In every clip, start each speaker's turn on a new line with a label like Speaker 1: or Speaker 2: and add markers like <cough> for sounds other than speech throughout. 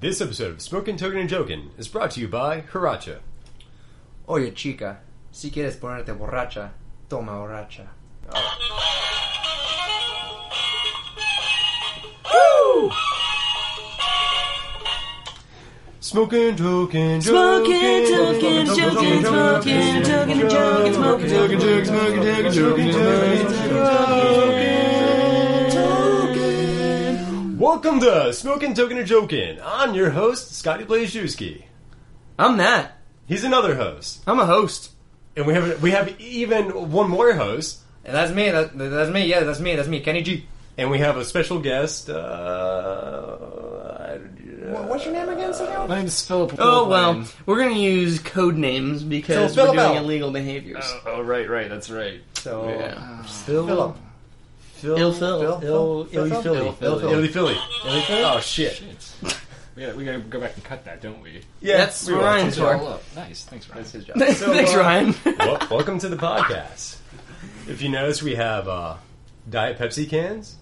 Speaker 1: This episode of Smoking, Token, and Joking is brought to you by Hiracha.
Speaker 2: Oye, chica, si quieres ponerte borracha, toma borracha.
Speaker 1: Smoking, token,
Speaker 3: Smoking, token, joking, smoking, token, and joking, smoking, token,
Speaker 1: joking, smoking, joking, joking, Welcome to Smoking, Token, and Joking. I'm your host, Scotty Blazewski.
Speaker 2: I'm that.
Speaker 1: He's another host,
Speaker 2: I'm a host.
Speaker 1: and we have we have even one more host,
Speaker 2: And that's me. That, that's me. Yeah, that's me. That's me. Kenny G.
Speaker 1: and we have a special guest. Uh,
Speaker 2: What's your name again, Samuel?
Speaker 4: My name's Philip.
Speaker 3: Oh well,
Speaker 4: Lilburn.
Speaker 3: we're gonna use code names because
Speaker 2: So
Speaker 3: we're doing
Speaker 2: Philip.
Speaker 3: illegal behaviors.
Speaker 4: Oh,
Speaker 3: <laughs>
Speaker 4: oh, right, right. That's right.
Speaker 2: So,
Speaker 3: Yeah.
Speaker 2: Phil, Philip.
Speaker 1: Phil,
Speaker 3: Ill Phil, Ill
Speaker 2: Phil,
Speaker 3: Illy
Speaker 2: Phil,
Speaker 3: Philly.
Speaker 2: Phil, Phil.
Speaker 1: Illy Philly. Oh shit!
Speaker 4: Shit. We gotta, we gotta go back and cut that, don't we?
Speaker 1: Yeah,
Speaker 3: That's
Speaker 1: we will.
Speaker 3: Ryan.
Speaker 4: It's all up. Nice. Thanks, Ryan.
Speaker 2: That's his job.
Speaker 3: Thanks,
Speaker 1: uh,
Speaker 3: Ryan.
Speaker 1: Well, welcome to the podcast. If you notice, we have uh, Diet Pepsi cans.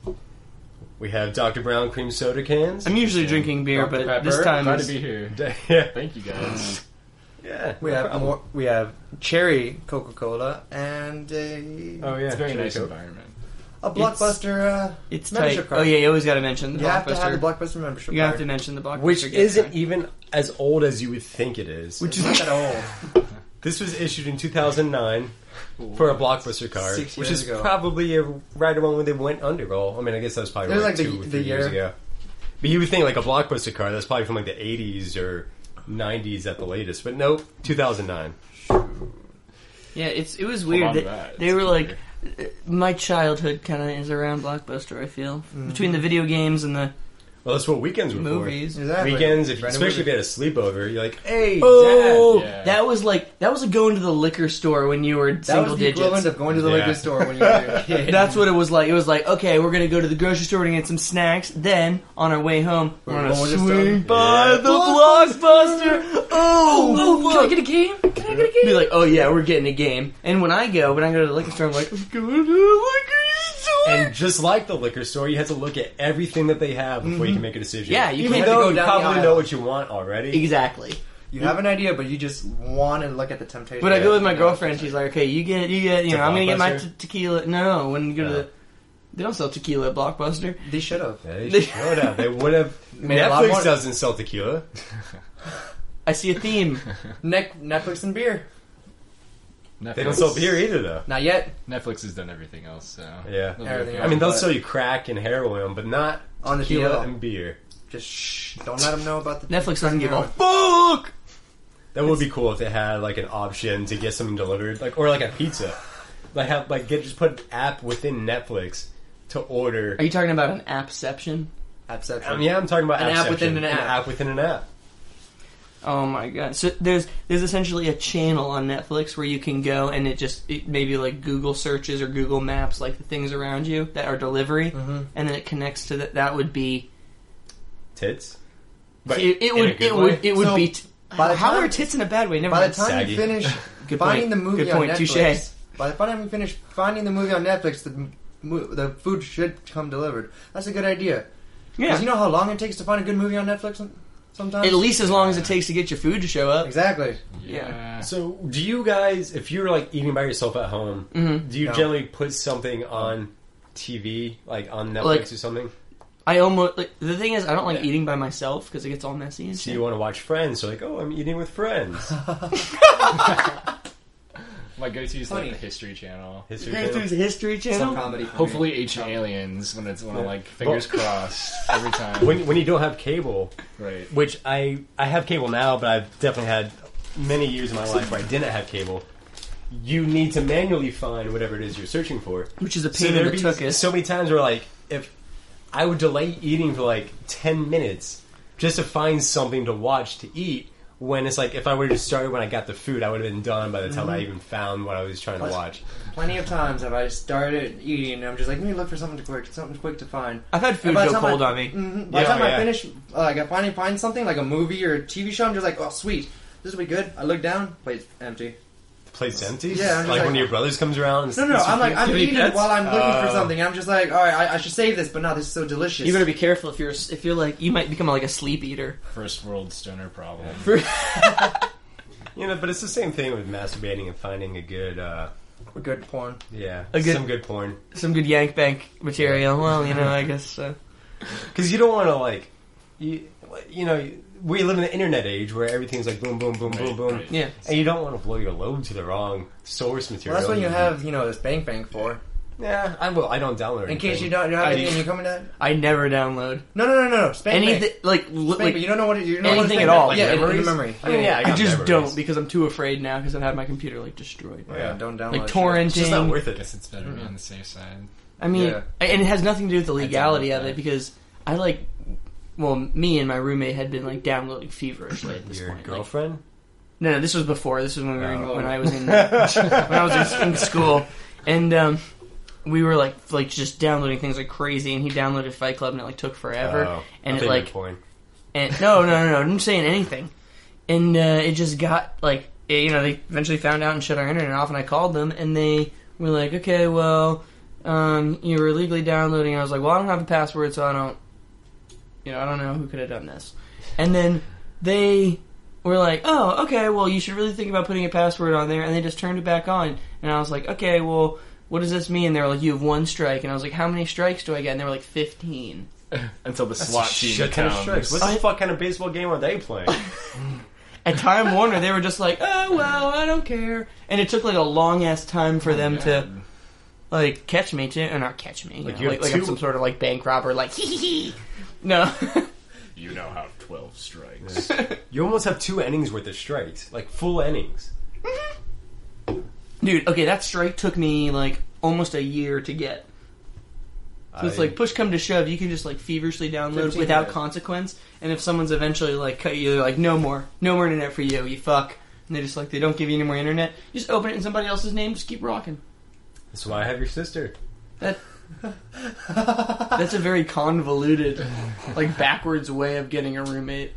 Speaker 1: We have Dr. Brown cream soda cans.
Speaker 3: <laughs> I'm usually drinking beer,
Speaker 4: Dr.
Speaker 3: but
Speaker 4: Pepper,
Speaker 3: this time
Speaker 4: glad
Speaker 3: is-
Speaker 4: to be here.
Speaker 1: <laughs> yeah,
Speaker 4: Thank you guys.
Speaker 1: yeah.
Speaker 2: We
Speaker 1: no
Speaker 2: have
Speaker 1: problem.
Speaker 2: more, we have cherry Coca Cola and a,
Speaker 1: Oh yeah,
Speaker 4: It's a very
Speaker 1: Cherry
Speaker 4: nice
Speaker 1: Coke.
Speaker 4: environment.
Speaker 2: a blockbuster. Uh,
Speaker 3: it's tight.
Speaker 2: membership card.
Speaker 3: Oh yeah, you always got to mention the
Speaker 2: you have to have the
Speaker 3: blockbuster.
Speaker 2: blockbuster membership.
Speaker 3: You have to
Speaker 2: <laughs> card.
Speaker 3: mention the blockbuster,
Speaker 1: Which
Speaker 3: yes,
Speaker 1: isn't
Speaker 3: right.
Speaker 1: even as old as you would think it is.
Speaker 3: Which
Speaker 2: Not
Speaker 3: is
Speaker 2: at all.
Speaker 1: This was issued in 2009 for a blockbuster card,
Speaker 2: Six
Speaker 1: which
Speaker 2: years
Speaker 1: is
Speaker 2: ago.
Speaker 1: probably a, right around when they went under. All I mean, I guess that was probably
Speaker 2: It was
Speaker 1: like,
Speaker 2: like the-
Speaker 1: two or
Speaker 2: the
Speaker 1: three years
Speaker 2: year.
Speaker 1: ago. But you would think like a blockbuster card that's probably from like the 80s or 90s at the latest, but nope, 2009.
Speaker 3: yeah. It's it was
Speaker 4: on
Speaker 3: weird.
Speaker 4: to
Speaker 3: They,
Speaker 4: that.
Speaker 3: they
Speaker 4: It's
Speaker 3: were like,
Speaker 4: weird.
Speaker 3: uh, my childhood kind of is around blockbuster. I feel between the video games and the
Speaker 1: Well, that's what weekends were
Speaker 3: movies.
Speaker 1: for.
Speaker 2: Exactly.
Speaker 1: Weekends, if,
Speaker 2: Random
Speaker 1: especially if you
Speaker 2: movie.
Speaker 1: had a sleepover, you're like, hey,
Speaker 3: Oh,
Speaker 1: Dad.
Speaker 4: Yeah.
Speaker 3: that was like that was like going to the liquor store when you were
Speaker 2: That
Speaker 3: single
Speaker 2: was the
Speaker 3: digits.
Speaker 2: equivalent of going to the
Speaker 1: Yeah.
Speaker 2: liquor store when you were a
Speaker 3: <laughs>
Speaker 2: kid. <laughs>
Speaker 3: That's what it was like. It was like, okay, we're gonna go to the grocery store to get some snacks. Then on our way home, we're,
Speaker 2: We're
Speaker 3: gonna
Speaker 2: going to
Speaker 3: swing
Speaker 2: some-
Speaker 3: by
Speaker 1: Yeah.
Speaker 3: the blockbuster. Oh,
Speaker 5: Can I get a game? Can I get a game?
Speaker 3: be like, oh yeah, we're getting a game. And when I go, when I go to the liquor store, I'm like, I'm going to the liquor store.
Speaker 1: And just like the liquor store, you have to look at everything that they have before
Speaker 2: Mm-hmm.
Speaker 1: you can make a decision.
Speaker 3: Yeah, you
Speaker 1: even
Speaker 3: can't
Speaker 1: though
Speaker 2: go
Speaker 1: you
Speaker 2: down the
Speaker 1: probably
Speaker 2: aisle.
Speaker 1: know what you want already.
Speaker 3: exactly.
Speaker 2: You have an idea, but you just want to look at the temptation.
Speaker 3: But I go with my girlfriend. She's like, okay, you get, you get, you
Speaker 1: To
Speaker 3: know, I'm gonna get my
Speaker 1: Blockbuster?
Speaker 3: te- tequila. No, when you go to
Speaker 1: No.
Speaker 3: the, they don't sell tequila at Blockbuster.
Speaker 2: They should have.
Speaker 1: They should have. They would have.
Speaker 2: <laughs> Made a lot
Speaker 1: Netflix
Speaker 2: more-
Speaker 1: doesn't sell tequila.
Speaker 3: I see a theme.
Speaker 5: <laughs>
Speaker 2: Nec- Netflix and beer.
Speaker 4: Netflix,
Speaker 1: They don't sell beer either, though.
Speaker 2: Not yet.
Speaker 4: Netflix has done everything else. So
Speaker 1: Yeah.
Speaker 4: They'll be
Speaker 2: Everything
Speaker 4: okay.
Speaker 1: I mean, they'll
Speaker 2: But-
Speaker 1: sell you crack and heroin, but not
Speaker 2: On the
Speaker 1: tequila
Speaker 2: DL.
Speaker 1: and beer.
Speaker 2: Just shh. Don't let them know about the.
Speaker 3: Netflix doesn't give a
Speaker 2: Netflix.
Speaker 3: fuck.
Speaker 1: That would be cool if they had like an option to get something delivered, like or like a pizza. Like have like get just put an app within Netflix to order.
Speaker 3: Are you talking about an appception?
Speaker 2: Abception.
Speaker 1: I mean, yeah, I'm talking about
Speaker 2: An app
Speaker 1: Appception.
Speaker 2: within an app.
Speaker 1: within an app.
Speaker 3: Oh my god! So there's there's essentially a channel on Netflix where you can go and it just it maybe like Google searches or Google Maps like the things around you that are delivery,
Speaker 2: Mm-hmm.
Speaker 3: and then it connects to that. That would be
Speaker 1: Tits.
Speaker 3: it, it
Speaker 1: in a
Speaker 3: would
Speaker 1: good
Speaker 3: it
Speaker 1: way.
Speaker 3: would it would
Speaker 2: So,
Speaker 3: be. T-
Speaker 2: by the
Speaker 3: How
Speaker 2: time-
Speaker 3: are tits in a bad way? Never
Speaker 2: By
Speaker 3: mind.
Speaker 2: the time
Speaker 1: Saggy.
Speaker 2: you finish
Speaker 3: <laughs> Good
Speaker 2: finding
Speaker 3: point.
Speaker 2: the movie
Speaker 3: Good
Speaker 2: on
Speaker 3: point.
Speaker 2: Netflix,
Speaker 3: Touche.
Speaker 2: by the time you finish finding the movie on Netflix, the mo- the food should come delivered. That's a good idea.
Speaker 3: yeah.
Speaker 2: Because you know how long it takes to find a good movie on Netflix. some- Sometimes.
Speaker 3: At least as long as it takes to get your food to show up.
Speaker 2: Exactly.
Speaker 4: yeah.
Speaker 1: So, do you guys, if you're like eating by yourself at home, do you
Speaker 2: Mm-hmm. No.
Speaker 1: generally put something on TV, like on Netflix
Speaker 3: Like-
Speaker 1: or something?
Speaker 3: I almost like, the thing is I don't like
Speaker 4: Yeah.
Speaker 3: eating by myself because it gets all messy and
Speaker 1: So
Speaker 3: shit.
Speaker 1: you want to watch Friends? So like, oh, I'm eating with
Speaker 2: <laughs>
Speaker 1: friends.
Speaker 4: My go-to is like
Speaker 2: Funny.
Speaker 4: the History Channel.
Speaker 1: History
Speaker 3: Go through
Speaker 1: Channel.
Speaker 3: the History Channel.
Speaker 2: Some comedy. for me.
Speaker 4: Hopefully, ancient aliens when it's when I'm like fingers crossed every time.
Speaker 1: When when you don't have cable,
Speaker 4: right.
Speaker 1: which I I have cable now, but I've definitely had many years in my life where I didn't have cable. You need to manually find whatever it is you're searching for.
Speaker 3: Which is a
Speaker 1: So
Speaker 3: pain in
Speaker 1: there'd be
Speaker 3: the tuchus.
Speaker 1: so many times where like if I would delay eating for like ten minutes just to find something to watch to eat. When it's like if I would have started when I got the food, I would have been done by the time I even found what I was trying to
Speaker 2: Mm-hmm. Plus-
Speaker 1: watch.
Speaker 2: Plenty of times have I started eating and I'm just like, let me look for something quick, something quick to find.
Speaker 3: I've had food
Speaker 2: By the
Speaker 3: go
Speaker 2: time I-
Speaker 3: cold on me.
Speaker 2: Mhm. By
Speaker 1: Yeah, oh,
Speaker 2: the time
Speaker 1: yeah.
Speaker 2: I finish, like I finally find something like a movie or a TV show, I'm just like, oh sweet, this will be good. I look down, plate's empty.
Speaker 1: place empty?
Speaker 2: Yeah, I'm just
Speaker 1: like,
Speaker 2: like-
Speaker 1: when your brothers comes around. and
Speaker 2: No, no,
Speaker 1: eats your
Speaker 2: I'm like
Speaker 1: food?
Speaker 2: I'm
Speaker 3: Give me
Speaker 2: eating
Speaker 3: pets?
Speaker 2: while I'm looking for
Speaker 4: Oh.
Speaker 2: something. I'm just like, all right, I, I should save this, but no, this is so delicious.
Speaker 3: You better be careful if you're if you're like you might become like a sleep eater.
Speaker 4: First world stoner problem.
Speaker 1: you know, but it's the same thing with masturbating and finding a good, uh,
Speaker 2: We're good porn.
Speaker 1: yeah,
Speaker 3: A good-
Speaker 1: some good porn.
Speaker 3: Some good yank bank material. Well, you know, I guess. Uh,
Speaker 1: Because you don't want to like, you, you know, we live in the internet age where everything's like boom, boom, boom, boom,
Speaker 4: Right,
Speaker 1: boom,
Speaker 4: right.
Speaker 3: yeah.
Speaker 1: and you don't want to blow your load to the wrong source
Speaker 2: Well,
Speaker 1: material.
Speaker 2: that's what you have, you know, this bang bang for.
Speaker 1: Yeah, I will. I don't download.
Speaker 2: In case
Speaker 1: anything.
Speaker 2: you don't, you don't
Speaker 3: I
Speaker 2: have anything,
Speaker 3: do.
Speaker 2: and you coming to
Speaker 3: I never download
Speaker 2: no, no, no, no, no, spank bang.
Speaker 3: anything like li-
Speaker 2: Spank,
Speaker 3: like
Speaker 2: but you don't know what it, you don't know what
Speaker 3: anything
Speaker 2: it's bang
Speaker 3: at all.
Speaker 1: Like
Speaker 2: bang. Yeah, in- in
Speaker 1: memories?
Speaker 2: memory.
Speaker 1: I mean, yeah, I,
Speaker 3: I
Speaker 1: got
Speaker 3: just
Speaker 1: memories.
Speaker 3: don't because I'm too afraid now because I've had my computer like destroyed.
Speaker 1: Oh, Yeah.
Speaker 2: Yeah, don't download.
Speaker 3: Like
Speaker 2: shit.
Speaker 1: It's just not
Speaker 3: torrenting.
Speaker 1: worth
Speaker 4: I
Speaker 1: it.
Speaker 4: guess it's better to be on the safe side.
Speaker 3: I mean,
Speaker 2: Yeah.
Speaker 3: I- and it has nothing to do with the legality of
Speaker 4: that.
Speaker 3: it because I like, well, me and my roommate had been like downloading feverishly at this
Speaker 1: Your
Speaker 3: point. Like,
Speaker 1: girlfriend?
Speaker 3: no, no, this was before. This was when we were in,
Speaker 1: Oh.
Speaker 3: when I was in when I was in, in school, and um, we were like like just downloading things like crazy. And he downloaded Fight Club, and it like took forever.
Speaker 1: Oh,
Speaker 3: and
Speaker 1: I
Speaker 3: it
Speaker 1: think
Speaker 3: like
Speaker 1: you're porn.
Speaker 3: and no, no, no, no, I'm saying anything. And uh, it just got like it- you know they eventually found out and shut our internet off, and I called them, and they were like, okay, well, um, you were illegally downloading. I was like, well, I don't have a password, so I don't, you know, I don't know who could have done this. And then they were like, oh, okay, well, you should really think about putting a password on there, and they just turned it back on, and I was like, okay, well. What does this mean? They were like, "You have one strike," and I was like, "How many strikes do I get?" And they were like, 15.
Speaker 4: Until the SWAT team
Speaker 1: Shit ton of strikes.
Speaker 4: comes.
Speaker 1: What the fuck kind of baseball game are they playing?
Speaker 3: at Time Warner, they were just like, "Oh well, I don't care," and it took like a long ass time
Speaker 1: Oh
Speaker 3: for them to like catch me too, or not catch me, you
Speaker 1: Like,
Speaker 3: know,
Speaker 1: you have
Speaker 3: like, like I'm
Speaker 1: two-
Speaker 3: some sort of like bank robber, like <laughs> hee hee hee. No, <laughs>
Speaker 4: You now have twelve strikes.
Speaker 1: you almost have two innings worth of strikes, like full innings.
Speaker 3: dude. Okay, that strike took me like almost a year to get. So it's
Speaker 1: I-
Speaker 3: like push come to shove, you can just like feverishly download
Speaker 2: 15
Speaker 3: without
Speaker 2: minutes.
Speaker 3: consequence, and if someone's eventually like cut you, they're like, "No more, no more internet for you, you fuck." And they just like they don't give you any more internet. You just open it in somebody else's name, just keep rocking.
Speaker 1: That's why I have your sister.
Speaker 3: That that's a very convoluted, like backwards way of getting a roommate.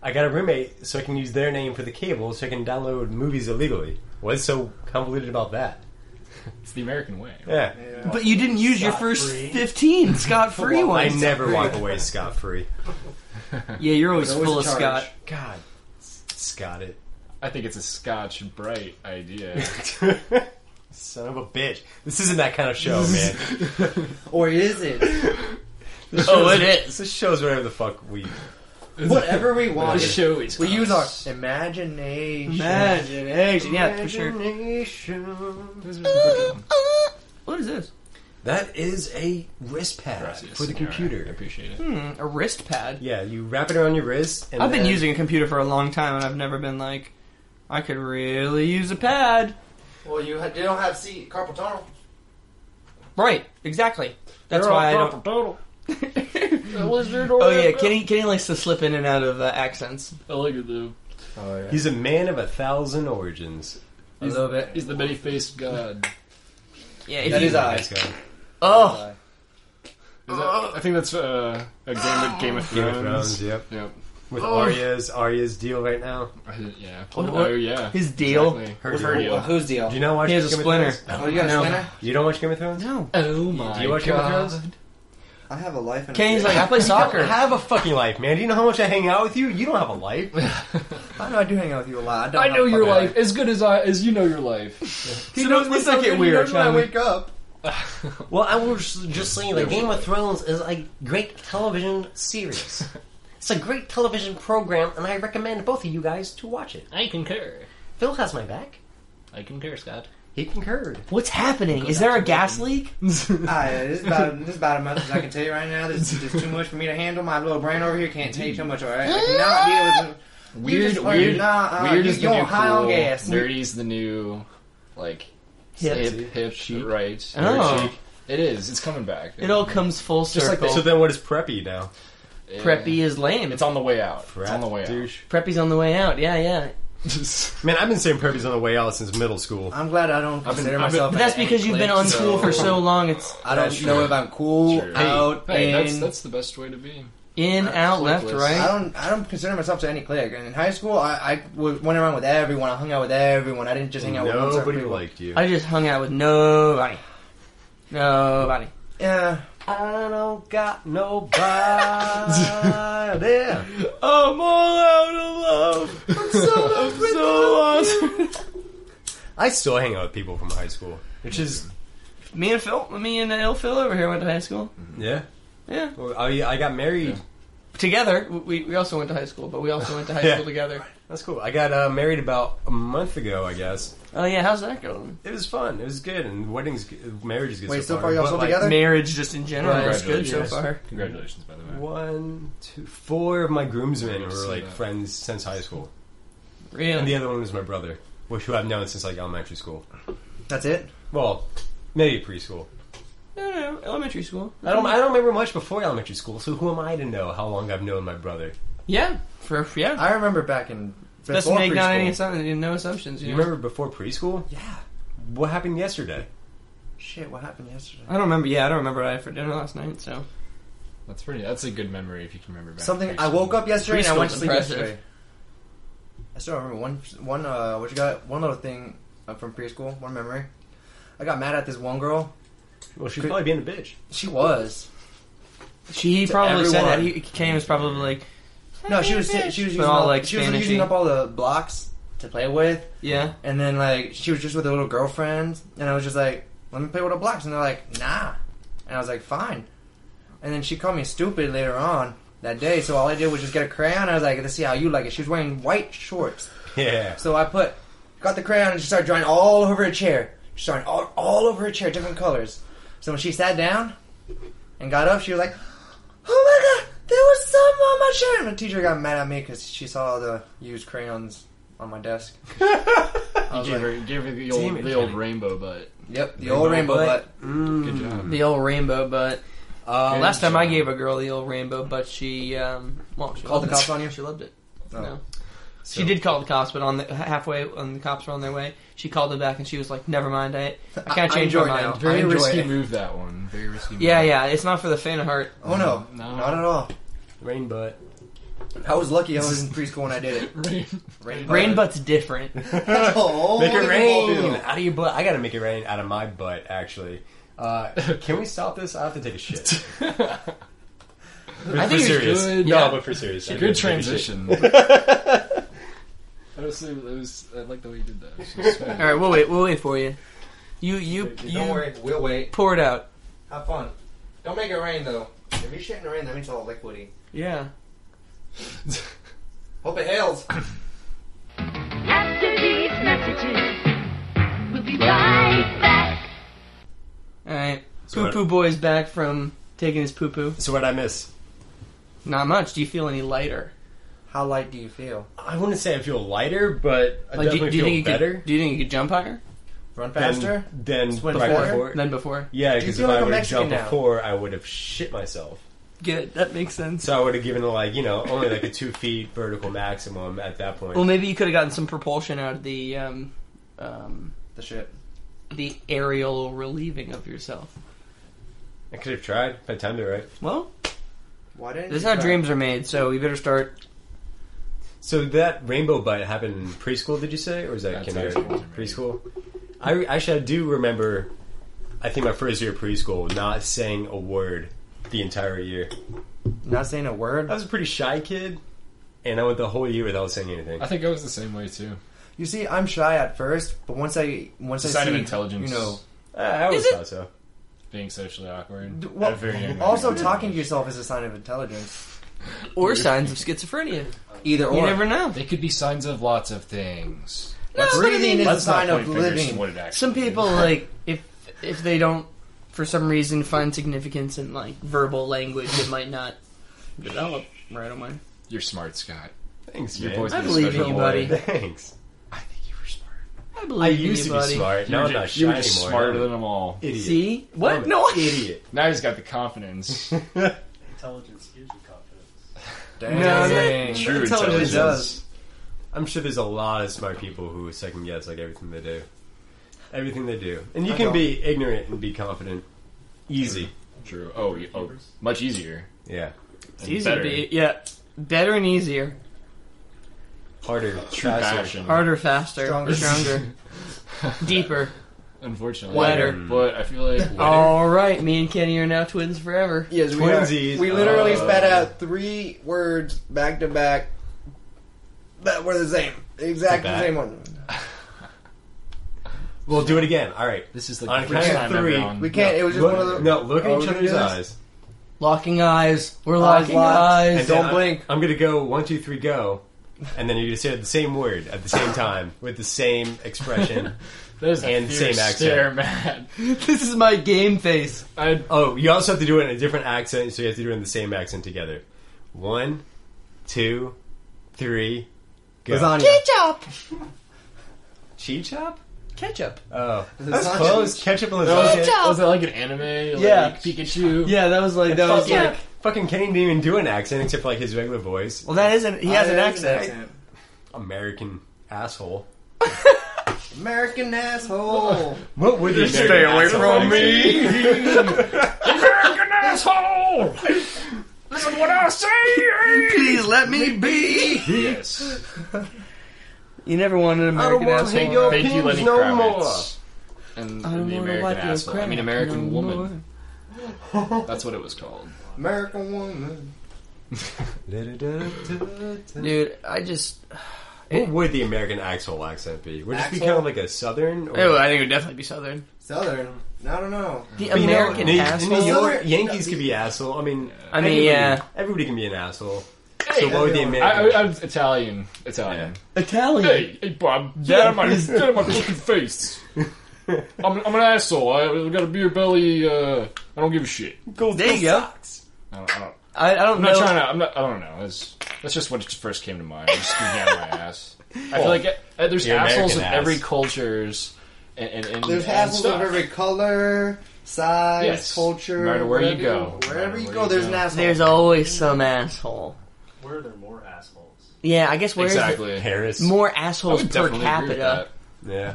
Speaker 1: I got a roommate, so I can use their name for the cable, so I can download movies illegally. What's so convoluted about that?
Speaker 4: It's the American way.
Speaker 1: Yeah,
Speaker 3: But you didn't use your first fifteen scot free
Speaker 1: I
Speaker 3: ones.
Speaker 1: never walk away scot free.
Speaker 3: Yeah, you're always
Speaker 2: There's always
Speaker 3: full
Speaker 2: a
Speaker 3: of
Speaker 2: charge.
Speaker 3: scot.
Speaker 1: God, Scott it, <laughs>
Speaker 4: I think it's a Scotch bright <laughs> idea.
Speaker 1: son of a bitch. This isn't that kind of show, man.
Speaker 2: Or is it?
Speaker 1: <laughs>
Speaker 3: Oh, it is.
Speaker 1: this show's whatever the fuck we.
Speaker 2: Whatever we want.
Speaker 4: show is.
Speaker 2: We use our imagination.
Speaker 3: Imagination, yeah, for sure. Uh,
Speaker 1: Imagination.
Speaker 3: What is this?
Speaker 1: That is a wrist pad for the computer.
Speaker 4: I appreciate it.
Speaker 3: Hmm, a wrist pad.
Speaker 1: Yeah, you wrap it around your wrist. And
Speaker 3: I've been
Speaker 1: then-
Speaker 3: using a computer for a long time, and I've never been like, I could really use a pad.
Speaker 2: Well, you, ha- you don't have C carpal tunnel.
Speaker 3: Right, exactly. That's why I don't.
Speaker 4: Total.
Speaker 3: <laughs> Oh yeah, Kenny. Kenny likes to slip in and out of uh, accents.
Speaker 4: I like it though.
Speaker 2: Oh yeah.
Speaker 1: He's a man of a thousand origins.
Speaker 2: a little bit.
Speaker 4: He's the many-faced god.
Speaker 3: Yeah, if
Speaker 2: That
Speaker 3: you-
Speaker 2: is I.
Speaker 1: Nice guy.
Speaker 3: Oh,
Speaker 4: Is that, I think that's uh, a game of Game of Thrones.
Speaker 1: Game of Thrones, yep.
Speaker 4: Yep.
Speaker 1: With Arya's Arya's deal right now.
Speaker 4: Yeah.
Speaker 3: What-
Speaker 4: Oh yeah.
Speaker 3: his deal.
Speaker 4: Exactly.
Speaker 1: Her
Speaker 4: Her
Speaker 1: deal.
Speaker 4: deal.
Speaker 2: who's deal?
Speaker 1: Do you not watch
Speaker 3: He has a
Speaker 1: Game
Speaker 3: splinter.
Speaker 1: of Thrones?
Speaker 2: oh, you got a
Speaker 3: No.
Speaker 2: splinter?
Speaker 1: You don't watch Game of Thrones?
Speaker 3: No.
Speaker 4: Oh my.
Speaker 1: Do you watch Game of
Speaker 4: God.
Speaker 1: Thrones?
Speaker 2: I have a life. And
Speaker 3: Kenny's like, I play
Speaker 1: I
Speaker 3: <laughs> soccer.
Speaker 1: have a fucking life, man. Do you know how much I hang out with you? You don't have a life.
Speaker 2: I know I do hang out with you a lot. I, don't
Speaker 4: I
Speaker 2: have
Speaker 4: know
Speaker 2: a
Speaker 4: your
Speaker 2: fucking
Speaker 4: life
Speaker 2: <laughs>
Speaker 4: as good as I as you know your life.
Speaker 3: He knows
Speaker 2: He
Speaker 3: when stuff
Speaker 2: knows
Speaker 3: get
Speaker 2: when-
Speaker 3: weird,
Speaker 2: He knows when I
Speaker 3: Tommy.
Speaker 2: wake up.
Speaker 1: Well, I was just saying that Game of Thrones is a great television series. It's a great television program, and I recommend both of you guys to watch it.
Speaker 4: I concur.
Speaker 1: Phil has my back.
Speaker 4: I concur, Scott.
Speaker 1: He concurred.
Speaker 3: What's happening? Is there a gas leak?
Speaker 2: <laughs>
Speaker 3: <laughs>
Speaker 2: Ah, yeah, this is about this is about as much as I can tell you right now. This is just too much for me to handle. My little brain over here can't take too much. All right, I cannot deal with. it. You
Speaker 4: Weird,
Speaker 2: just learned,
Speaker 4: weird,
Speaker 2: Nah, uh,
Speaker 4: weird
Speaker 2: you,
Speaker 4: is
Speaker 2: you
Speaker 4: the new
Speaker 2: on high on
Speaker 4: cool.
Speaker 2: gas.
Speaker 4: Nerdy's the new, like
Speaker 3: Hip.
Speaker 4: hip, hip,
Speaker 1: Chic.
Speaker 4: right?
Speaker 3: Oh.
Speaker 4: Nerd chic. it is. It's coming back.
Speaker 3: It all comes full circle.
Speaker 1: So then, what is preppy now?
Speaker 4: Yeah.
Speaker 3: Preppy is lame.
Speaker 4: It's on the way out.
Speaker 1: Prep
Speaker 4: it's on the way <laughs>
Speaker 1: douche.
Speaker 3: Preppy's on the way out. Yeah, yeah.
Speaker 4: out.
Speaker 1: Man, I've been saying preppy's on the way out since middle school.
Speaker 2: <laughs> I'm glad I don't
Speaker 4: been-
Speaker 2: consider
Speaker 4: I've been-
Speaker 2: myself.
Speaker 3: But
Speaker 2: an
Speaker 3: that's because you've been on
Speaker 2: anklet,
Speaker 3: school for so long. It's
Speaker 2: I don't
Speaker 1: That's
Speaker 2: know
Speaker 1: true.
Speaker 2: if I'm cool
Speaker 4: True.
Speaker 2: out
Speaker 4: hey,
Speaker 2: in.
Speaker 4: that's that's the best way to be.
Speaker 3: in, out, left,
Speaker 4: Clickless.
Speaker 3: right.
Speaker 2: I don't. I don't consider myself to any clique. And in high school, I, I w- went around with everyone. I hung out with everyone. I didn't just hang out with one certain
Speaker 1: Nobody
Speaker 2: people.
Speaker 1: liked you.
Speaker 3: I just hung out with nobody. Nobody.
Speaker 2: Yeah.
Speaker 1: I don't <laughs> got nobody.
Speaker 3: I'm all out of love. I'm so, lost.
Speaker 1: <laughs> I still hang out with people from high school, which is
Speaker 3: me and Phil, me and ill Phil over here went to high school.
Speaker 1: yeah.
Speaker 3: Yeah,
Speaker 1: Well, I, I got married.
Speaker 3: together. We, we also went to high school, but we also went to <laughs> high
Speaker 1: Yeah.
Speaker 3: school together.
Speaker 1: That's cool. I got uh, married about a month ago, I guess.
Speaker 3: Oh yeah, how's that going?
Speaker 1: It was fun. It was good, and weddings, good- marriage is good.
Speaker 2: Wait,
Speaker 1: so
Speaker 2: so far y'all
Speaker 1: But,
Speaker 2: still
Speaker 1: like,
Speaker 2: <laughs> together?
Speaker 3: Marriage, just in general, is good
Speaker 4: Congratulations.
Speaker 3: so far.
Speaker 4: Congratulations, by the way.
Speaker 1: One, two, four of my groomsmen were
Speaker 4: seen
Speaker 1: like
Speaker 4: that.
Speaker 1: friends since high school, and the
Speaker 3: Really?
Speaker 1: other one was my brother, which who I've known since like elementary school.
Speaker 2: That's it.
Speaker 1: Well, maybe preschool.
Speaker 3: No, no, no, elementary school.
Speaker 1: I don't. I don't remember much before elementary school. So who am I to know how long I've known my brother?
Speaker 3: Yeah, for yeah.
Speaker 2: I remember back in.
Speaker 3: Let's
Speaker 2: before
Speaker 3: make not any
Speaker 2: preschool.
Speaker 3: assumptions. No assumptions. You,
Speaker 1: You
Speaker 3: know?
Speaker 1: remember before preschool?
Speaker 2: Yeah.
Speaker 1: What happened yesterday?
Speaker 2: Shit. What happened yesterday?
Speaker 3: I don't remember. Yeah, I don't remember what I had for dinner last night. So
Speaker 4: That's pretty. That's a good memory if you can remember. Back
Speaker 2: Something.
Speaker 4: to
Speaker 2: I woke up yesterday and I went to
Speaker 3: Preschool's
Speaker 2: sleep
Speaker 3: impressive.
Speaker 2: yesterday. I still remember one. One. Uh, what you got? One little thing uh, from preschool. One memory. I got mad at this one girl.
Speaker 1: Well, she's
Speaker 2: Could-
Speaker 1: probably being a bitch.
Speaker 2: She was.
Speaker 3: she
Speaker 2: To
Speaker 3: probably said that.
Speaker 2: everyone.
Speaker 3: He came was probably like,
Speaker 2: No, she was. She was using
Speaker 3: But all,
Speaker 2: up,
Speaker 3: like,
Speaker 2: she was
Speaker 3: Spanish-y.
Speaker 2: using up all the blocks to play with.
Speaker 3: yeah.
Speaker 2: And then like she was just with her little girlfriend, and I was just like, "Let me play with the blocks," and they're like, "Nah," and I was like, "Fine." And then she called me stupid later on that day, so all I did was just get a crayon. I was like, "Let's see how you like it." She was wearing white shorts,
Speaker 1: Yeah.
Speaker 2: so I put got the crayon and she started drawing all over her chair. She started all, all over her chair, different colors. So when she sat down and got up, she was like, "Oh my god, there was some on my chair." And my teacher got mad at me because she saw the used crayons on my desk. I
Speaker 4: You
Speaker 2: was
Speaker 4: gave
Speaker 2: like,
Speaker 4: her, you gave her the
Speaker 1: Damn
Speaker 4: old,
Speaker 1: it,
Speaker 4: the old
Speaker 1: Kenny.
Speaker 4: rainbow butt.
Speaker 2: Yep, the
Speaker 1: Rainbow
Speaker 2: old rainbow
Speaker 1: butt.
Speaker 2: butt.
Speaker 6: Mm.
Speaker 4: Good job.
Speaker 3: The old rainbow butt.
Speaker 1: Mm. Uh,
Speaker 4: Good
Speaker 3: Last time I
Speaker 4: job.
Speaker 3: gave a girl the old rainbow butt, she um, well, she
Speaker 2: Called the
Speaker 3: loved it.
Speaker 2: cops on you?
Speaker 3: She loved it.
Speaker 2: Oh.
Speaker 3: No. She did call the cops, but on the halfway when the cops were on their way, she called them back and she was like, "Never mind, I, I
Speaker 2: I- I
Speaker 3: can't change
Speaker 2: enjoy
Speaker 3: my
Speaker 2: it
Speaker 3: mind."
Speaker 2: now. I
Speaker 4: Very
Speaker 2: enjoy
Speaker 4: risky
Speaker 2: it.
Speaker 4: move that one. Very risky. Move.
Speaker 3: Yeah, yeah, it's not for the faint of heart.
Speaker 2: Oh no,
Speaker 4: No.
Speaker 2: not at all.
Speaker 1: rain butt.
Speaker 2: I was lucky I was in preschool when I did it.
Speaker 4: Rain-
Speaker 2: Rain,
Speaker 3: Rain butt's
Speaker 2: <laughs>
Speaker 3: different.
Speaker 2: Oh,
Speaker 1: Make
Speaker 2: look
Speaker 1: it
Speaker 2: at
Speaker 1: rain
Speaker 2: Baldwin.
Speaker 1: out of your butt. I gotta make it rain out of my butt. Actually, uh, can we stop this? I have to take a
Speaker 6: <laughs>
Speaker 1: shit.
Speaker 4: I think
Speaker 1: for
Speaker 4: it's
Speaker 1: serious.
Speaker 4: good,
Speaker 1: no,
Speaker 4: yeah.
Speaker 1: but for serious. I
Speaker 4: <laughs> Good
Speaker 1: have to take a shit.
Speaker 4: transition. I was, it was, I like the way you did that. It was so smooth.
Speaker 3: All right, we'll wait. We'll wait for you. You, you,
Speaker 2: Don't
Speaker 3: you
Speaker 2: worry, we'll wait.
Speaker 3: pour it out.
Speaker 2: Have fun. Don't make it rain though. If you're shitting rain, that means it's all liquidy.
Speaker 3: Yeah.
Speaker 4: <laughs>
Speaker 2: Hope it hails.
Speaker 5: After these messages, we'll be right back.
Speaker 3: All right.
Speaker 1: So
Speaker 3: Poo
Speaker 1: what-
Speaker 3: poo boy's back from taking his poo poo.
Speaker 1: <laughs> So what I miss?
Speaker 3: Not much. Do you feel any lighter?
Speaker 2: How light do you feel?
Speaker 1: I wouldn't say I feel lighter, but I
Speaker 3: do,
Speaker 1: definitely
Speaker 3: do you
Speaker 1: feel
Speaker 3: think you
Speaker 1: better
Speaker 3: could? Do you think you could jump higher
Speaker 2: Run
Speaker 1: than-
Speaker 2: faster.
Speaker 1: than
Speaker 2: Swim
Speaker 1: right
Speaker 2: faster?
Speaker 1: before.
Speaker 3: than before?
Speaker 1: Yeah,
Speaker 2: you
Speaker 1: because if
Speaker 2: feel like
Speaker 1: I
Speaker 2: a
Speaker 1: would have
Speaker 2: Mexican
Speaker 1: jumped
Speaker 2: now?
Speaker 1: before, I would have shit myself.
Speaker 3: Good. That makes sense.
Speaker 1: So I would have given like you know only like a two feet vertical maximum at that point.
Speaker 3: Well, maybe you could have gotten some propulsion out of the um, um,
Speaker 2: The shit.
Speaker 3: the aerial relieving of yourself.
Speaker 1: I could have tried. If I timed it right.
Speaker 3: Well,
Speaker 2: Why didn't?
Speaker 3: this is
Speaker 2: you
Speaker 3: how
Speaker 2: try?
Speaker 3: dreams are made. So we better start.
Speaker 1: So that rainbow bite happened in preschool, did you say, or was that
Speaker 4: That's
Speaker 1: kindergarten?
Speaker 4: high school.
Speaker 1: Preschool. I re- actually I do remember. I think my first year of preschool, not saying a word the entire year.
Speaker 2: Not saying a word.
Speaker 1: I was a pretty shy kid, and I went the whole year without saying anything.
Speaker 6: Uh,
Speaker 4: I think I was the same way too.
Speaker 2: You see, I'm shy at first, but once I once
Speaker 4: It's a
Speaker 2: I
Speaker 4: sign
Speaker 2: see,
Speaker 4: of intelligence.
Speaker 2: you know.
Speaker 1: I, I always
Speaker 3: Is it-
Speaker 1: thought so.
Speaker 4: being socially awkward.
Speaker 2: d- Well,
Speaker 4: At a very young
Speaker 2: also
Speaker 4: age.
Speaker 2: talking to yourself is a sign of intelligence.
Speaker 3: Or signs of schizophrenia.
Speaker 2: Either or.
Speaker 3: You never know.
Speaker 4: They could be signs of lots of things.
Speaker 3: No, but I
Speaker 2: breathing
Speaker 3: mean,
Speaker 2: is-
Speaker 4: Let's not
Speaker 2: sign of
Speaker 4: point fingers
Speaker 2: living.
Speaker 4: to What it actually
Speaker 3: some people
Speaker 4: is.
Speaker 3: like if if they don't for some reason find significance in like verbal language, it might not develop right away.
Speaker 4: You're smart, Scott.
Speaker 1: Thanks,
Speaker 4: Your
Speaker 1: man. <laughs>
Speaker 4: boy's
Speaker 3: I
Speaker 4: been a
Speaker 3: believe
Speaker 4: special
Speaker 3: you,
Speaker 4: boy.
Speaker 3: buddy.
Speaker 1: Thanks.
Speaker 4: I think you were smart.
Speaker 3: I
Speaker 1: I
Speaker 3: believe in
Speaker 1: used
Speaker 3: you,
Speaker 1: to be
Speaker 3: buddy.
Speaker 1: smart.
Speaker 4: you
Speaker 1: Now
Speaker 4: were
Speaker 1: I'm not
Speaker 4: just-
Speaker 1: shy
Speaker 4: you were
Speaker 1: anymore.
Speaker 4: just smarter than them all.
Speaker 1: idiot.
Speaker 3: See what?
Speaker 1: I'm an
Speaker 3: no, <laughs>
Speaker 1: idiot.
Speaker 4: Now he's got the
Speaker 1: <laughs>
Speaker 4: confidence.
Speaker 7: Intelligence gives you confidence.
Speaker 2: Dang.
Speaker 3: Does
Speaker 4: True
Speaker 2: Intelligence
Speaker 4: intelligence.
Speaker 2: does.
Speaker 1: I'm sure there's a lot of smart people who second guess like everything they do, everything they do, and you
Speaker 2: I
Speaker 1: can
Speaker 2: don't.
Speaker 1: be ignorant and be confident, easy.
Speaker 4: True. Oh, y- oh, much easier.
Speaker 1: Yeah.
Speaker 3: It's
Speaker 6: and
Speaker 3: easy
Speaker 6: better.
Speaker 3: to be. Yeah. Better and easier.
Speaker 1: Harder.
Speaker 6: True
Speaker 1: faster.
Speaker 6: passion.
Speaker 3: Harder, faster.
Speaker 2: Stronger.
Speaker 3: <laughs> Stronger. deeper.
Speaker 6: Unfortunately.
Speaker 3: Wetter.
Speaker 6: But I feel like.
Speaker 2: Oh,
Speaker 6: wetter-
Speaker 3: All right. Me and Kenny are now twins forever.
Speaker 2: Yes, we
Speaker 1: Twinsies.
Speaker 2: Are. We literally
Speaker 6: Uh,
Speaker 2: spat out three words back to back that were the same, exactly the
Speaker 6: Back.
Speaker 2: same one.
Speaker 1: We'll do it again. All right.
Speaker 6: This is the
Speaker 1: On
Speaker 6: first
Speaker 1: count of
Speaker 6: time
Speaker 1: three,
Speaker 6: everyone-
Speaker 2: We can't. It was just
Speaker 1: Look,
Speaker 2: one of the.
Speaker 1: no, look at
Speaker 2: Oh, we're
Speaker 1: each
Speaker 2: gonna
Speaker 1: other's
Speaker 2: do this?
Speaker 1: eyes.
Speaker 3: Locking eyes. We're
Speaker 2: Eyes
Speaker 3: locking
Speaker 2: locked.
Speaker 3: eyes.
Speaker 1: And then I- I'm gonna go one, two, three, go, and then you're gonna say the same word at the same time with the same
Speaker 2: <laughs>
Speaker 1: expression.
Speaker 6: That is a
Speaker 1: And
Speaker 6: fierce
Speaker 1: same accent.
Speaker 6: Stare, man.
Speaker 3: <laughs> This is my game face.
Speaker 6: <laughs> I
Speaker 1: oh, you also have to do it in a different accent, so you have to do it in the same accent together. One, two, three, go.
Speaker 2: Lasagna.
Speaker 3: Ketchup.
Speaker 1: Chop?
Speaker 3: Ketchup.
Speaker 1: Oh, that's
Speaker 2: Lasagna.
Speaker 1: close. Ketchup and
Speaker 6: was,
Speaker 1: lasagna.
Speaker 6: it, was it like an anime? Like
Speaker 3: Yeah.
Speaker 6: Pikachu.
Speaker 3: Yeah, that was like that was
Speaker 1: Fucking-
Speaker 3: like.
Speaker 1: Fucking Kenny didn't even do an accent except for like his regular voice.
Speaker 3: Well, that isn't. He has
Speaker 2: Oh,
Speaker 3: an
Speaker 2: yeah,
Speaker 3: accent.
Speaker 1: American asshole.
Speaker 2: American asshole.
Speaker 1: What would you
Speaker 6: Stay away from me. American asshole. Listen to what I say.
Speaker 3: Please let me be.
Speaker 6: Yes.
Speaker 3: You never wanted an
Speaker 1: I don't
Speaker 3: American
Speaker 1: want to
Speaker 3: asshole.
Speaker 1: hang your
Speaker 6: Thank you,
Speaker 1: pins
Speaker 6: Lenny
Speaker 1: no
Speaker 6: Kravitz. And the
Speaker 3: I don't want to
Speaker 6: American
Speaker 3: wipe your
Speaker 6: asshole. I mean,
Speaker 3: crack
Speaker 6: American
Speaker 3: no
Speaker 6: woman.
Speaker 3: more.
Speaker 6: That's what it was called.
Speaker 2: American woman.
Speaker 1: more.
Speaker 3: Dude, I just.
Speaker 1: <laughs> What would the American asshole accent be? Would it just be
Speaker 2: Axel?
Speaker 1: kind of like a southern? Or,
Speaker 3: Oh, I think it would definitely be Southern.
Speaker 2: Southern. I don't know.
Speaker 3: The
Speaker 1: But you know,
Speaker 3: American
Speaker 1: New-
Speaker 3: asshole.
Speaker 1: New York,
Speaker 2: Southern-
Speaker 1: Yankees could be asshole. I mean,
Speaker 3: I mean,
Speaker 1: everybody-
Speaker 3: yeah.
Speaker 1: everybody can be an asshole.
Speaker 6: Hey,
Speaker 1: so what would the
Speaker 2: everyone.
Speaker 6: I, I,
Speaker 1: American?
Speaker 6: I'm Italian. Italian.
Speaker 3: Italian.
Speaker 6: Hey, hey, Bob. Get out of my, get out of my fucking <laughs> face. I'm, I'm an asshole. I, I got a beer belly. Uh, I don't give a shit.
Speaker 3: there you go.
Speaker 6: I don't, I don't,
Speaker 3: I, I don't
Speaker 6: I'm
Speaker 3: know.
Speaker 6: not trying to. I'm not. I don't know. It's, that's just what first came to mind. I'm just speaking out of my
Speaker 3: <laughs>
Speaker 6: ass. I feel like uh, there's
Speaker 1: You're
Speaker 6: assholes
Speaker 1: American
Speaker 6: in
Speaker 1: ass.
Speaker 6: every cultures. And, and, and
Speaker 2: There's
Speaker 6: and
Speaker 2: assholes
Speaker 6: stuff.
Speaker 2: of every color, size,
Speaker 6: Yes.
Speaker 2: culture.
Speaker 6: No matter where you
Speaker 2: whatever
Speaker 6: go. No
Speaker 2: Wherever
Speaker 6: matter
Speaker 2: you
Speaker 6: where
Speaker 2: go,
Speaker 6: you
Speaker 2: there's
Speaker 6: go.
Speaker 2: an asshole.
Speaker 3: There's always some asshole.
Speaker 7: Where are there more assholes?
Speaker 3: Yeah, I guess where is it?
Speaker 6: exactly.
Speaker 1: Paris.
Speaker 3: more
Speaker 6: I
Speaker 3: assholes
Speaker 6: would
Speaker 3: per
Speaker 6: definitely agree with
Speaker 3: capita.
Speaker 6: that.
Speaker 1: yeah,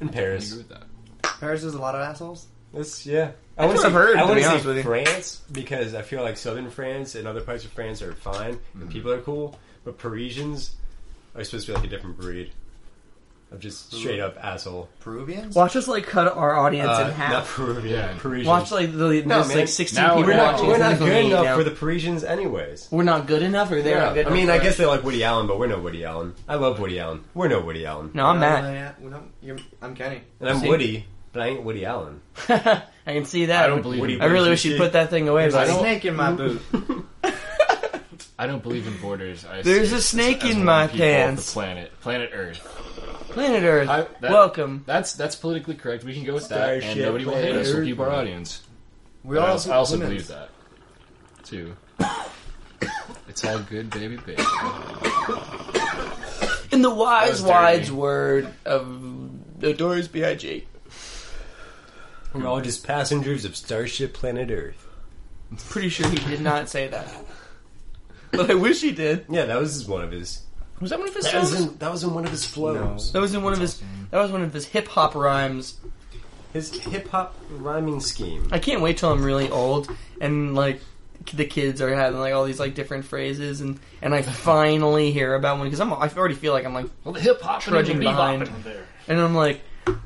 Speaker 1: in
Speaker 6: I agree
Speaker 1: Paris.
Speaker 6: with that.
Speaker 2: Paris is a lot of assholes.
Speaker 1: That's yeah. I
Speaker 3: That's
Speaker 1: wouldn't
Speaker 3: what I've heard,
Speaker 1: I
Speaker 3: to
Speaker 1: wouldn't
Speaker 3: be honest
Speaker 1: say
Speaker 3: with you.
Speaker 1: France because I feel like southern France and other parts of France are fine
Speaker 3: Mm-hmm.
Speaker 1: and people are cool, but Parisians are supposed to be like a different breed of just straight up asshole.
Speaker 2: Peruvians?
Speaker 3: Watch us like cut our audience
Speaker 1: Uh,
Speaker 3: in
Speaker 1: not
Speaker 3: half.
Speaker 1: Peruvian.
Speaker 6: Yeah.
Speaker 1: Parisian.
Speaker 3: Watch like the there's
Speaker 1: No, man.
Speaker 3: like 16
Speaker 6: Now
Speaker 3: people
Speaker 1: we're not,
Speaker 3: watching.
Speaker 1: we're
Speaker 3: It's
Speaker 1: not
Speaker 3: gonna
Speaker 1: good
Speaker 3: be
Speaker 1: enough
Speaker 3: now.
Speaker 1: for the Parisians, anyways.
Speaker 3: We're not good enough, or they're not good
Speaker 1: I
Speaker 3: enough
Speaker 1: mean,
Speaker 3: for
Speaker 1: I
Speaker 3: us.
Speaker 1: guess they like Woody Allen, but we're no Woody Allen. I love Woody Allen. We're no Woody Allen.
Speaker 3: No, I'm mad.
Speaker 2: Uh, yeah, well, I'm, you're- I'm Kenny.
Speaker 1: And I'm
Speaker 3: See?
Speaker 1: Woody, but I ain't Woody Allen.
Speaker 3: <laughs> I can see that.
Speaker 6: I don't believe.
Speaker 1: Woody-
Speaker 6: In,
Speaker 3: I really wish you'd put that thing away,
Speaker 2: There's
Speaker 3: buddy.
Speaker 2: a snake in my boot.
Speaker 6: I don't believe in borders. I
Speaker 3: There's
Speaker 6: see
Speaker 3: a
Speaker 6: us
Speaker 3: snake
Speaker 6: as
Speaker 3: in
Speaker 6: one
Speaker 3: my
Speaker 6: people of the
Speaker 3: pants.
Speaker 6: Planet, planet Earth.
Speaker 3: Planet Earth,
Speaker 6: I- that-
Speaker 3: welcome.
Speaker 6: That's that's politically correct. We can go with that, and
Speaker 1: Starship
Speaker 6: nobody will hate us. We'll keep our
Speaker 1: Earth.
Speaker 6: audience.
Speaker 2: We
Speaker 6: But
Speaker 2: are
Speaker 6: I also, I also
Speaker 2: women.
Speaker 6: believe that too. <coughs> it's all good, baby, baby.
Speaker 3: In the wise,
Speaker 6: That was dirty.
Speaker 3: wise word of the Doors B.I.G. Hmm.
Speaker 1: We're all just passengers of Starship Planet Earth.
Speaker 3: Pretty sure he did not say that, but I wish he did.
Speaker 1: Yeah, that was one of his.
Speaker 3: Was that one of his
Speaker 1: That was
Speaker 3: songs?
Speaker 1: in, that was in one of his flows.
Speaker 3: That was in one of his. That was one of his hip hop rhymes.
Speaker 1: His hip hop rhyming
Speaker 6: <laughs>
Speaker 1: scheme.
Speaker 3: I can't wait till I'm really old and like the kids are having like all these like different phrases and and I finally hear about one because I'm I already feel like I'm like
Speaker 6: Well, the hip hop and
Speaker 3: Trudging
Speaker 6: the
Speaker 3: behind.
Speaker 6: bebop.
Speaker 7: I'm there.
Speaker 3: and I'm like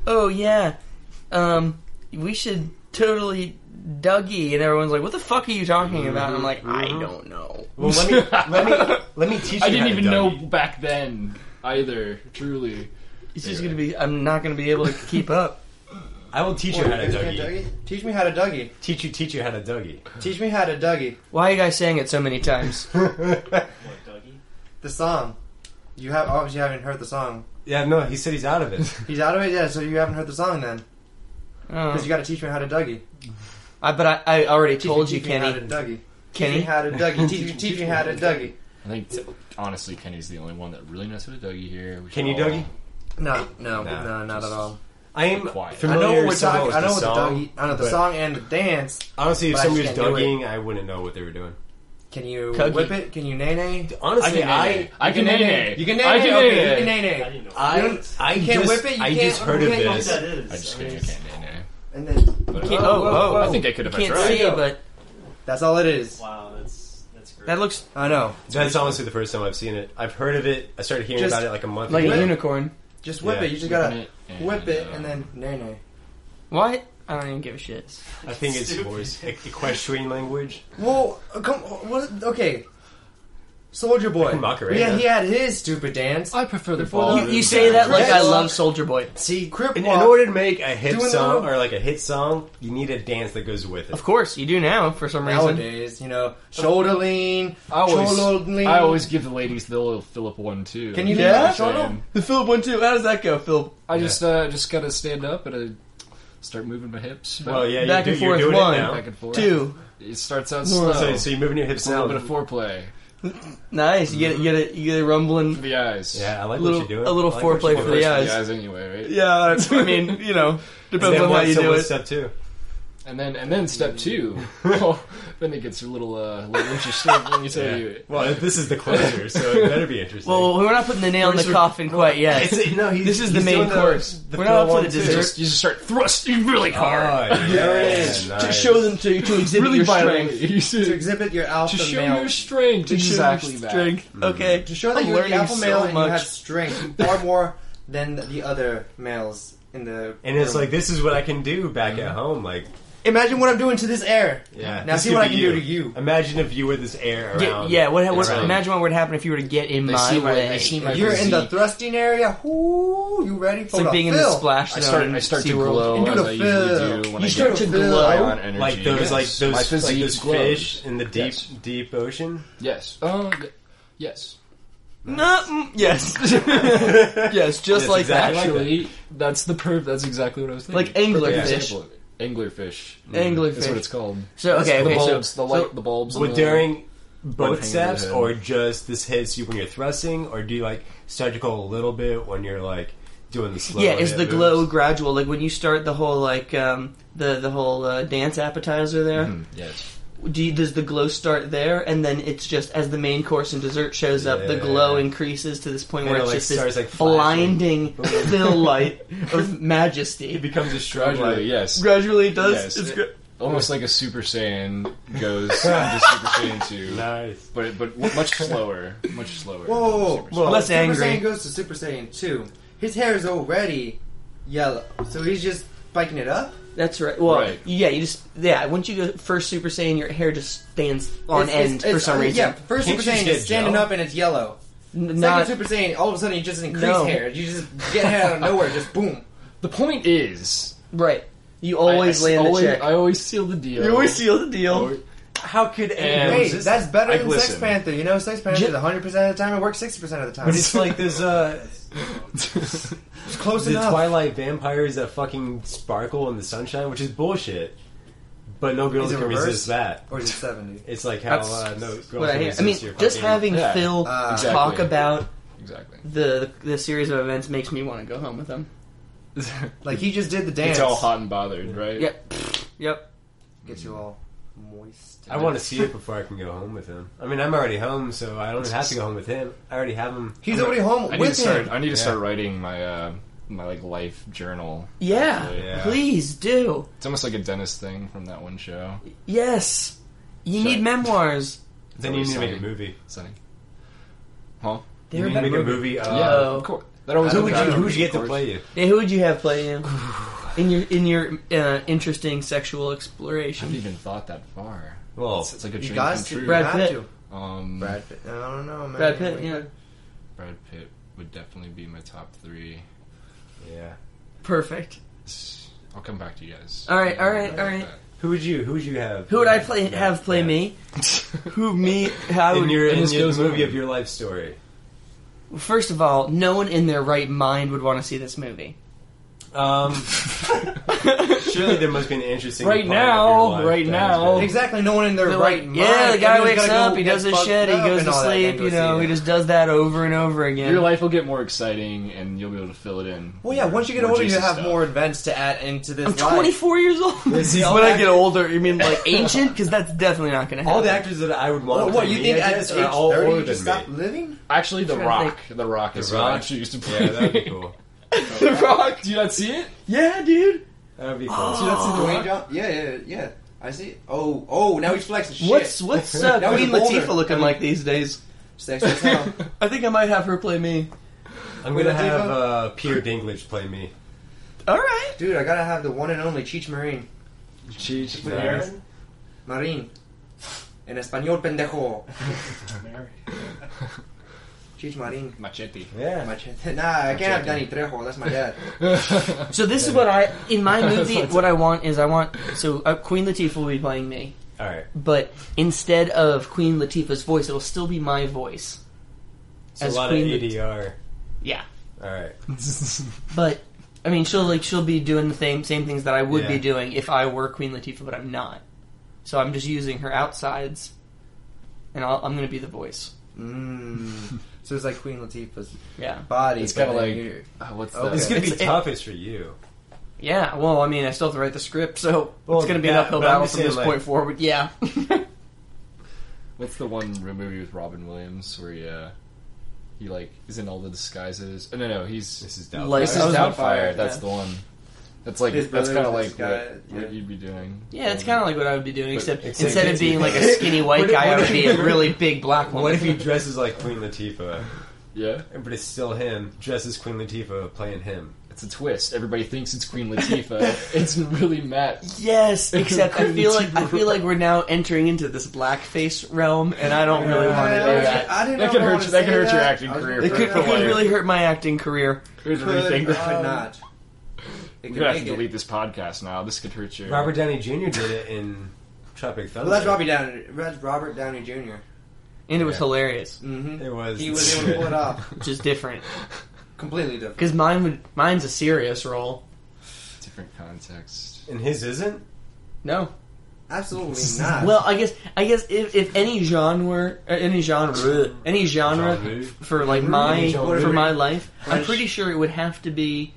Speaker 3: oh yeah um we should totally Dougie and everyone's like what the fuck are you talking about and I'm like I don't know
Speaker 1: Well,
Speaker 6: <laughs>
Speaker 1: let me let me let me teach.
Speaker 6: I
Speaker 1: you
Speaker 6: didn't
Speaker 1: how to
Speaker 6: even know
Speaker 1: Dougie.
Speaker 6: back then either. Truly,
Speaker 3: it's just gonna be I'm not gonna be able to keep up
Speaker 1: I will teach you how to Dougie.
Speaker 2: Teach me how to Dougie.
Speaker 1: Teach you, teach you how to Dougie.
Speaker 2: Teach me how to Dougie.
Speaker 3: <laughs> why are you guys saying it so many times
Speaker 7: What, Dougie?
Speaker 2: The song. You have obviously haven't heard the song.
Speaker 1: <laughs> yeah, no, he said he's out of it.
Speaker 2: He's out of it, yeah. So you haven't heard the song then, because
Speaker 3: oh.
Speaker 2: you got to teach me how to Dougie.
Speaker 3: I, but I, I already
Speaker 2: Teach
Speaker 3: told
Speaker 2: me,
Speaker 3: you
Speaker 2: teach me how to
Speaker 3: Kenny
Speaker 2: Dougie. Teach me
Speaker 3: Kenny
Speaker 2: how to Dougie. Teach me, teach me how to Dougie.
Speaker 6: I think t- honestly, Kenny's the only one that really knows how to Dougie here. We should
Speaker 1: Can you
Speaker 6: all-
Speaker 1: Dougie?
Speaker 2: No, no,
Speaker 1: Nah,
Speaker 2: no, not at all.
Speaker 1: I am
Speaker 6: Be quiet.
Speaker 2: I know
Speaker 1: familiar
Speaker 2: what we're
Speaker 1: with some
Speaker 2: talking.
Speaker 1: of
Speaker 2: I know
Speaker 1: the
Speaker 2: what the
Speaker 1: song.
Speaker 2: Dougie. I know the
Speaker 1: but
Speaker 2: song and the dance.
Speaker 1: Honestly, if
Speaker 2: but I
Speaker 1: somebody was
Speaker 2: just can't do it.
Speaker 1: Dougieing, I wouldn't know what they were doing.
Speaker 2: Can you
Speaker 3: Cookie.
Speaker 2: whip it? Can you nay nay?
Speaker 6: I
Speaker 1: Honestly,
Speaker 6: can nay-nay.
Speaker 1: I
Speaker 6: I can nay nay.
Speaker 2: You can nay
Speaker 6: I
Speaker 2: nay.
Speaker 6: can
Speaker 2: Okay, you
Speaker 6: nay
Speaker 2: can
Speaker 6: nay.
Speaker 2: nay
Speaker 7: I
Speaker 2: nay.
Speaker 7: didn't know.
Speaker 1: I,
Speaker 2: You don't-
Speaker 1: I
Speaker 2: you can't
Speaker 1: just,
Speaker 2: whip it, you
Speaker 1: I
Speaker 2: can't-
Speaker 1: just heard of
Speaker 2: you can't
Speaker 7: What
Speaker 1: this.
Speaker 7: that is?
Speaker 6: I just
Speaker 7: I mean,
Speaker 6: kidding. I
Speaker 7: it's-
Speaker 6: can't nay nay.
Speaker 2: And then
Speaker 6: But
Speaker 3: oh, oh,
Speaker 6: I think I could
Speaker 3: you
Speaker 6: have
Speaker 3: can't
Speaker 6: tried.
Speaker 3: see but
Speaker 2: that's all it is.
Speaker 7: Wow, that's that's great.
Speaker 3: That looks
Speaker 2: I know.
Speaker 1: That's honestly the first time I've seen it. I've heard of it. I started hearing
Speaker 2: Just
Speaker 1: about it like a month
Speaker 3: like a
Speaker 1: ago.
Speaker 3: unicorn.
Speaker 2: Just whip
Speaker 1: Yeah.
Speaker 2: it. You just gotta
Speaker 6: Whip it
Speaker 2: whip
Speaker 6: and,
Speaker 2: it
Speaker 6: uh,
Speaker 2: and then nay nay.
Speaker 3: What? I don't even give a shit.
Speaker 1: I think it's horse e- equestrian language.
Speaker 2: Well, uh, come. What? Okay. Soldier Boy.
Speaker 1: Macarena.
Speaker 2: Yeah, he had his stupid dance.
Speaker 6: I prefer the
Speaker 2: ball.
Speaker 3: You, you say that like I
Speaker 2: Chris.
Speaker 3: love Soldier Boy.
Speaker 1: See,
Speaker 2: Crip
Speaker 1: in, in
Speaker 2: walk.
Speaker 1: order to make a hit
Speaker 2: Doing
Speaker 1: song
Speaker 2: the-
Speaker 1: or like a hit song, you need a dance that goes with it.
Speaker 3: Of course, you do now for some reason.
Speaker 2: Nowadays, you know, shoulder lean,
Speaker 6: I always,
Speaker 2: shoulder lean.
Speaker 6: I always give the ladies the little Philip one too.
Speaker 2: Can you do
Speaker 3: Yeah?
Speaker 2: that? Shoulder?
Speaker 3: The Philip one too. How does that go, Philip?
Speaker 6: I just uh, just gotta stand up and uh, start moving my hips.
Speaker 1: Well, yeah,
Speaker 3: Back
Speaker 1: you
Speaker 3: and
Speaker 1: do, you're
Speaker 3: forth,
Speaker 1: doing
Speaker 3: one.
Speaker 1: it now.
Speaker 6: back and forth.
Speaker 3: Two.
Speaker 6: It starts out slow.
Speaker 1: So, so you're moving your hips
Speaker 6: a little bit of
Speaker 1: now.
Speaker 6: foreplay
Speaker 3: Nice. You get you get a you get a
Speaker 6: for
Speaker 3: rumbling
Speaker 6: the eyes.
Speaker 1: Yeah, I like
Speaker 3: little
Speaker 1: what you're doing.
Speaker 3: a little
Speaker 1: I like what
Speaker 3: foreplay
Speaker 1: you're
Speaker 3: for
Speaker 1: doing.
Speaker 3: the
Speaker 6: First
Speaker 3: eyes.
Speaker 6: the eyes anyway, right?
Speaker 3: Yeah, <laughs> that's- I mean, you know, depends
Speaker 1: Step
Speaker 3: on how
Speaker 1: one,
Speaker 3: you
Speaker 1: step
Speaker 3: do
Speaker 1: one,
Speaker 3: it.
Speaker 1: Step two.
Speaker 6: And then and then step two. Oh, then it gets a little uh, little interesting. Let me tell you.
Speaker 1: Well, this is the closer, so it better be interesting.
Speaker 3: Well, we're not putting the nail in the coffin quite
Speaker 1: <laughs>
Speaker 3: yet.
Speaker 1: It's- no, he's-
Speaker 3: This is the
Speaker 1: he's
Speaker 3: main
Speaker 1: doing
Speaker 3: course.
Speaker 1: the
Speaker 3: We're not up
Speaker 1: Phil one,
Speaker 3: to the
Speaker 1: too.
Speaker 6: You
Speaker 3: dessert.
Speaker 6: just, you just start thrusting really hard.
Speaker 1: Oh,
Speaker 3: <laughs>
Speaker 1: yeah, nice.
Speaker 3: To show them to to exhibit
Speaker 6: really
Speaker 3: your
Speaker 6: violently.
Speaker 3: strength.
Speaker 6: You should-
Speaker 2: To exhibit your alpha
Speaker 6: to show
Speaker 2: male.
Speaker 6: your strength.
Speaker 3: To show your
Speaker 6: exactly that.
Speaker 3: strength. Okay.
Speaker 2: to show that
Speaker 3: I'm
Speaker 2: you're the
Speaker 3: learning
Speaker 2: alpha male
Speaker 3: so
Speaker 2: and you
Speaker 3: much.
Speaker 2: have strength far more than the other males in the.
Speaker 1: And it's
Speaker 2: room.
Speaker 1: like this is what I can do back at home. Like,
Speaker 2: imagine what I'm doing to this air.
Speaker 1: yeah.
Speaker 2: Now
Speaker 1: this
Speaker 2: see
Speaker 1: could
Speaker 2: what I
Speaker 1: be
Speaker 2: can do to you.
Speaker 1: Imagine if you were this air
Speaker 3: Yeah,
Speaker 1: around.
Speaker 3: yeah, what, what,
Speaker 1: around.
Speaker 3: imagine what would happen if you were to get in
Speaker 6: They
Speaker 3: my
Speaker 6: see my,
Speaker 3: way.
Speaker 6: they see my
Speaker 2: If you're in the
Speaker 6: physique.
Speaker 2: thrusting area, whoo, you ready for
Speaker 3: it's like
Speaker 2: the
Speaker 3: being in the
Speaker 2: fill.
Speaker 3: splash
Speaker 6: I
Speaker 3: zone.
Speaker 6: start,
Speaker 3: in
Speaker 6: I start to
Speaker 3: SeaWorld. <laughs>
Speaker 6: glow
Speaker 2: And do
Speaker 6: as
Speaker 2: the
Speaker 6: I usually
Speaker 2: fill.
Speaker 6: do when
Speaker 2: You
Speaker 6: I
Speaker 2: start
Speaker 6: get
Speaker 2: to
Speaker 6: glow.
Speaker 2: glow.
Speaker 6: ion energy.
Speaker 1: Like those, like
Speaker 6: Yes. My
Speaker 1: those, like
Speaker 6: physique
Speaker 1: those
Speaker 6: glows.
Speaker 1: fish in the deep,
Speaker 6: Yes.
Speaker 1: deep
Speaker 3: <laughs>
Speaker 1: ocean.
Speaker 6: Yes. Oh, th- yes.
Speaker 3: No, mm, yes, <laughs> yes, just
Speaker 1: Yes,
Speaker 3: like
Speaker 1: exactly.
Speaker 3: that.
Speaker 6: Actually, that's the perf. That's exactly what I was thinking.
Speaker 3: Like angler
Speaker 6: Perfect
Speaker 3: fish.
Speaker 6: example of it. Anglerfish.
Speaker 3: Anglerfish.
Speaker 6: That's what it's called.
Speaker 3: So okay,
Speaker 6: the
Speaker 3: okay, so,
Speaker 6: bulbs, the light, the bulbs.
Speaker 1: But
Speaker 6: on the-
Speaker 1: during both
Speaker 6: hanging
Speaker 1: steps,
Speaker 6: overhead.
Speaker 1: or just this hits you when you're thrusting, or do you like start to glow a little bit when you're like doing the slow?
Speaker 3: yeah, is
Speaker 1: hand
Speaker 3: the glow
Speaker 1: moves?
Speaker 3: gradual? Like when you start the whole like um, the the whole uh, dance appetizer there.
Speaker 6: Mm-hmm. Yes.
Speaker 3: Do you, does the glow start there, and then it's just as the main course and dessert shows up, the
Speaker 1: Yeah.
Speaker 3: glow increases to this point
Speaker 1: And
Speaker 3: where
Speaker 1: it,
Speaker 3: it's
Speaker 1: like,
Speaker 3: just this
Speaker 1: starts, like, flashing.
Speaker 3: blinding fill light of
Speaker 1: It
Speaker 3: majesty.
Speaker 1: becomes a strobe
Speaker 6: Gradually,
Speaker 1: light.
Speaker 6: yes.
Speaker 3: Gradually, it does
Speaker 6: Yes.
Speaker 3: it's
Speaker 6: It-
Speaker 3: good.
Speaker 6: Almost like a Super Saiyan goes into Super Saiyan two,
Speaker 1: Nice.
Speaker 6: but but w- much slower, much slower.
Speaker 2: Whoa, whoa, whoa.
Speaker 6: Super
Speaker 1: Well,
Speaker 3: less
Speaker 2: Super Saiyan
Speaker 3: angry.
Speaker 2: goes to Super Saiyan 2. His hair is already yellow, so he's just spiking it up.
Speaker 3: That's right. Well,
Speaker 6: Right.
Speaker 3: yeah, you just yeah. Once you go first Super Saiyan, your hair just stands on
Speaker 2: It's-
Speaker 3: end
Speaker 2: it's-
Speaker 3: for
Speaker 2: it's-
Speaker 3: some
Speaker 2: uh,
Speaker 3: reason.
Speaker 2: Yeah, first
Speaker 1: Can't
Speaker 2: Super
Speaker 1: you just
Speaker 2: Saiyan
Speaker 1: get
Speaker 2: is standing
Speaker 1: gel?
Speaker 2: up and it's yellow.
Speaker 3: N-
Speaker 2: Second
Speaker 3: not
Speaker 2: Super Saiyan, all of a sudden you just increase
Speaker 3: No.
Speaker 2: hair. You just get hair out of nowhere, just boom.
Speaker 6: The point is,
Speaker 3: right. You always
Speaker 6: I, I,
Speaker 3: land
Speaker 6: always,
Speaker 3: the check.
Speaker 6: I always seal the deal.
Speaker 3: you always seal the deal.
Speaker 1: How could
Speaker 6: And-
Speaker 1: anyone
Speaker 2: <laughs> Hey,
Speaker 1: resist
Speaker 2: that's better
Speaker 6: I
Speaker 2: than Sex
Speaker 6: glisten.
Speaker 2: Panther. You know, Sex Panther
Speaker 3: Ju-
Speaker 2: is 100% of the time, it works 60% of the time.
Speaker 1: But it's like there's <laughs> uh,
Speaker 2: it's close
Speaker 1: the
Speaker 2: enough.
Speaker 1: Twilight vampires that fucking sparkle in the sunshine, which is bullshit. But no girls
Speaker 2: Is it
Speaker 1: can
Speaker 2: reverse?
Speaker 1: resist that.
Speaker 2: Or is it 70?
Speaker 1: It's like how
Speaker 6: That's
Speaker 1: uh, no girls
Speaker 3: What I
Speaker 1: can
Speaker 3: hear.
Speaker 1: resist
Speaker 3: I mean,
Speaker 1: your
Speaker 3: just
Speaker 1: fucking-
Speaker 3: having
Speaker 6: Yeah.
Speaker 3: Phil
Speaker 2: Uh,
Speaker 6: Exactly.
Speaker 3: talk about
Speaker 6: <laughs>
Speaker 3: <laughs>
Speaker 6: exactly.
Speaker 3: the, the the series of events makes me want to go home with him.
Speaker 2: Like he just did the dance.
Speaker 6: It's all hot and bothered, right?
Speaker 3: Yep. Yep.
Speaker 2: Get you all moist.
Speaker 1: I want to see it before I can go home with him. I mean, I'm already home, so I don't have to go home with him. I already have him.
Speaker 2: He's already home
Speaker 6: I need to
Speaker 2: with
Speaker 6: start.
Speaker 2: him.
Speaker 6: I need to start writing my uh, my like life journal.
Speaker 3: Yeah.
Speaker 6: actually.
Speaker 1: Yeah.
Speaker 3: Please do.
Speaker 6: It's almost like a dentist thing from that one show.
Speaker 3: Yes. You
Speaker 6: Sure.
Speaker 3: need memoirs.
Speaker 1: Then you need to make a movie.
Speaker 6: Sunny. Huh?
Speaker 1: You
Speaker 3: They're
Speaker 1: need to make a
Speaker 3: memorable.
Speaker 1: movie. Uh,
Speaker 6: yeah,
Speaker 3: Oh.
Speaker 6: of course. That always
Speaker 1: Who would you,
Speaker 6: happens.
Speaker 1: who would you get to
Speaker 6: Of
Speaker 1: play you?
Speaker 3: Yeah, who would you have play you? In your in your uh, interesting sexual exploration.
Speaker 6: I haven't even thought that far.
Speaker 1: Well,
Speaker 6: It's, it's like a
Speaker 2: You
Speaker 6: dream
Speaker 2: guys
Speaker 6: come
Speaker 2: to.
Speaker 6: true.
Speaker 3: Brad
Speaker 2: Brad
Speaker 3: Pitt.
Speaker 2: Pitt.
Speaker 6: um, Brad.
Speaker 2: Brad Pitt. I don't know, man.
Speaker 3: Brad Pitt, yeah.
Speaker 6: Pitt would definitely be my top three.
Speaker 1: yeah.
Speaker 3: Perfect.
Speaker 6: It's- I'll come back to you guys.
Speaker 3: All right, all right,
Speaker 6: About
Speaker 3: all right.
Speaker 6: <laughs> that.
Speaker 1: Who would you? Who would you have?
Speaker 3: Who would I play
Speaker 1: Yeah,
Speaker 3: have play
Speaker 1: yeah.
Speaker 3: me? Who me how
Speaker 1: In
Speaker 3: would
Speaker 1: your
Speaker 6: And
Speaker 1: in
Speaker 6: this
Speaker 1: your
Speaker 6: goes
Speaker 1: movie
Speaker 6: on.
Speaker 1: of your life story.
Speaker 3: First of all, no one in their right mind would want to see this movie.
Speaker 1: Um, <laughs> surely there must be an interesting
Speaker 6: Right
Speaker 1: part of
Speaker 6: now,
Speaker 1: your life
Speaker 6: right
Speaker 1: that is
Speaker 6: now.
Speaker 1: very-
Speaker 2: Exactly. No one in their
Speaker 3: They're
Speaker 2: right
Speaker 3: like,
Speaker 2: mind.
Speaker 3: yeah, the guy
Speaker 2: Everyone's
Speaker 3: wakes
Speaker 2: gotta go
Speaker 3: up, he
Speaker 2: get
Speaker 3: does his
Speaker 2: fucked
Speaker 3: shit, he
Speaker 2: up
Speaker 3: goes
Speaker 2: and
Speaker 3: to
Speaker 2: all that,
Speaker 3: sleep,
Speaker 2: and go
Speaker 3: you know,
Speaker 2: see
Speaker 3: he
Speaker 2: it.
Speaker 3: just does that over and over again.
Speaker 6: Your life will get more exciting, and you'll be able to fill it in.
Speaker 2: Well, yeah. Once you get
Speaker 6: More
Speaker 2: older, you
Speaker 6: juicy
Speaker 2: have
Speaker 6: stuff.
Speaker 2: more events to add into this.
Speaker 3: I'm
Speaker 2: life.
Speaker 3: 24 years old.
Speaker 1: see, all
Speaker 3: when I
Speaker 1: that-
Speaker 3: get older, you mean <laughs> like ancient? Because that's definitely not going to happen.
Speaker 1: All the actors that I would want.
Speaker 2: Well,
Speaker 1: to
Speaker 2: what
Speaker 1: play
Speaker 2: you
Speaker 1: me,
Speaker 2: think
Speaker 1: I
Speaker 2: at age
Speaker 1: guess, are all
Speaker 2: thirty
Speaker 1: older
Speaker 2: you just
Speaker 1: than
Speaker 2: stop
Speaker 1: me.
Speaker 2: living?
Speaker 6: Actually, The
Speaker 3: trying to
Speaker 6: Rock. The Rock is
Speaker 1: The
Speaker 6: what I
Speaker 1: Rock?
Speaker 6: actually used to play.
Speaker 1: Yeah, that'd be
Speaker 6: <laughs>
Speaker 1: cool.
Speaker 6: the Rock. Do you not see it?
Speaker 3: yeah, dude.
Speaker 1: That'd be cool.
Speaker 6: Do you not see The Rock?
Speaker 2: Yeah, yeah, yeah. I see. Oh, oh, now he's flexing. Shit.
Speaker 3: What's what's
Speaker 2: <laughs>
Speaker 3: uh,
Speaker 2: Now he's
Speaker 3: Queen
Speaker 2: older.
Speaker 3: Latifah looking like these days?
Speaker 2: Sexy as hell.
Speaker 6: <laughs>
Speaker 3: I think I might have her play me.
Speaker 1: I'm
Speaker 2: Wait,
Speaker 1: gonna
Speaker 2: I think
Speaker 1: have
Speaker 2: I-
Speaker 1: uh, Peter Dinklage play me.
Speaker 3: All right.
Speaker 2: Dude, I gotta have the one and only Cheech Marine.
Speaker 1: Cheech,
Speaker 7: With
Speaker 1: nice.
Speaker 7: Aaron?
Speaker 2: Marine. En español, pendejo. Cheech Marine.
Speaker 6: Machete.
Speaker 1: Yeah.
Speaker 2: <laughs> Machete. <laughs> Nah, I can't have Danny Trejo. That's my dad.
Speaker 3: So this is what I
Speaker 2: <laughs>
Speaker 3: in my movie. what I want is I want so uh, Queen Latifah will be playing me,
Speaker 1: All right.
Speaker 3: but instead of Queen Latifah's voice, it'll still be my voice.
Speaker 1: It's a
Speaker 3: As
Speaker 1: lot
Speaker 3: Queen
Speaker 1: of
Speaker 3: Lat-
Speaker 1: ADR.
Speaker 3: Yeah,
Speaker 1: All right.
Speaker 3: but I mean she'll like she'll be doing the same same things that I would be
Speaker 1: Yeah.
Speaker 3: doing if I were Queen Latifah, but I'm not. So I'm just using her outsides, and I'll, I'm going to be the voice.
Speaker 2: Mmm. So it's like Queen Latifah's
Speaker 3: Yeah,
Speaker 2: body.
Speaker 6: It's
Speaker 2: but
Speaker 6: kind of
Speaker 2: then
Speaker 6: like
Speaker 2: you're-
Speaker 6: <laughs> uh, what's
Speaker 2: Oh,
Speaker 1: It's
Speaker 6: that?
Speaker 1: gonna be
Speaker 3: It's- it-
Speaker 1: toughest for you.
Speaker 3: yeah. Well, I mean, I still have to write the script, so
Speaker 1: Well,
Speaker 3: it's going to be
Speaker 1: yeah,
Speaker 3: an uphill
Speaker 1: but I'm
Speaker 3: battle
Speaker 1: just
Speaker 3: from this
Speaker 1: saying, like-
Speaker 3: point forward. Yeah. <laughs>
Speaker 6: What's the one re- movie with Robin Williams where he, uh, he like is in all the disguises? Oh, no, no, he's
Speaker 1: This is
Speaker 3: Like-
Speaker 1: doubtful.
Speaker 6: this is
Speaker 3: Mrs.
Speaker 6: Doubtfire.
Speaker 3: Doubtfire,
Speaker 6: That's
Speaker 3: yeah.
Speaker 6: the one. That's like
Speaker 2: His
Speaker 6: that's
Speaker 2: brother
Speaker 6: kind of
Speaker 2: was
Speaker 6: like
Speaker 2: this
Speaker 6: what,
Speaker 2: guy, yeah.
Speaker 6: what you'd be doing.
Speaker 3: Yeah, it's kind of like what I would be doing, except
Speaker 1: except
Speaker 3: instead of
Speaker 1: it's-
Speaker 3: being like <laughs> a skinny white
Speaker 1: What if-
Speaker 3: guy, I
Speaker 1: what
Speaker 3: would
Speaker 1: if-
Speaker 3: be a really big black one.
Speaker 1: What if he
Speaker 3: <laughs>
Speaker 1: dresses like Queen Latifah,
Speaker 6: yeah.
Speaker 1: but it's still him? Dresses Queen Latifah playing him.
Speaker 6: It's a twist. Everybody thinks it's Queen Latifah. it's really Matt.
Speaker 3: Yes, except I feel like I feel like we're now entering into this blackface realm, and I don't really want to do that.
Speaker 2: I didn't
Speaker 6: That
Speaker 2: know
Speaker 6: could
Speaker 2: if I
Speaker 6: hurt
Speaker 2: wanted
Speaker 6: you-
Speaker 2: to
Speaker 6: that could
Speaker 2: say
Speaker 6: hurt your
Speaker 2: that.
Speaker 6: acting
Speaker 2: I was
Speaker 6: career
Speaker 3: It
Speaker 6: for
Speaker 3: could, it
Speaker 6: the
Speaker 2: gonna-
Speaker 3: could
Speaker 6: life.
Speaker 3: really hurt my acting career.
Speaker 6: Here's
Speaker 2: Could, um,
Speaker 6: everything.
Speaker 2: could
Speaker 6: <laughs>
Speaker 2: not. It
Speaker 6: You're gonna have
Speaker 2: make
Speaker 6: to
Speaker 2: it.
Speaker 6: delete this podcast now. This could hurt your.
Speaker 1: Robert Downey Jr. did it in Tropic Thunder.
Speaker 2: Well, that's Robbie Downey. That's Robert Downey Jr.
Speaker 3: And it was
Speaker 1: Yeah.
Speaker 3: hilarious,
Speaker 2: Mm-hmm.
Speaker 1: It was.
Speaker 2: He was able to pull it
Speaker 1: <laughs>
Speaker 2: off.
Speaker 3: which is different
Speaker 2: Completely different.
Speaker 3: because mine would mine's a serious role.
Speaker 6: different context.
Speaker 1: and his isn't.
Speaker 3: No,
Speaker 2: Absolutely not.
Speaker 3: well, I guess I guess if, if any genre, uh, any genre, any genre
Speaker 1: Genre.
Speaker 3: for like my
Speaker 1: Genre.
Speaker 3: for my life, I'm pretty sure it would have to be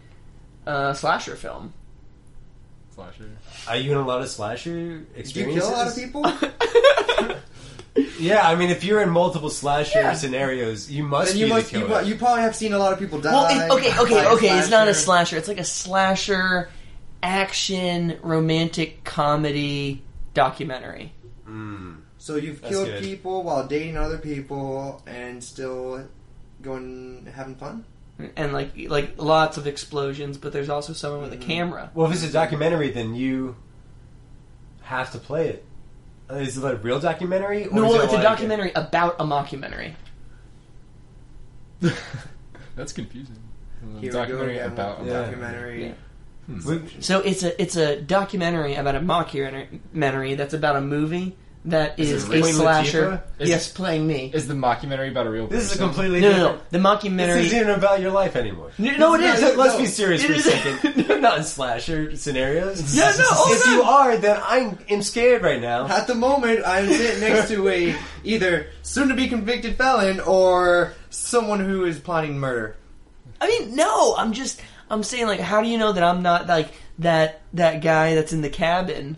Speaker 3: a slasher film.
Speaker 6: Slasher.
Speaker 1: Are you in a lot of slasher
Speaker 2: Did you
Speaker 1: experiences?
Speaker 2: kill a lot of people?
Speaker 1: Yeah, I mean, if you're in multiple slasher scenarios, you must
Speaker 2: Then
Speaker 1: be
Speaker 2: you
Speaker 1: the
Speaker 2: must. You,
Speaker 1: killer.
Speaker 2: mu- you probably have seen a lot of people die.
Speaker 3: <laughs> Well, it, okay, okay,
Speaker 2: by a
Speaker 3: okay. It's not a
Speaker 2: slasher.
Speaker 3: slasher. It's like a slasher, action, romantic comedy documentary.
Speaker 1: Mm.
Speaker 2: So you've
Speaker 1: That's
Speaker 2: killed
Speaker 1: good.
Speaker 2: people while dating other people and still going having fun.
Speaker 3: And like like lots of explosions, but there's also someone
Speaker 1: Mm-hmm.
Speaker 3: with a camera.
Speaker 1: Well, if it's a documentary, then you have to play it. Uh, Is it a real documentary? Or
Speaker 3: No,
Speaker 1: is
Speaker 3: well,
Speaker 1: it
Speaker 3: it's a
Speaker 1: like
Speaker 3: documentary about a mockumentary.
Speaker 6: That's confusing.
Speaker 2: Here we go
Speaker 6: documentary
Speaker 2: again,
Speaker 6: about.
Speaker 1: Yeah.
Speaker 2: documentary.
Speaker 3: Yeah.
Speaker 1: We-
Speaker 3: So it's a it's a documentary about a mockumentary that's about a movie that
Speaker 6: Is
Speaker 3: is,
Speaker 6: it
Speaker 3: a
Speaker 6: Queen
Speaker 3: slasher.
Speaker 1: Latifah?
Speaker 6: Is-
Speaker 3: yes, playing me.
Speaker 6: Is the mockumentary about a real?
Speaker 1: This is a
Speaker 6: person?
Speaker 1: completely
Speaker 3: No, no,
Speaker 1: different.
Speaker 3: no. The
Speaker 1: This
Speaker 3: mockumentary.
Speaker 1: isn't even about your life anymore.
Speaker 3: No, no, <laughs> it is.
Speaker 1: Let's- Let's be
Speaker 2: no.
Speaker 1: serious
Speaker 3: It
Speaker 1: for a
Speaker 3: is- <laughs>
Speaker 1: second. You're not in slasher scenarios.
Speaker 3: Yeah, no, oh,
Speaker 1: if
Speaker 3: no.
Speaker 1: you are, then I'm, am scared right now.
Speaker 2: At the moment, I'm sitting next to a either soon to be convicted felon or someone who is plotting murder.
Speaker 3: I mean, no, I'm just I'm saying like how do you know that I'm not like that that guy that's in the cabin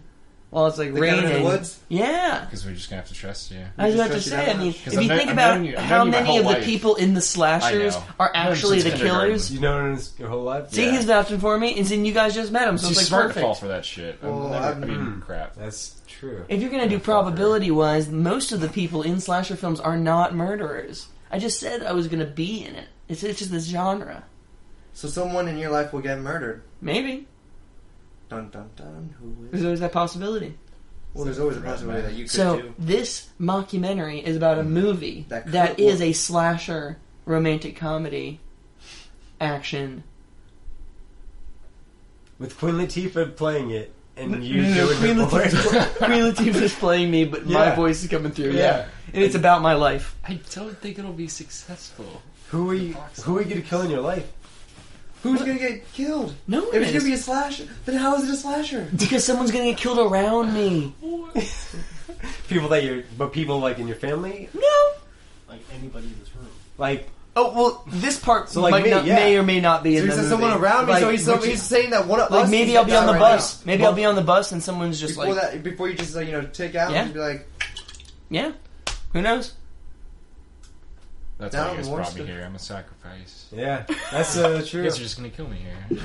Speaker 3: while it's like
Speaker 2: The cabin in
Speaker 3: raining
Speaker 2: the woods?
Speaker 3: Yeah.
Speaker 6: Because we're just gonna have to trust you.
Speaker 3: I was
Speaker 2: just
Speaker 3: about to
Speaker 2: trust you
Speaker 3: say,
Speaker 2: that
Speaker 3: I mean,
Speaker 2: much?
Speaker 3: if
Speaker 6: 'Cause I've
Speaker 3: you
Speaker 6: known-
Speaker 3: think
Speaker 6: I've
Speaker 3: about
Speaker 6: known you- I've
Speaker 3: how
Speaker 6: known you my
Speaker 3: many
Speaker 6: whole
Speaker 3: of the
Speaker 6: life.
Speaker 3: people in the slashers
Speaker 6: I know.
Speaker 3: are
Speaker 6: I've known
Speaker 3: actually
Speaker 6: since
Speaker 3: the
Speaker 6: kindergarten.
Speaker 3: killers.
Speaker 1: You know this your whole life.
Speaker 3: See, he's vouching for me, and then you guys just met him, so
Speaker 6: She's
Speaker 3: it's like
Speaker 6: smart to fall
Speaker 3: perfect.
Speaker 6: for that shit.
Speaker 2: Well,
Speaker 6: I'm never,
Speaker 2: I've-
Speaker 6: I mean,
Speaker 1: Mm.
Speaker 6: crap.
Speaker 1: That's true.
Speaker 3: If you're gonna do
Speaker 6: fall for it.
Speaker 3: probability wise, most of the people in slasher films are not murderers. I just said I was gonna be in it. It's, it's just this genre.
Speaker 2: So someone in your life will get murdered.
Speaker 3: Maybe
Speaker 2: Dun dun dun. Who is?
Speaker 3: there's always that possibility.
Speaker 2: Well, there's always a possibility that you could
Speaker 3: So
Speaker 2: do.
Speaker 3: this mockumentary is about a movie
Speaker 2: That could
Speaker 3: that is
Speaker 2: work.
Speaker 3: a slasher romantic comedy action.
Speaker 1: With Queen Latifah playing it and you
Speaker 3: No, no, no,
Speaker 1: doing
Speaker 3: Queen
Speaker 1: the voice.
Speaker 3: Latifah,
Speaker 2: <laughs>
Speaker 3: Queen Latifah's playing me, but my
Speaker 1: Yeah.
Speaker 3: voice is coming through. Yeah.
Speaker 1: <laughs> Yeah.
Speaker 3: and it's about my life.
Speaker 6: I don't think it'll be successful.
Speaker 1: Who are you? Who are you gonna kill in your life?
Speaker 2: Who's gonna get killed?
Speaker 3: No,
Speaker 2: If
Speaker 3: it
Speaker 2: it's gonna
Speaker 3: is.
Speaker 2: be a slasher, then how is it a slasher?
Speaker 3: because someone's gonna get killed around me.
Speaker 1: People that you're, but people like in your family,
Speaker 3: No.
Speaker 7: Like anybody in this room.
Speaker 1: like
Speaker 3: Oh well, this part
Speaker 1: So, like,
Speaker 3: might
Speaker 1: me,
Speaker 3: not,
Speaker 1: yeah.
Speaker 3: may or may not be
Speaker 2: So
Speaker 3: in
Speaker 2: he
Speaker 3: the
Speaker 2: said
Speaker 3: movie.
Speaker 2: someone around me,
Speaker 3: Like,
Speaker 2: so he's, so
Speaker 3: would you-
Speaker 2: he's saying that one of
Speaker 3: like
Speaker 2: us
Speaker 3: maybe
Speaker 2: is
Speaker 3: I'll be on
Speaker 2: gonna
Speaker 3: the
Speaker 2: die right
Speaker 3: bus. Maybe I'll be on the bus, and someone's
Speaker 2: now.
Speaker 3: just
Speaker 2: Before
Speaker 3: like,
Speaker 2: that, before you just like you know take out
Speaker 3: Yeah.
Speaker 2: and be like,
Speaker 3: yeah, who knows?
Speaker 6: That's
Speaker 2: No,
Speaker 6: why you guys
Speaker 2: more
Speaker 6: brought me
Speaker 2: stuff.
Speaker 6: here. I'm a sacrifice.
Speaker 1: <laughs> yeah, that's uh,
Speaker 6: You
Speaker 1: true.
Speaker 6: guys are just gonna kill me here.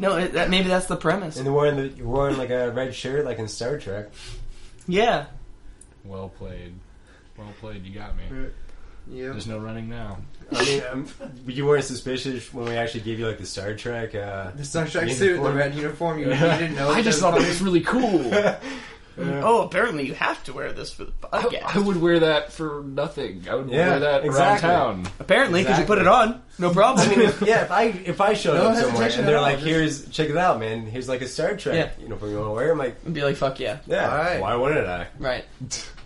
Speaker 3: No, it, that, maybe that's the premise.
Speaker 1: And they were in the you were in like a red shirt, like in Star Trek.
Speaker 3: Yeah.
Speaker 6: Well played. Well played. You got me.
Speaker 2: Yeah.
Speaker 6: There's no running now.
Speaker 1: I mean, um, you weren't suspicious when we actually gave you like the Star Trek. Uh,
Speaker 2: The Star Trek
Speaker 1: Uniform.
Speaker 2: suit, the red
Speaker 3: <laughs>
Speaker 2: uniform, you, you didn't know.
Speaker 6: I
Speaker 2: that
Speaker 6: just
Speaker 2: that
Speaker 6: thought it was really cool.
Speaker 3: Oh, apparently you have to wear this for the
Speaker 6: I,
Speaker 3: podcast.
Speaker 6: I would wear that for nothing. I would
Speaker 1: Yeah,
Speaker 6: wear that
Speaker 1: exactly.
Speaker 6: around town.
Speaker 3: apparently, because you put it on. No problem.
Speaker 1: I mean, if, <laughs> yeah, if I if I showed
Speaker 2: No
Speaker 1: up somewhere
Speaker 2: hesitation
Speaker 1: and
Speaker 2: at
Speaker 1: they're
Speaker 2: all,
Speaker 1: like,
Speaker 2: just-
Speaker 1: "Here's check it out, man. Here's like a Star Trek.
Speaker 3: Yeah.
Speaker 1: You know, if you want to wear, I'm like,
Speaker 3: <laughs> And be like, fuck yeah.
Speaker 1: yeah,
Speaker 2: All right.
Speaker 1: why wouldn't I?
Speaker 3: Right.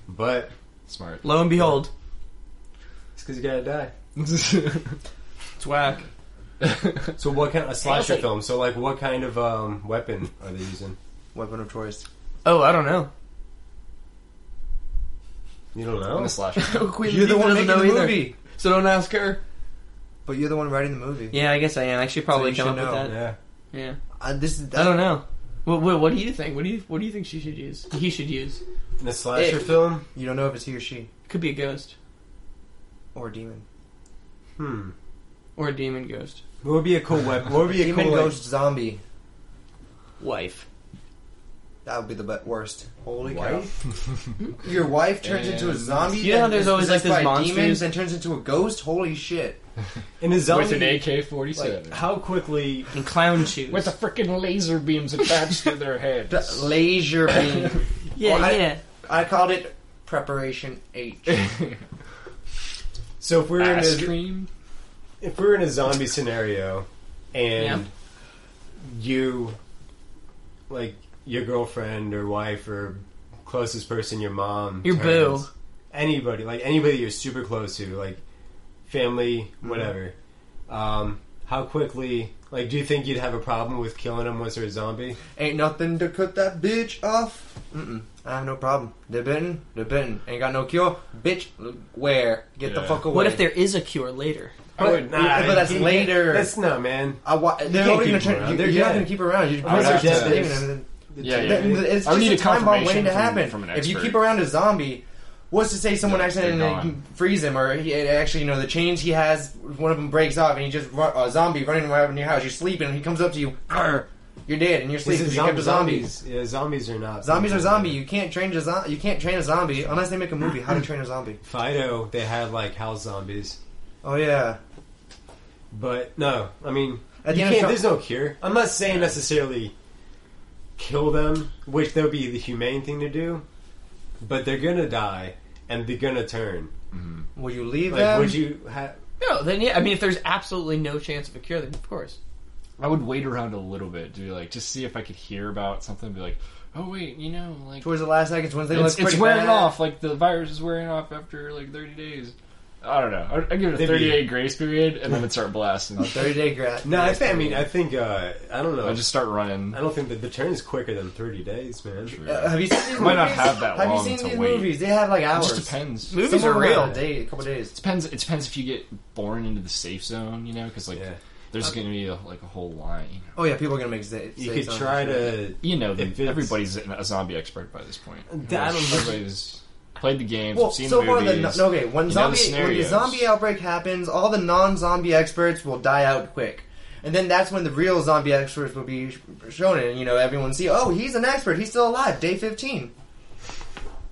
Speaker 1: But
Speaker 6: Smart.
Speaker 3: Lo and behold,
Speaker 1: it's because you gotta die.
Speaker 3: it's whack.
Speaker 1: So what kind of a slasher
Speaker 3: Healthy.
Speaker 1: film? So like, what kind of um, weapon are they using?
Speaker 2: Weapon of choice.
Speaker 3: Oh, I don't know.
Speaker 1: You don't
Speaker 6: I'm
Speaker 1: know.
Speaker 6: a slasher.
Speaker 3: <laughs> Queen
Speaker 2: You're the
Speaker 3: Latifah
Speaker 2: one making
Speaker 3: doesn't
Speaker 2: the
Speaker 3: know either.
Speaker 2: movie,
Speaker 3: So don't ask her.
Speaker 2: but you're the one writing the movie.
Speaker 3: Yeah, I guess I am. I should probably
Speaker 2: So you
Speaker 3: come up
Speaker 2: should
Speaker 3: with that.
Speaker 1: Yeah.
Speaker 3: Yeah.
Speaker 2: Uh, this is.
Speaker 3: I don't know. What, what, what do you think? What do you What do you think she should use? He should use.
Speaker 1: In a slasher
Speaker 3: It-
Speaker 1: film.
Speaker 2: You don't know if it's he or she
Speaker 3: Could be a ghost
Speaker 2: or a demon.
Speaker 1: Hmm.
Speaker 3: or a demon ghost
Speaker 1: What would be a cool weapon? What would be a
Speaker 2: Demon
Speaker 1: cool like,
Speaker 2: ghost zombie.
Speaker 3: wife.
Speaker 2: That would be the be- worst. Holy
Speaker 6: <laughs>
Speaker 2: cow! Your wife turns into a
Speaker 6: And-
Speaker 2: zombie.
Speaker 3: You know how
Speaker 2: and
Speaker 3: there's
Speaker 2: is
Speaker 3: always, like,
Speaker 2: possessed by
Speaker 3: those monsters?
Speaker 2: demons and turns into a ghost. Holy shit!
Speaker 1: in a zombie?
Speaker 6: With an AK-47.
Speaker 1: How quickly?
Speaker 3: And clown shoes.
Speaker 6: With the freaking laser beams attached to their head.
Speaker 2: The
Speaker 6: <laughs>
Speaker 2: <coughs> laser beam.
Speaker 3: yeah,
Speaker 2: Well, I-
Speaker 3: yeah.
Speaker 2: I called it preparation H.
Speaker 3: <laughs>
Speaker 1: So if we're in
Speaker 6: Ice
Speaker 1: a,
Speaker 6: cream.
Speaker 1: if we're in a zombie scenario, and you, like your girlfriend or wife or closest person, your mom,
Speaker 3: Your
Speaker 1: turns-
Speaker 3: boo.
Speaker 1: anybody, like anybody you're super close to, like family,
Speaker 6: Mm-hmm.
Speaker 1: whatever. Um, how quickly, like, do you think you'd have a problem with killing them once they're a zombie?
Speaker 2: Ain't nothing to cut that bitch off. Mm-mm. I have no problem. They're bitten. They're bitten. Ain't got no cure. Bitch, where? Get the
Speaker 6: Yeah.
Speaker 2: fuck away.
Speaker 3: What if there is a cure later?
Speaker 6: I would.
Speaker 2: Nah, but that's
Speaker 1: you-
Speaker 2: later.
Speaker 1: That's not, man.
Speaker 2: I wa- they're
Speaker 1: can't keep
Speaker 2: already gonna
Speaker 1: them
Speaker 2: turn.
Speaker 1: around.
Speaker 2: You,
Speaker 1: They're
Speaker 2: you're not
Speaker 1: dead.
Speaker 2: gonna keep around. You're
Speaker 1: I would
Speaker 2: once they're
Speaker 1: have
Speaker 2: dead,
Speaker 1: to-
Speaker 2: they're even- and
Speaker 6: Yeah,
Speaker 2: then-
Speaker 6: yeah.
Speaker 2: then It's
Speaker 6: I would
Speaker 2: just
Speaker 6: need
Speaker 2: a
Speaker 6: a
Speaker 2: time bomb
Speaker 6: confirmation
Speaker 2: waiting to
Speaker 6: from-
Speaker 2: happen.
Speaker 6: from an
Speaker 2: If you
Speaker 6: expert.
Speaker 2: keep around a zombie, what's to say someone
Speaker 6: They're-
Speaker 2: accidentally
Speaker 6: they're gone.
Speaker 2: frees him, or he actually, you know, the chains he has, one of them breaks off, and he just run, a zombie running right up in your house. You're sleeping, and he comes up to you. "Arr, You're dead, and you're
Speaker 1: This
Speaker 2: sleeping.
Speaker 1: is
Speaker 2: You kept
Speaker 1: zombie,
Speaker 2: a zombie.
Speaker 1: zombies. Yeah, zombies are not.
Speaker 2: Zombies are zombie. You can't train a zo- You can't train a zombie unless they make a movie. How to Train a Zombie?
Speaker 1: Fido, they had like house zombies,
Speaker 2: Oh yeah.
Speaker 1: but no, I mean,
Speaker 2: At the
Speaker 1: you can't.
Speaker 2: end of Shaun-
Speaker 1: there's no cure. I'm not saying necessarily kill them, which that would be the humane thing to do, but they're gonna die and they're gonna turn.
Speaker 2: Will you leave
Speaker 1: Like,
Speaker 2: them?
Speaker 1: would you? Ha-
Speaker 3: No, then yeah. I mean, if there's absolutely no chance of a cure, then of course.
Speaker 6: I would wait around a little bit to be like, just see if I could hear about something. Be like, oh wait, you know, like
Speaker 2: Towards the last seconds, once they
Speaker 6: it's,
Speaker 2: look pretty
Speaker 6: it's wearing
Speaker 2: bad.
Speaker 6: off. Like the virus is wearing off after like 30 days. I don't know. I, I give it
Speaker 1: They'd
Speaker 6: a
Speaker 1: be-
Speaker 6: 30 day grace period, and then would start blasting. <laughs>
Speaker 2: Thirty day grad.
Speaker 1: no, I, think, I mean, I think uh, I don't know.
Speaker 6: I just start running.
Speaker 1: I don't think that the turn is quicker than 30 days, man.
Speaker 2: Uh, have you seen these
Speaker 6: Might not
Speaker 2: movies?
Speaker 6: have that
Speaker 2: Have
Speaker 6: long
Speaker 2: you seen
Speaker 6: to
Speaker 2: these
Speaker 6: wait.
Speaker 2: movies? They have like
Speaker 6: It
Speaker 2: hours.
Speaker 6: just depends.
Speaker 3: Movies
Speaker 2: Some
Speaker 3: are
Speaker 2: of them
Speaker 3: real.
Speaker 2: A day, a couple days.
Speaker 6: depends. It depends if you get born into the safe zone, you know, because like
Speaker 1: Yeah.
Speaker 6: there's going to be a, like a whole line. you know.
Speaker 2: Oh yeah, people are gonna make it.
Speaker 1: You could try to.
Speaker 6: You know, the,
Speaker 1: If it's-
Speaker 6: everybody's an- a zombie expert by this point.
Speaker 1: I don't know.
Speaker 6: Everybody's played the games,
Speaker 2: Well,
Speaker 6: seen
Speaker 2: so
Speaker 6: the
Speaker 2: far the
Speaker 6: movies.
Speaker 2: no- okay, when
Speaker 6: You know
Speaker 2: zombie when
Speaker 6: the
Speaker 2: the
Speaker 6: scenarios.
Speaker 2: zombie outbreak happens, all the non-zombie experts will die out quick. And then that's when the real zombie experts will be sh- shown, and you know everyone see, oh, he's an expert, he's still alive, day fifteen.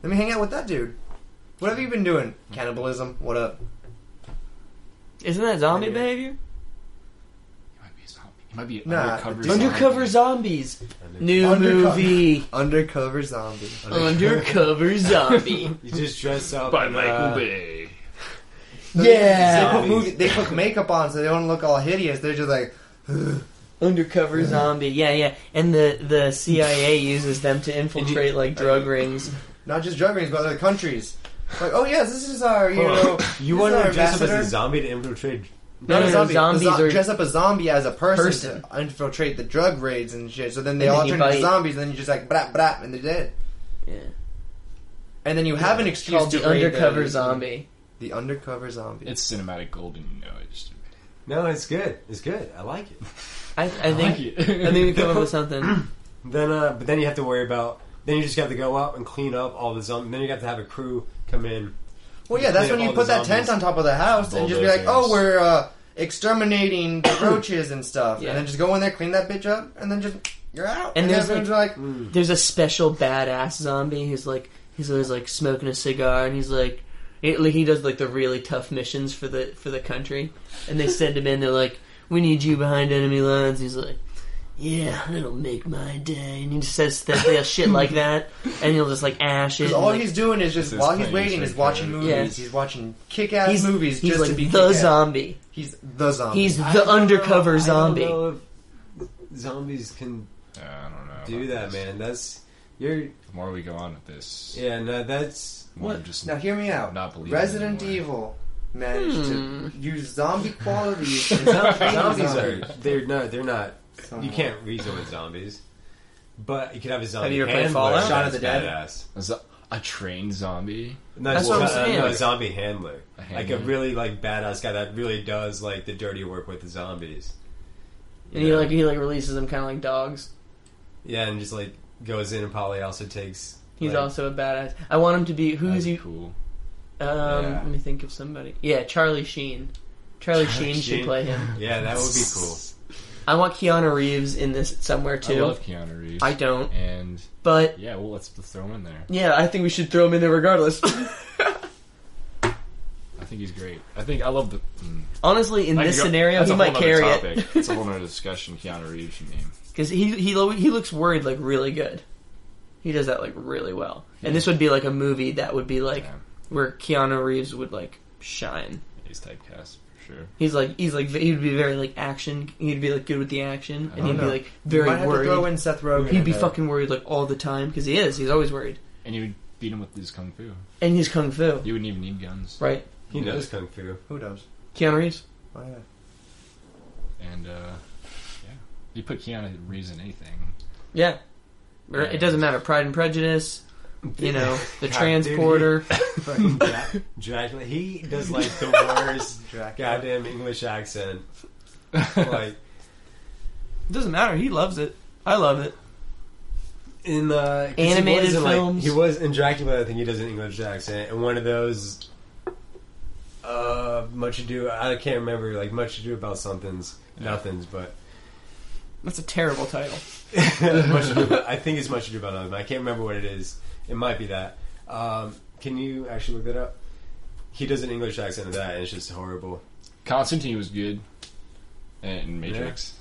Speaker 2: Let me hang out with that dude. What have you been doing? Cannibalism. What up?
Speaker 3: Isn't that zombie
Speaker 2: Yeah.
Speaker 3: behavior?
Speaker 6: You might be a zombie. You might be an
Speaker 2: Nah,
Speaker 6: undercover
Speaker 2: dude.
Speaker 6: zombie.
Speaker 3: Undercover zombies. New
Speaker 2: Undercover. <laughs>
Speaker 3: movie.
Speaker 2: Undercover zombie.
Speaker 3: Undercover
Speaker 1: <laughs>
Speaker 3: zombie.
Speaker 1: You just
Speaker 6: <laughs>
Speaker 1: dress up.
Speaker 6: by
Speaker 1: in,
Speaker 6: Michael
Speaker 1: uh,
Speaker 6: Bay.
Speaker 2: They
Speaker 3: yeah.
Speaker 2: put, movie, they put makeup on so they don't look all hideous. They're just like,
Speaker 3: Undercover zombie. Yeah, yeah. And the the CIA uses them to infiltrate like drug rings.
Speaker 2: not just drug rings, but other countries. Like, oh yes, this is our, you
Speaker 1: <laughs>
Speaker 2: know,
Speaker 1: You
Speaker 2: this is
Speaker 1: want
Speaker 2: our
Speaker 1: to dress up as
Speaker 2: ambassador.
Speaker 1: a zombie to infiltrate?
Speaker 3: No, no, no,
Speaker 2: zombie.
Speaker 3: zombies
Speaker 2: The zo-
Speaker 3: are-
Speaker 2: dress up as zombie as a person,
Speaker 3: Person.
Speaker 2: to infiltrate the drug raids and shit. So then they
Speaker 3: And
Speaker 2: all
Speaker 3: then you
Speaker 2: turn into
Speaker 3: bite.
Speaker 2: zombies, and then you just like brap brap, and they're dead.
Speaker 3: Yeah.
Speaker 2: And then you have an excuse
Speaker 3: Called
Speaker 2: to
Speaker 3: the
Speaker 2: raid
Speaker 3: undercover
Speaker 2: the,
Speaker 3: zombie.
Speaker 2: The undercover zombie.
Speaker 6: It's cinematic gold, and you know it. Just admit it.
Speaker 1: No, it's good. It's good. I like it.
Speaker 3: I, I think
Speaker 6: I like it.
Speaker 3: I think we come up with something.
Speaker 1: Then, uh, but then you have to worry about. Then you just have to go out and clean up all the zombies. Then you have to have a crew come in.
Speaker 2: well, yeah, that's
Speaker 1: Clean
Speaker 2: when
Speaker 1: up
Speaker 2: you
Speaker 1: all
Speaker 2: put
Speaker 1: the
Speaker 2: that
Speaker 1: zombies.
Speaker 2: tent on top of the house and just be like, oh,
Speaker 6: Bulldozers.
Speaker 2: we're uh,
Speaker 3: <coughs>
Speaker 2: exterminating the roaches and stuff,
Speaker 3: Yeah.
Speaker 2: and then just go in there, clean that bitch up, and then just you're out.
Speaker 3: And there's,
Speaker 2: everyone's
Speaker 3: like-
Speaker 2: like,
Speaker 3: There's a special badass zombie who's like he's always like smoking a cigar and he's like he, like he does like the really tough missions for the for the country and they send him in they're like we need you behind enemy lines he's like yeah that'll make my day and he just says that they shit like that and he'll just like ash it
Speaker 2: because
Speaker 3: and,
Speaker 2: all
Speaker 3: like,
Speaker 2: he's doing is just
Speaker 1: This is
Speaker 2: while he's
Speaker 1: plain
Speaker 2: waiting is
Speaker 1: straight
Speaker 2: watching movies.
Speaker 3: Yes.
Speaker 2: He's watching kick-ass movies
Speaker 3: he's
Speaker 2: just
Speaker 3: like
Speaker 2: to be
Speaker 3: the
Speaker 2: kick-ass.
Speaker 3: zombie
Speaker 2: He's the zombie.
Speaker 3: he's
Speaker 1: I
Speaker 3: the
Speaker 1: don't know-
Speaker 3: undercover zombie
Speaker 1: I don't know if zombies can
Speaker 6: Yeah, I don't know.
Speaker 1: do
Speaker 6: about
Speaker 1: that,
Speaker 6: this.
Speaker 1: man. That's you're
Speaker 6: The more we go on with this,
Speaker 1: yeah. No,
Speaker 2: <laughs>
Speaker 1: that's
Speaker 6: the more I'm just
Speaker 2: now hear me out.
Speaker 6: Not believing
Speaker 2: Resident
Speaker 6: anymore.
Speaker 2: Evil managed
Speaker 3: Hmm.
Speaker 2: to use zombie <laughs> qualities. and
Speaker 1: zombies are they're no, they're not. You
Speaker 2: Somewhat.
Speaker 1: can't reason with zombies. But you could have a zombie.
Speaker 2: Have you ever played
Speaker 1: handler.
Speaker 2: Fallout? Shaun of
Speaker 1: That's
Speaker 2: the Dead?
Speaker 1: badass.
Speaker 6: a, zo- a trained zombie.
Speaker 1: No,
Speaker 3: That's
Speaker 1: well,
Speaker 3: what I'm
Speaker 1: uh,
Speaker 3: saying.
Speaker 1: no, a zombie handler.
Speaker 6: A
Speaker 1: like
Speaker 6: handler.
Speaker 1: a really like badass guy that really does like the dirty work with the zombies.
Speaker 3: and he like he like releases them kind of like dogs
Speaker 1: Yeah, and just like goes in and probably also takes.
Speaker 3: he's
Speaker 1: like,
Speaker 3: also a badass I want him to be who's
Speaker 6: That'd be
Speaker 3: he
Speaker 6: cool.
Speaker 3: Um,
Speaker 1: Yeah.
Speaker 3: let me think of somebody. Yeah, Charlie Sheen. Charlie, Sheen, should
Speaker 1: Sheen.
Speaker 3: play him.
Speaker 1: Yeah, that would be cool.
Speaker 3: I want Keanu Reeves in this somewhere
Speaker 6: I
Speaker 3: too.
Speaker 6: love Keanu Reeves.
Speaker 3: I don't,
Speaker 6: and
Speaker 3: but
Speaker 6: yeah, well, let's throw him in there.
Speaker 3: yeah, I think we should throw him in there regardless. <laughs>
Speaker 6: I think he's great. I think I love the. Mm.
Speaker 3: Honestly, in
Speaker 6: I
Speaker 3: this
Speaker 6: could go-
Speaker 3: scenario,
Speaker 6: that's
Speaker 3: he
Speaker 6: a
Speaker 3: might
Speaker 6: whole nother
Speaker 3: carry
Speaker 6: topic.
Speaker 3: it
Speaker 6: <laughs>
Speaker 3: <laughs>
Speaker 6: It's a whole nother discussion. Keanu Reeves should name.
Speaker 3: because he he lo- he looks worried like really good. He does that like really well, and this would be like a movie that would be like
Speaker 6: Yeah,
Speaker 3: where Keanu Reeves would like shine.
Speaker 6: he's typecast for sure.
Speaker 3: He's like he's like he would be very like action. He'd be like good with the action, and
Speaker 6: don't
Speaker 3: he'd be
Speaker 6: know.
Speaker 3: like
Speaker 2: You
Speaker 3: very
Speaker 2: might have
Speaker 3: worried.
Speaker 2: to throw in Seth Rogen.
Speaker 3: He'd
Speaker 2: in
Speaker 3: be
Speaker 2: there.
Speaker 3: fucking worried like all the time because he is. He's always worried,
Speaker 6: And you would beat him with his kung fu.
Speaker 3: and he's kung fu,
Speaker 6: You wouldn't even need guns.
Speaker 3: right?
Speaker 1: He knows kung <laughs> fu.
Speaker 2: Who knows?
Speaker 3: Keanu Reeves.
Speaker 2: Oh, yeah.
Speaker 6: And uh, yeah, you put Keanu Reeves in anything.
Speaker 3: Yeah, Or it doesn't matter. Pride and Prejudice. You
Speaker 1: <laughs>
Speaker 3: know, the
Speaker 1: God,
Speaker 3: transporter.
Speaker 1: Fucking Dra- Dracula. He does like the worst
Speaker 2: Dracula.
Speaker 1: <laughs> goddamn English <laughs> accent. Like
Speaker 3: It doesn't matter. He loves it. I love it.
Speaker 1: in uh, 'cause
Speaker 3: Animated
Speaker 1: he was in, like-
Speaker 3: films.
Speaker 1: he was in Dracula. I think he does an English accent, and one of those. Uh, much ado. I can't remember. Like much ado about something's nothings, but
Speaker 3: That's a terrible title.
Speaker 1: much
Speaker 3: <laughs>
Speaker 1: ado. About, I think it's much ado about nothing. I can't remember what it is. It might be that. Um, can you actually look that up? He does an English accent of that, and it's just horrible.
Speaker 6: Constantine was good. And Matrix.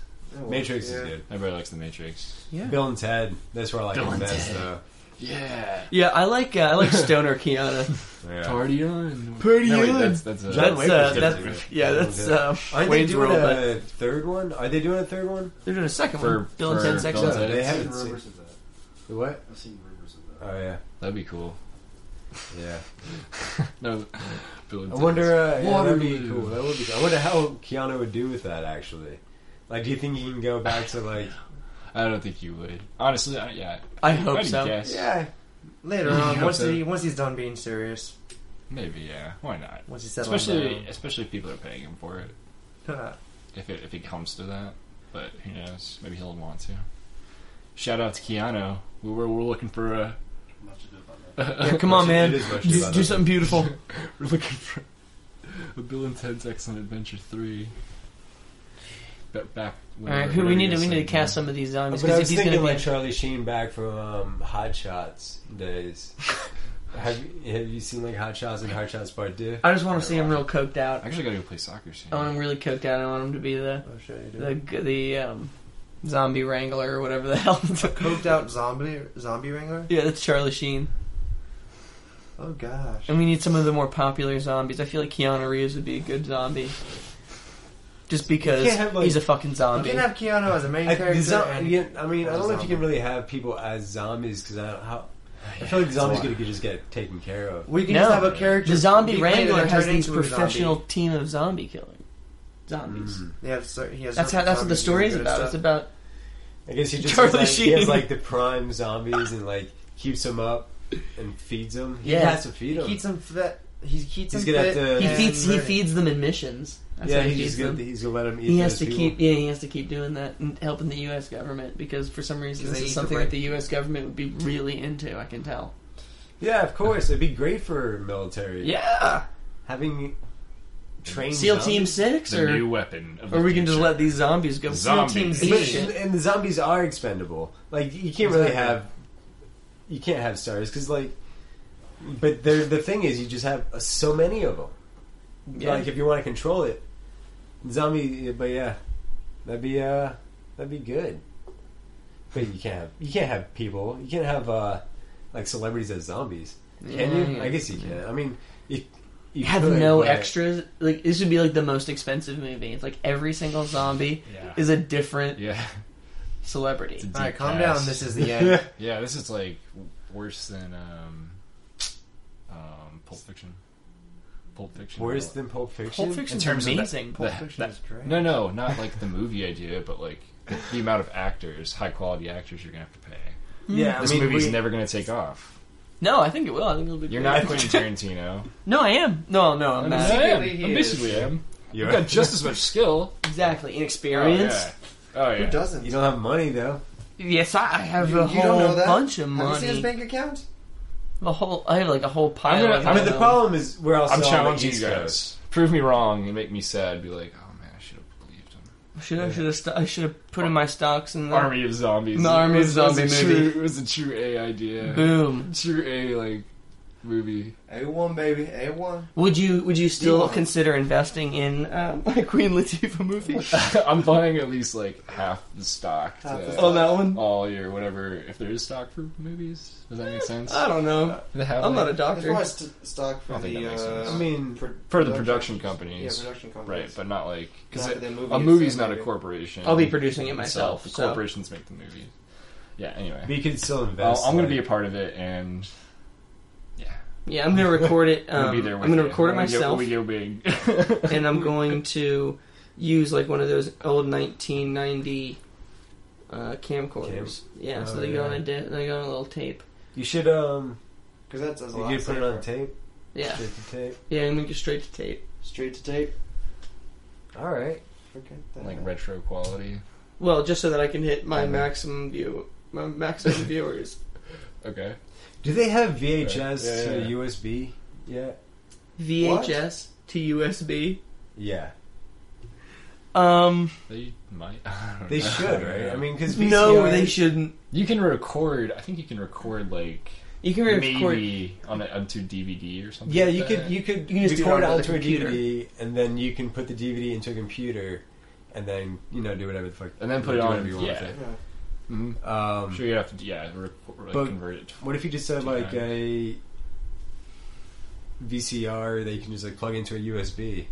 Speaker 1: Matrix
Speaker 2: Oh, Yeah.
Speaker 1: is good.
Speaker 6: Everybody likes the Matrix.
Speaker 1: Bill and Ted. That's where I like
Speaker 6: Bill
Speaker 1: him
Speaker 6: and
Speaker 1: best,
Speaker 6: Ted.
Speaker 1: though.
Speaker 6: Yeah.
Speaker 3: Yeah, I like uh,
Speaker 1: <laughs>
Speaker 3: I like Stoner Keanu.
Speaker 1: Yeah.
Speaker 6: Party on.
Speaker 3: Pretty
Speaker 6: No, wait,
Speaker 3: good.
Speaker 6: that's that's, uh,
Speaker 1: John
Speaker 3: That's
Speaker 1: Wayne
Speaker 3: uh,
Speaker 1: was good
Speaker 3: that's
Speaker 1: too.
Speaker 3: yeah, that's uh,
Speaker 1: Aren't
Speaker 3: Wayne's
Speaker 1: they doing
Speaker 3: World. but
Speaker 1: a third one? Are they doing a third one?
Speaker 3: they're doing a second
Speaker 6: for-
Speaker 3: one. Bill and
Speaker 6: for
Speaker 3: Ted's
Speaker 6: Bill
Speaker 1: No,
Speaker 6: and
Speaker 3: Excellent.
Speaker 6: Ted.
Speaker 1: they
Speaker 7: I've seen
Speaker 1: haven't seen
Speaker 7: rumors of that.
Speaker 1: the what?
Speaker 7: I've seen rumors of that.
Speaker 1: Oh yeah,
Speaker 6: That'd be cool.
Speaker 1: yeah.
Speaker 6: No. <laughs> Bill and
Speaker 1: I wonder.
Speaker 6: Ted's-
Speaker 1: Uh, yeah, that'd be
Speaker 6: Waterloo.
Speaker 1: cool. That would be. Cool. I wonder how Keanu would do with that. Actually, like, do you think he can go back to like?
Speaker 6: I don't think you would. Honestly, I, yeah.
Speaker 3: I
Speaker 6: I
Speaker 3: hope
Speaker 6: didn't
Speaker 3: so.
Speaker 6: guess.
Speaker 2: Yeah. Later
Speaker 1: <laughs>
Speaker 6: Yeah,
Speaker 2: on,
Speaker 6: I
Speaker 2: once
Speaker 6: hope so.
Speaker 2: he once he's done being serious,
Speaker 6: Maybe, yeah. Why not?
Speaker 2: once he's settled
Speaker 6: Especially,
Speaker 2: <laughs>
Speaker 6: especially if people are paying him for it.
Speaker 2: down.
Speaker 6: If it if it comes to that, but who knows? Maybe he'll want to. Shout out to Keanu. We were we're looking for a <laughs>
Speaker 7: Much ado about that.
Speaker 3: Yeah,
Speaker 1: <laughs>
Speaker 3: come on,
Speaker 1: It
Speaker 3: man.
Speaker 1: is much
Speaker 3: Do,
Speaker 1: about
Speaker 3: do
Speaker 1: it.
Speaker 3: something beautiful.
Speaker 6: we're looking for a Bill and Ted's Excellent Adventure three. Ba- back.
Speaker 3: All
Speaker 6: when-
Speaker 3: right, who
Speaker 6: whenever
Speaker 3: we need to
Speaker 6: you
Speaker 3: we need to
Speaker 6: said
Speaker 3: cast
Speaker 6: that.
Speaker 3: some of these zombies
Speaker 1: But I
Speaker 3: because if
Speaker 1: was
Speaker 3: he's gonna
Speaker 1: thinking like
Speaker 3: be
Speaker 1: Charlie Sheen back from um, Hot Shots
Speaker 3: <laughs>
Speaker 1: days. have you, Have you seen like Hot Shots and Hot Shots Part Two?
Speaker 3: I just want to see him real coked
Speaker 6: I
Speaker 3: out.
Speaker 6: actually gotta go play soccer soon.
Speaker 3: I want him really coked out. I want him to be the
Speaker 2: Oh shit, you do.
Speaker 3: the the um, zombie wrangler or whatever the <laughs> hell.
Speaker 2: Coked out zombie zombie wrangler.
Speaker 3: yeah, that's Charlie Sheen.
Speaker 2: Oh gosh.
Speaker 3: And we need some of the more popular zombies. I feel like Keanu Reeves would be a good zombie, just because
Speaker 1: can't have, like-
Speaker 3: he's a fucking
Speaker 2: You
Speaker 3: zombie.
Speaker 2: can have Keanu as a main
Speaker 1: I,
Speaker 2: character.
Speaker 1: the zo-
Speaker 2: and-
Speaker 1: yeah, I mean, I
Speaker 2: as
Speaker 1: don't know
Speaker 2: a
Speaker 1: if you
Speaker 2: zombie.
Speaker 1: can really have people as zombies because I don't how. I feel like zombies could just get taken care of.
Speaker 2: we can
Speaker 3: No.
Speaker 2: just have a character.
Speaker 3: the zombie
Speaker 2: be created
Speaker 3: wrangler
Speaker 2: and
Speaker 3: has
Speaker 2: turned
Speaker 3: these
Speaker 2: into a zombie.
Speaker 3: professional team of zombie killing zombies.
Speaker 1: Mm.
Speaker 2: They have cer- he has
Speaker 3: That's how
Speaker 2: certain
Speaker 3: that's what the
Speaker 2: zombies
Speaker 3: story is
Speaker 2: who are good
Speaker 3: about.
Speaker 2: at
Speaker 3: It's
Speaker 2: stuff.
Speaker 3: about
Speaker 1: I guess he just
Speaker 3: Charlie
Speaker 1: has, like, he
Speaker 3: Sheen.
Speaker 1: has like the prime zombies and like keeps them up and feeds them. He
Speaker 3: Yeah.
Speaker 1: has to feed them.
Speaker 2: He keeps him fit. He keeps
Speaker 1: He's
Speaker 2: him
Speaker 1: gonna
Speaker 2: fit.
Speaker 1: have to-
Speaker 3: he
Speaker 1: And
Speaker 3: feeds he
Speaker 2: ready.
Speaker 3: feeds them in missions. That's
Speaker 1: yeah,
Speaker 3: how he
Speaker 1: he's
Speaker 3: feeds
Speaker 1: just gonna,
Speaker 3: them.
Speaker 1: he's gonna let them eat.
Speaker 3: He has
Speaker 1: those
Speaker 3: to
Speaker 1: people.
Speaker 3: keep yeah he has to keep doing that and helping the U.S. government because for some reason
Speaker 2: Because
Speaker 3: this
Speaker 2: they
Speaker 3: is
Speaker 2: eat
Speaker 3: something
Speaker 2: the
Speaker 3: that
Speaker 2: brain.
Speaker 3: the U.S. government would be really into. I can tell.
Speaker 1: Yeah, of course, it'd be great for military.
Speaker 3: Yeah.
Speaker 1: having train
Speaker 3: SEAL Team
Speaker 1: zombies?
Speaker 3: Six,
Speaker 6: The new
Speaker 3: or
Speaker 6: weapon. Of
Speaker 3: or
Speaker 6: the
Speaker 3: we can just
Speaker 6: future.
Speaker 3: let these zombies go.
Speaker 6: Zombies.
Speaker 3: SEAL Team
Speaker 1: But-
Speaker 3: Z. shit.
Speaker 1: and the zombies are expendable. Like you can't really
Speaker 2: Exactly.
Speaker 1: have you can't have stars because like, but the the thing is you just have uh, so many of them.
Speaker 3: Yeah.
Speaker 1: Like if you want to control it, zombie. But yeah, that'd be uh that'd be good. But you can't have you can't have people. You can't have uh like celebrities as zombies. Can you?
Speaker 3: Yeah.
Speaker 1: I guess you can. I mean, you, you
Speaker 3: have
Speaker 1: could,
Speaker 3: no
Speaker 1: but-
Speaker 3: extras. Like this would be like the most expensive movie. It's like every single zombie
Speaker 6: Yeah.
Speaker 3: is a different
Speaker 6: <laughs> Yeah.
Speaker 3: celebrity.
Speaker 6: It's a
Speaker 2: All right,
Speaker 6: deep
Speaker 2: calm
Speaker 6: pass.
Speaker 2: down. This is
Speaker 3: <laughs>
Speaker 2: the end.
Speaker 6: Yeah, this is like w- worse than um, um, Pulp Fiction. Pulp Fiction.
Speaker 1: Worse than Pulp Fiction.
Speaker 3: Pulp Fiction's
Speaker 6: terms of that-
Speaker 3: amazing.
Speaker 6: the- that-
Speaker 2: is great.
Speaker 6: no, no, not like the movie idea, but like the, the amount of actors, high quality actors you're gonna have to pay.
Speaker 1: Yeah,
Speaker 6: This
Speaker 1: I mean,
Speaker 6: movie's
Speaker 1: we-
Speaker 6: never gonna take off.
Speaker 3: no, I think it will. I think it'll be.
Speaker 6: You're
Speaker 3: great.
Speaker 6: not Quentin Tarantino.
Speaker 3: No, I am. No, no, I'm
Speaker 6: I
Speaker 3: not.
Speaker 6: am.
Speaker 2: Basically, he
Speaker 6: I basically
Speaker 2: is.
Speaker 6: am.
Speaker 1: you-
Speaker 6: I've got just as much skill.
Speaker 3: Exactly
Speaker 6: Oh
Speaker 3: inexperienced.
Speaker 6: yeah. Oh
Speaker 2: Who
Speaker 6: yeah.
Speaker 1: <laughs>
Speaker 2: doesn't?
Speaker 1: you don't have money though.
Speaker 3: Yes, I I have
Speaker 2: You-
Speaker 3: a
Speaker 2: you
Speaker 3: whole
Speaker 2: don't know that?
Speaker 3: bunch of
Speaker 2: Have you seen his
Speaker 3: money.
Speaker 2: bank account?
Speaker 3: A whole. I have like a whole pile.
Speaker 6: I'm gonna-
Speaker 3: of
Speaker 6: I'm
Speaker 1: I mean,
Speaker 6: gonna-
Speaker 1: the problem is we're also
Speaker 6: I'm
Speaker 1: on the
Speaker 6: challenging you
Speaker 1: East Coast.
Speaker 6: guys. Prove me wrong and make me sad. Be like, oh man, I should have believed him.
Speaker 3: Should I should have st- I should have put in my stocks in the
Speaker 6: Army of Zombies.
Speaker 3: The Army of
Speaker 6: It was- it was a
Speaker 3: Zombie movie.
Speaker 6: true- It was a true A idea.
Speaker 3: Boom.
Speaker 6: True A like <laughs> movie.
Speaker 2: A1, baby. A1.
Speaker 3: Would you would you still
Speaker 2: Yeah.
Speaker 3: consider investing in um, <laughs> a Queen Latifah movie?
Speaker 6: I'm buying at least like half the stock
Speaker 2: Half the
Speaker 6: to
Speaker 2: stock.
Speaker 3: On that one?
Speaker 6: all your whatever. If there is stock for movies, does that make sense?
Speaker 3: I don't know.
Speaker 6: They have,
Speaker 3: Eh, uh, I'm
Speaker 6: like-
Speaker 3: not a
Speaker 2: That's
Speaker 3: doctor.
Speaker 2: why it's t- stock for
Speaker 6: I think that
Speaker 2: the.
Speaker 6: makes sense.
Speaker 2: Uh,
Speaker 1: I mean,
Speaker 2: pro-
Speaker 6: for the production companies.
Speaker 2: Yeah, production companies.
Speaker 6: right, but not like because
Speaker 2: Not for the movie
Speaker 6: a movie's
Speaker 2: itself,
Speaker 6: not a
Speaker 2: maybe.
Speaker 6: corporation.
Speaker 3: I'll be producing it
Speaker 6: itself.
Speaker 3: myself.
Speaker 6: The
Speaker 3: so-
Speaker 6: corporations make the movie. Yeah.
Speaker 1: But
Speaker 6: Anyway,
Speaker 1: you can still invest.
Speaker 6: I'll, Oh, I'm going to be
Speaker 1: like-
Speaker 6: a part of it, and yeah,
Speaker 3: Yeah, I'm gonna record it.
Speaker 6: I'm
Speaker 3: Um,
Speaker 6: gonna be there. With
Speaker 3: I'm gonna
Speaker 6: you.
Speaker 3: record it
Speaker 6: When we go-
Speaker 3: myself,
Speaker 6: when We go big.
Speaker 3: and I'm going to use like one of those old 1990 uh, camcorders. Yeah, so
Speaker 1: Oh,
Speaker 3: they go on
Speaker 1: yeah.
Speaker 3: a di- they go on a little tape.
Speaker 1: You should um.
Speaker 2: Because that's that's a
Speaker 1: You
Speaker 2: lot.
Speaker 1: could put it on
Speaker 2: safer.
Speaker 1: tape.
Speaker 3: Yeah,
Speaker 1: Straight to tape.
Speaker 3: yeah, I'm gonna go straight to tape.
Speaker 2: Straight to tape.
Speaker 1: All right.
Speaker 2: Forget that.
Speaker 6: <laughs> like retro quality.
Speaker 3: Well, just so that I can hit my
Speaker 6: Um,
Speaker 3: maximum view, my <laughs> maximum viewers.
Speaker 6: Okay.
Speaker 1: Do they have VHS
Speaker 6: Yeah, yeah,
Speaker 1: to
Speaker 6: yeah.
Speaker 1: USB yet?
Speaker 3: VHS to USB.
Speaker 1: Yeah,
Speaker 3: Um,
Speaker 6: They might. <laughs> I don't
Speaker 1: they
Speaker 6: know.
Speaker 1: should, right? I mean, because
Speaker 3: no, they shouldn't.
Speaker 6: you can record. I think you can record like
Speaker 3: You can record.
Speaker 6: maybe on a, onto DVD or something.
Speaker 1: Yeah,
Speaker 6: like
Speaker 1: you
Speaker 6: that.
Speaker 1: could you could
Speaker 3: You can just do it
Speaker 1: record
Speaker 3: on the
Speaker 1: onto a
Speaker 3: computer.
Speaker 1: DVD, and then you can put the DVD into a computer, and then you know do whatever the fuck,
Speaker 6: And then put
Speaker 1: do
Speaker 6: it on-
Speaker 1: whatever you want
Speaker 6: yeah.
Speaker 1: with
Speaker 2: Yeah.
Speaker 6: Mhm.
Speaker 1: it. Um,
Speaker 6: I'm sure you have to. Yeah, record, like,
Speaker 1: But-
Speaker 6: convert it.
Speaker 1: What if you just had
Speaker 6: Two
Speaker 1: like
Speaker 6: times.
Speaker 1: a VCR that you can just like plug into a USB?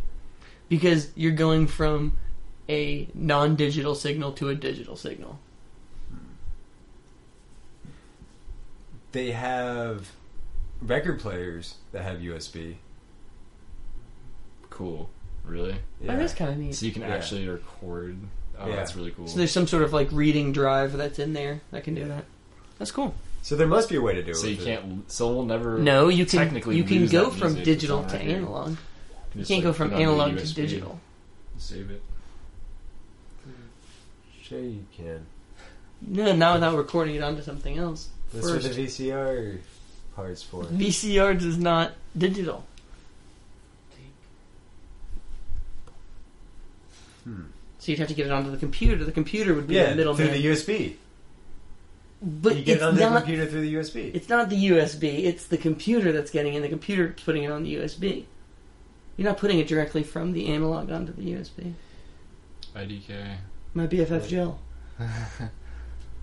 Speaker 3: because you're going from a non-digital signal to a digital signal.
Speaker 1: They have record players that have USB.
Speaker 6: Cool. Really?
Speaker 1: Yeah.
Speaker 3: That is kind of neat.
Speaker 6: So you can
Speaker 1: Yeah.
Speaker 6: actually record. Oh,
Speaker 1: Yeah.
Speaker 6: that's really cool.
Speaker 3: so there's some sort of like reading drive that's in there that can do that. That's cool.
Speaker 1: So there must be a way to do it.
Speaker 6: So you
Speaker 1: with it.
Speaker 6: can't. So we'll never.
Speaker 3: No, you can
Speaker 6: technically
Speaker 3: you can
Speaker 6: lose
Speaker 3: go
Speaker 6: that
Speaker 3: from
Speaker 6: music.
Speaker 3: digital
Speaker 6: It's
Speaker 3: to
Speaker 6: not right.
Speaker 3: analog. You
Speaker 6: just,
Speaker 3: can't go
Speaker 6: like,
Speaker 3: from
Speaker 6: put it onto
Speaker 3: analog to
Speaker 6: USB,
Speaker 3: digital.
Speaker 6: Save it.
Speaker 1: Sure, you can.
Speaker 3: No, not without recording it onto something else.
Speaker 1: That's
Speaker 3: First.
Speaker 1: what the VCR parts for.
Speaker 3: VCR is not digital.
Speaker 1: Hmm.
Speaker 3: So you'd have to get it onto the computer. The computer would be
Speaker 1: Yeah,
Speaker 3: the
Speaker 1: through
Speaker 3: middleman.
Speaker 1: the USB.
Speaker 3: but
Speaker 1: you get
Speaker 3: it's
Speaker 1: it on the
Speaker 3: not
Speaker 1: computer through the USB.
Speaker 3: It's not the USB, it's the computer that's getting in. The computer putting it on the USB. You're not putting it directly from the analog onto the USB.
Speaker 6: IDK.
Speaker 3: My BFF Jill.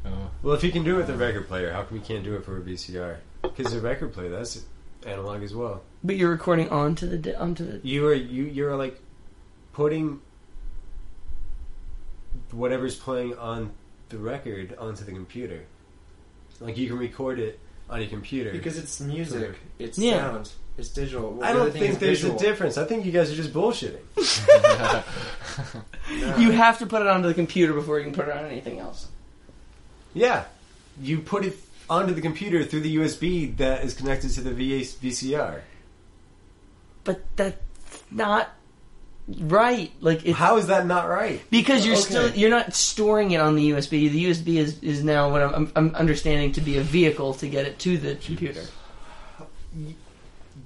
Speaker 6: Oh,
Speaker 1: well, if you can do it with a record player, how come you can't do it for a VCR? Because a record player, that's analog as well.
Speaker 3: But you're recording onto the di- onto the.
Speaker 1: You are you you're like putting whatever's playing on the record onto the computer. Like you can record it on your computer.
Speaker 2: Because it's music. It's
Speaker 3: Yeah.
Speaker 2: sound. It's digital. Well,
Speaker 1: I
Speaker 2: the
Speaker 1: don't
Speaker 2: other thing
Speaker 1: think
Speaker 2: is
Speaker 1: there's
Speaker 2: visual.
Speaker 1: a difference. I think you guys are just bullshitting.
Speaker 2: No.
Speaker 3: You have to put it onto the computer before you can put it on anything else.
Speaker 1: Yeah, you put it onto the computer through the USB that is connected to the VA- VCR.
Speaker 3: But that's not right. Like it's
Speaker 1: How is that not right?
Speaker 3: because you're
Speaker 1: Okay.
Speaker 3: still you're not storing it on the USB. The USB is is now what I'm, I'm understanding to be a vehicle to get it to the computer.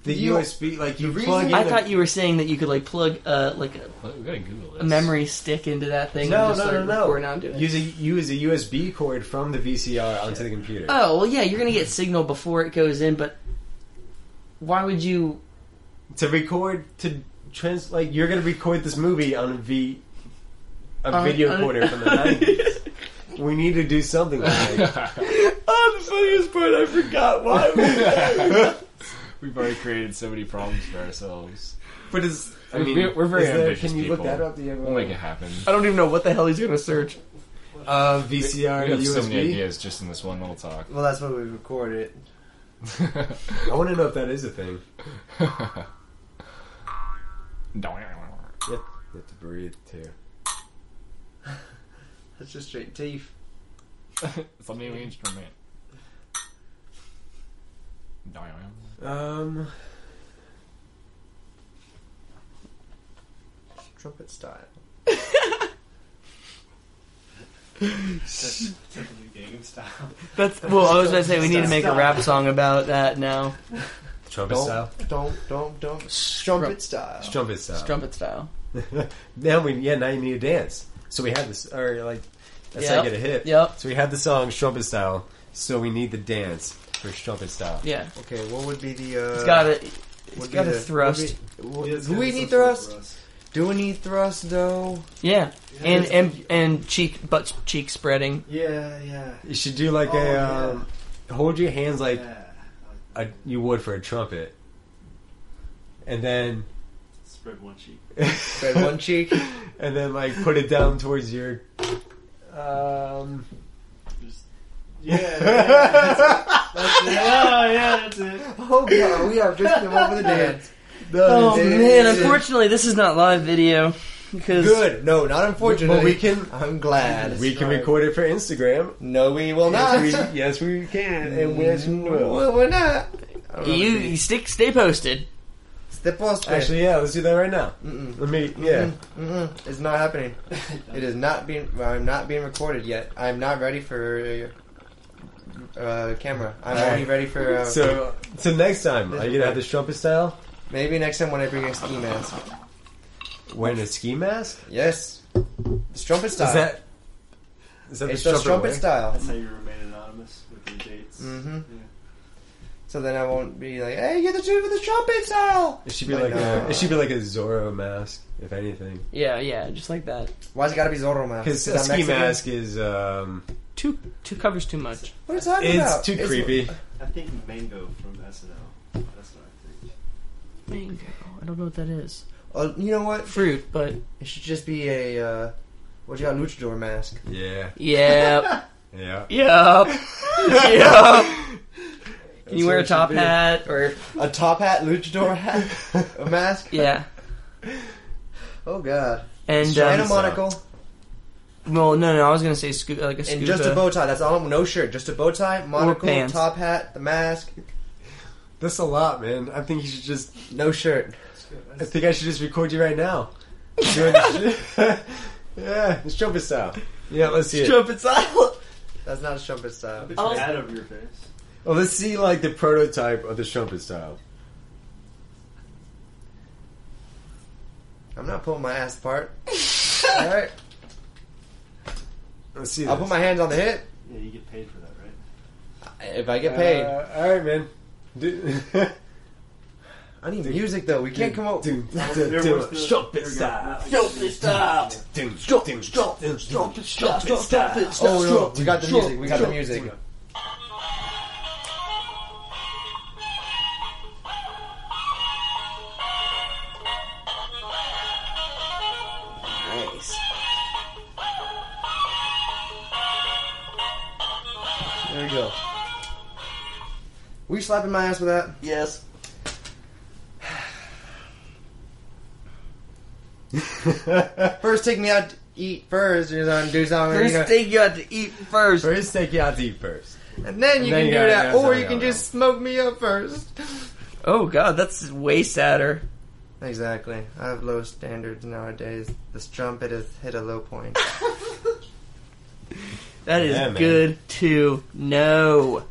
Speaker 1: the
Speaker 2: You-
Speaker 1: USB, like you
Speaker 2: the
Speaker 1: plug in.
Speaker 2: reason-
Speaker 3: I
Speaker 1: the,
Speaker 3: thought you were saying that you could like plug uh, like a,
Speaker 6: What? We gotta Google this.
Speaker 3: a
Speaker 6: <laughs>
Speaker 3: memory stick into that thing.
Speaker 1: No,
Speaker 3: and just
Speaker 1: no,
Speaker 3: start
Speaker 1: no, no.
Speaker 3: recording onto it.
Speaker 1: use a use a USB cord from the VCR onto the computer.
Speaker 3: Oh well, yeah, you're gonna get signal before it goes in, but why would you?
Speaker 1: to record to trans like you're gonna record this movie on a V a
Speaker 3: On-
Speaker 1: video
Speaker 3: on-
Speaker 1: recorder from the nineties. we need to do something like
Speaker 6: <laughs>
Speaker 1: that.
Speaker 3: <laughs> Oh, the funniest part, I forgot why.
Speaker 6: We've already created so many problems for ourselves.
Speaker 1: But is I
Speaker 6: We're-
Speaker 1: mean
Speaker 6: we're- we're very
Speaker 1: is there-
Speaker 6: ambitious
Speaker 1: Can you look
Speaker 6: people.
Speaker 1: that up? Do you have
Speaker 6: We'll make it
Speaker 1: a-
Speaker 6: happen.
Speaker 3: <laughs> I don't even know what the hell he's gonna search.
Speaker 1: uh,
Speaker 6: We
Speaker 1: VCR
Speaker 6: have so many
Speaker 1: USB?
Speaker 6: ideas just in this one little talk. <laughs>
Speaker 2: Well, that's what we recorded.
Speaker 1: I want to know if that is a thing. You have, you have to breathe too.
Speaker 2: That's just straight teeth.
Speaker 6: it's a new <laughs> instrument.
Speaker 1: Um,
Speaker 2: Trumpet style.
Speaker 7: Typically game style.
Speaker 3: That's well. I was gonna say we need to make a rap song about that now.
Speaker 1: trumpet
Speaker 2: Don't,
Speaker 1: style.
Speaker 2: don't, don't, don't. Trumpet style.
Speaker 1: Trumpet style.
Speaker 3: Strumpet style.
Speaker 1: <laughs> now we yeah now you need to dance. So we have this or like that's how
Speaker 3: Yep.
Speaker 1: you get a hit.
Speaker 3: Yep.
Speaker 1: So we have the song Strumpet Style. So we need the dance for Strumpet Style.
Speaker 3: Yeah.
Speaker 2: Okay, what would be the? Uh,
Speaker 3: It's got a.
Speaker 2: would
Speaker 3: It's
Speaker 2: be
Speaker 3: got a
Speaker 2: the-
Speaker 3: thrust.
Speaker 2: would be- would- Do we need thrust? Do we need thrust though?
Speaker 3: Yeah. And and and cheek butt cheek spreading.
Speaker 7: Yeah, yeah.
Speaker 1: You should do like
Speaker 7: Oh,
Speaker 1: a
Speaker 7: yeah.
Speaker 1: um, hold your hands like
Speaker 7: yeah.
Speaker 1: a, you would for a trumpet, and then
Speaker 7: Spread one cheek.
Speaker 2: Spread one cheek.
Speaker 1: and then like put it down towards your. Um, <laughs>
Speaker 7: Just, yeah, yeah, that's it. That's it. Oh, yeah, that's it.
Speaker 2: Oh god, we are just come over the dance.
Speaker 3: Oh
Speaker 2: It is-
Speaker 3: man!
Speaker 2: it is-
Speaker 3: Unfortunately, this is not live video because
Speaker 2: Good. No, not unfortunately.
Speaker 1: But we can-
Speaker 2: I'm glad.
Speaker 1: we can record it for Instagram.
Speaker 2: No, we will not.
Speaker 1: Yes, we, yes, we can, <laughs> and yes, we will.
Speaker 2: Mm-hmm. Well, we're not.
Speaker 3: you, you stick stay posted.
Speaker 2: the post
Speaker 1: Actually, yeah, let's do that right now.
Speaker 2: Mm-mm.
Speaker 1: Let me, yeah.
Speaker 2: Mm-mm. Mm-hmm. it's not
Speaker 1: <laughs>
Speaker 2: happening. It is not being. I'm not being recorded yet. I'm not ready for uh, camera. I'm
Speaker 1: All right.
Speaker 2: only ready for uh,
Speaker 1: So, so next time, are you gonna have the trumpet style?
Speaker 2: maybe next time when I bring a ski mask.
Speaker 1: Wearing a ski mask?
Speaker 2: Yes, the trumpet style.
Speaker 1: Is that is that
Speaker 2: it's
Speaker 1: the
Speaker 2: the
Speaker 1: trumpet,
Speaker 2: trumpet
Speaker 1: way?
Speaker 2: style.
Speaker 7: That's how you remain anonymous with your dates.
Speaker 2: Mhm.
Speaker 7: Yeah.
Speaker 2: So then I won't be like, "Hey, you're the dude with the trumpet style."
Speaker 1: It should be
Speaker 2: Why
Speaker 1: like a,
Speaker 2: not?
Speaker 1: it should be like a Zorro mask, if anything,
Speaker 3: Yeah, yeah, just like that.
Speaker 2: Why's it gotta be Zorro mask?
Speaker 1: because
Speaker 2: Is
Speaker 1: a
Speaker 2: that
Speaker 1: ski
Speaker 2: Mexican?
Speaker 1: mask is um,
Speaker 3: Two two covers too much.
Speaker 2: What are you talking
Speaker 1: it's
Speaker 2: about?
Speaker 1: too creepy.
Speaker 7: I think Mango from SNL. That's what I think.
Speaker 3: Mango. I don't know what that is.
Speaker 2: Uh, you know what?
Speaker 3: Fruit, but
Speaker 2: It should just be a uh, what you got, luchador mask.
Speaker 1: Yeah,
Speaker 3: <laughs> yeah,
Speaker 1: yeah.
Speaker 3: yep, yep. Can
Speaker 1: That's
Speaker 3: you wear
Speaker 1: what
Speaker 3: a
Speaker 1: it
Speaker 3: top
Speaker 1: should be.
Speaker 3: hat or
Speaker 2: <laughs> A top hat,
Speaker 1: <laughs>
Speaker 2: luchador hat, a mask.
Speaker 3: yeah?
Speaker 2: Oh god.
Speaker 3: And
Speaker 2: And a
Speaker 3: um,
Speaker 1: China's-
Speaker 2: monocle.
Speaker 3: well, no, no, I was gonna say sco- like a scuba.
Speaker 2: And just a bow tie. That's all. No shirt. Just a bow tie, monocle,
Speaker 3: pants.
Speaker 2: top hat, the mask.
Speaker 1: That's a lot, man. I think you should just.
Speaker 2: No shirt.
Speaker 1: I think I should just record you right now.
Speaker 2: <laughs>
Speaker 1: Doing the- <laughs> yeah, it's trumpet style. Yeah, let's see. It.
Speaker 2: Trumpet style. That's not a trumpet style.
Speaker 7: Put your hat over your face.
Speaker 1: Well, let's see like the prototype of the trumpet style.
Speaker 2: I'm not pulling my ass <laughs> apart. all right.
Speaker 1: Let's see.
Speaker 2: I'll
Speaker 1: this.
Speaker 2: put my hands on the hip
Speaker 7: Yeah, you get paid for that, right?
Speaker 2: if I get paid.
Speaker 1: Uh, all right, man. Do-
Speaker 2: I need music though. We can't come
Speaker 1: <laughs>
Speaker 2: up.
Speaker 1: Do- do-
Speaker 7: There
Speaker 1: do-
Speaker 7: was the-
Speaker 1: Trumpet
Speaker 7: there we go.
Speaker 1: style.
Speaker 3: style.
Speaker 1: Ding, ding, ding, ding, trumpet style.
Speaker 2: Oh no! We got the music. We got the music.
Speaker 3: Nice.
Speaker 2: There we go. We slapping my ass with that?
Speaker 3: Yes.
Speaker 2: First, take me out to eat first. You know, do something. you know,
Speaker 3: First thing you have to eat
Speaker 1: <laughs>
Speaker 3: first.
Speaker 1: First, take you out to eat first.
Speaker 2: and then you
Speaker 1: Then you
Speaker 2: can do
Speaker 1: gotta-
Speaker 2: that,
Speaker 1: gotta
Speaker 2: or
Speaker 1: tell
Speaker 2: you
Speaker 1: me
Speaker 2: can
Speaker 1: how
Speaker 2: just smoke me up first. <laughs>
Speaker 3: Oh god, that's way sadder.
Speaker 2: Exactly. I have low standards nowadays. This trumpet has hit a low point.
Speaker 3: That is
Speaker 1: Yeah, man.
Speaker 3: good to know.